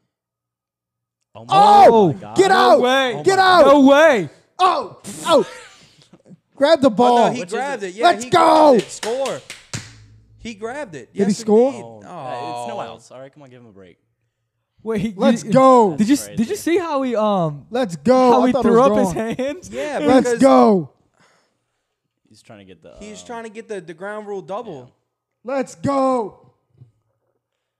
[SPEAKER 5] Oh, my
[SPEAKER 1] Oh,
[SPEAKER 5] God.
[SPEAKER 1] get out!
[SPEAKER 2] way. Oh
[SPEAKER 1] Get
[SPEAKER 4] my
[SPEAKER 1] out!
[SPEAKER 2] No way.
[SPEAKER 1] Oh, oh! Grab the ball.
[SPEAKER 4] Oh, no, he
[SPEAKER 5] Which is
[SPEAKER 4] grabbed
[SPEAKER 5] it?
[SPEAKER 4] it. Yeah,
[SPEAKER 1] Let's
[SPEAKER 4] he
[SPEAKER 1] go!
[SPEAKER 4] grabbed it. Score. He grabbed it.
[SPEAKER 1] he
[SPEAKER 4] yes,
[SPEAKER 1] score?
[SPEAKER 4] indeed.
[SPEAKER 5] Oh,
[SPEAKER 4] Oh.
[SPEAKER 5] uh, it's no outs. All right, come on, give him a break.
[SPEAKER 2] Wait. he-
[SPEAKER 1] Let's
[SPEAKER 2] you-
[SPEAKER 1] go.
[SPEAKER 2] Did you s- did
[SPEAKER 5] Crazy.
[SPEAKER 2] you see how he um
[SPEAKER 1] Let's go.
[SPEAKER 2] how
[SPEAKER 1] I
[SPEAKER 2] he
[SPEAKER 1] thought
[SPEAKER 2] threw
[SPEAKER 1] it was
[SPEAKER 2] up his
[SPEAKER 1] gone.
[SPEAKER 2] hands?
[SPEAKER 4] Yeah,
[SPEAKER 1] Let's
[SPEAKER 4] because
[SPEAKER 1] go.
[SPEAKER 5] He's trying to get the.
[SPEAKER 4] He's
[SPEAKER 5] um,
[SPEAKER 4] trying to get the, the ground rule double.
[SPEAKER 1] Let's go.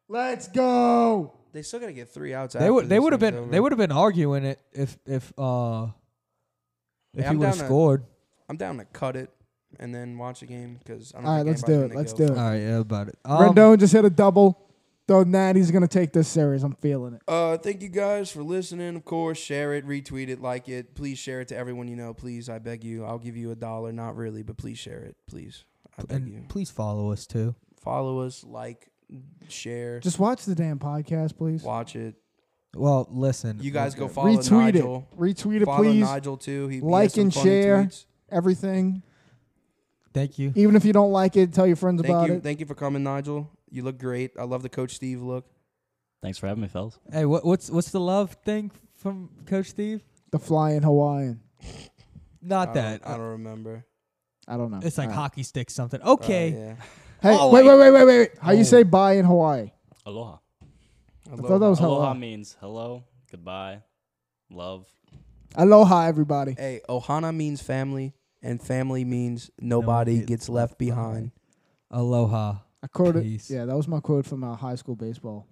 [SPEAKER 1] Let's go.
[SPEAKER 4] They still gotta get three outs.
[SPEAKER 2] They would they would have been they would have been arguing it if if uh if
[SPEAKER 4] Yeah,
[SPEAKER 2] he
[SPEAKER 4] I'm
[SPEAKER 2] would have
[SPEAKER 4] down to-
[SPEAKER 2] scored.
[SPEAKER 4] I'm down to cut it and then watch the game because I don't.
[SPEAKER 1] All right,
[SPEAKER 4] think
[SPEAKER 1] let's
[SPEAKER 4] anybody's
[SPEAKER 1] do it.
[SPEAKER 4] gonna
[SPEAKER 1] Let's
[SPEAKER 4] go.
[SPEAKER 1] do
[SPEAKER 2] All
[SPEAKER 1] it.
[SPEAKER 2] right, yeah, about it. Um,
[SPEAKER 1] Rendon just hit a double. Though Natty's gonna take this series. I'm feeling it.
[SPEAKER 4] Uh, thank you guys for listening. Of course, share it, retweet it, like it. Please share it to everyone you know. Please, I beg you. I'll give you a dollar. Not really, but please share it. Please, I beg you.
[SPEAKER 2] and please follow us too.
[SPEAKER 4] Follow us, like, share,
[SPEAKER 1] Just watch the damn podcast, please.
[SPEAKER 4] watch it.
[SPEAKER 2] Well, listen.
[SPEAKER 4] You guys go follow
[SPEAKER 1] Retweet
[SPEAKER 4] Nigel.
[SPEAKER 1] it. Retweet it,
[SPEAKER 4] Follow
[SPEAKER 1] please.
[SPEAKER 4] Nigel too. He he has
[SPEAKER 1] Like
[SPEAKER 4] some
[SPEAKER 1] and
[SPEAKER 4] funny
[SPEAKER 1] share.
[SPEAKER 4] tweets.
[SPEAKER 1] Everything.
[SPEAKER 2] Thank you.
[SPEAKER 1] Even if you don't like it, tell your friends
[SPEAKER 4] Thank
[SPEAKER 1] about
[SPEAKER 4] you.
[SPEAKER 1] it.
[SPEAKER 4] Thank you for coming, Nigel. You look great. I love the Coach Steve look.
[SPEAKER 5] Thanks for having me, fellas.
[SPEAKER 2] Hey, what what's what's the love thing from Coach Steve?
[SPEAKER 1] The flying Hawaiian.
[SPEAKER 2] Not
[SPEAKER 4] I
[SPEAKER 2] that. Uh,
[SPEAKER 4] Don't, I don't remember.
[SPEAKER 1] I don't know.
[SPEAKER 2] It's like
[SPEAKER 1] All right.
[SPEAKER 2] hockey stick something.
[SPEAKER 4] Uh,
[SPEAKER 2] Okay.
[SPEAKER 4] yeah.
[SPEAKER 1] Hey,
[SPEAKER 2] Oh,
[SPEAKER 1] wait,
[SPEAKER 2] wait.
[SPEAKER 1] wait, wait, wait, wait. How you
[SPEAKER 2] Oh.
[SPEAKER 1] say bye in Hawaii?
[SPEAKER 5] Aloha.
[SPEAKER 1] I thought that was
[SPEAKER 5] Aloha
[SPEAKER 1] Hawaii.
[SPEAKER 5] means hello, goodbye, love.
[SPEAKER 1] Aloha, everybody.
[SPEAKER 4] Hey, Ohana means family, and family means nobody
[SPEAKER 2] gets
[SPEAKER 4] gets, left,
[SPEAKER 2] left
[SPEAKER 4] behind.
[SPEAKER 2] Aloha.
[SPEAKER 1] I quoted.
[SPEAKER 2] Peace.
[SPEAKER 1] Yeah, that was my quote from our high school baseball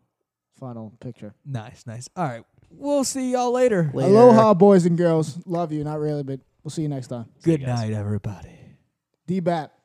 [SPEAKER 1] final picture.
[SPEAKER 2] Nice, nice. All right. We'll see y'all later.
[SPEAKER 4] Later.
[SPEAKER 1] Aloha, boys and girls. Love you. Not really, but we'll see you next time.
[SPEAKER 5] See you
[SPEAKER 2] Good
[SPEAKER 5] guys.
[SPEAKER 2] night, everybody.
[SPEAKER 1] D Bat.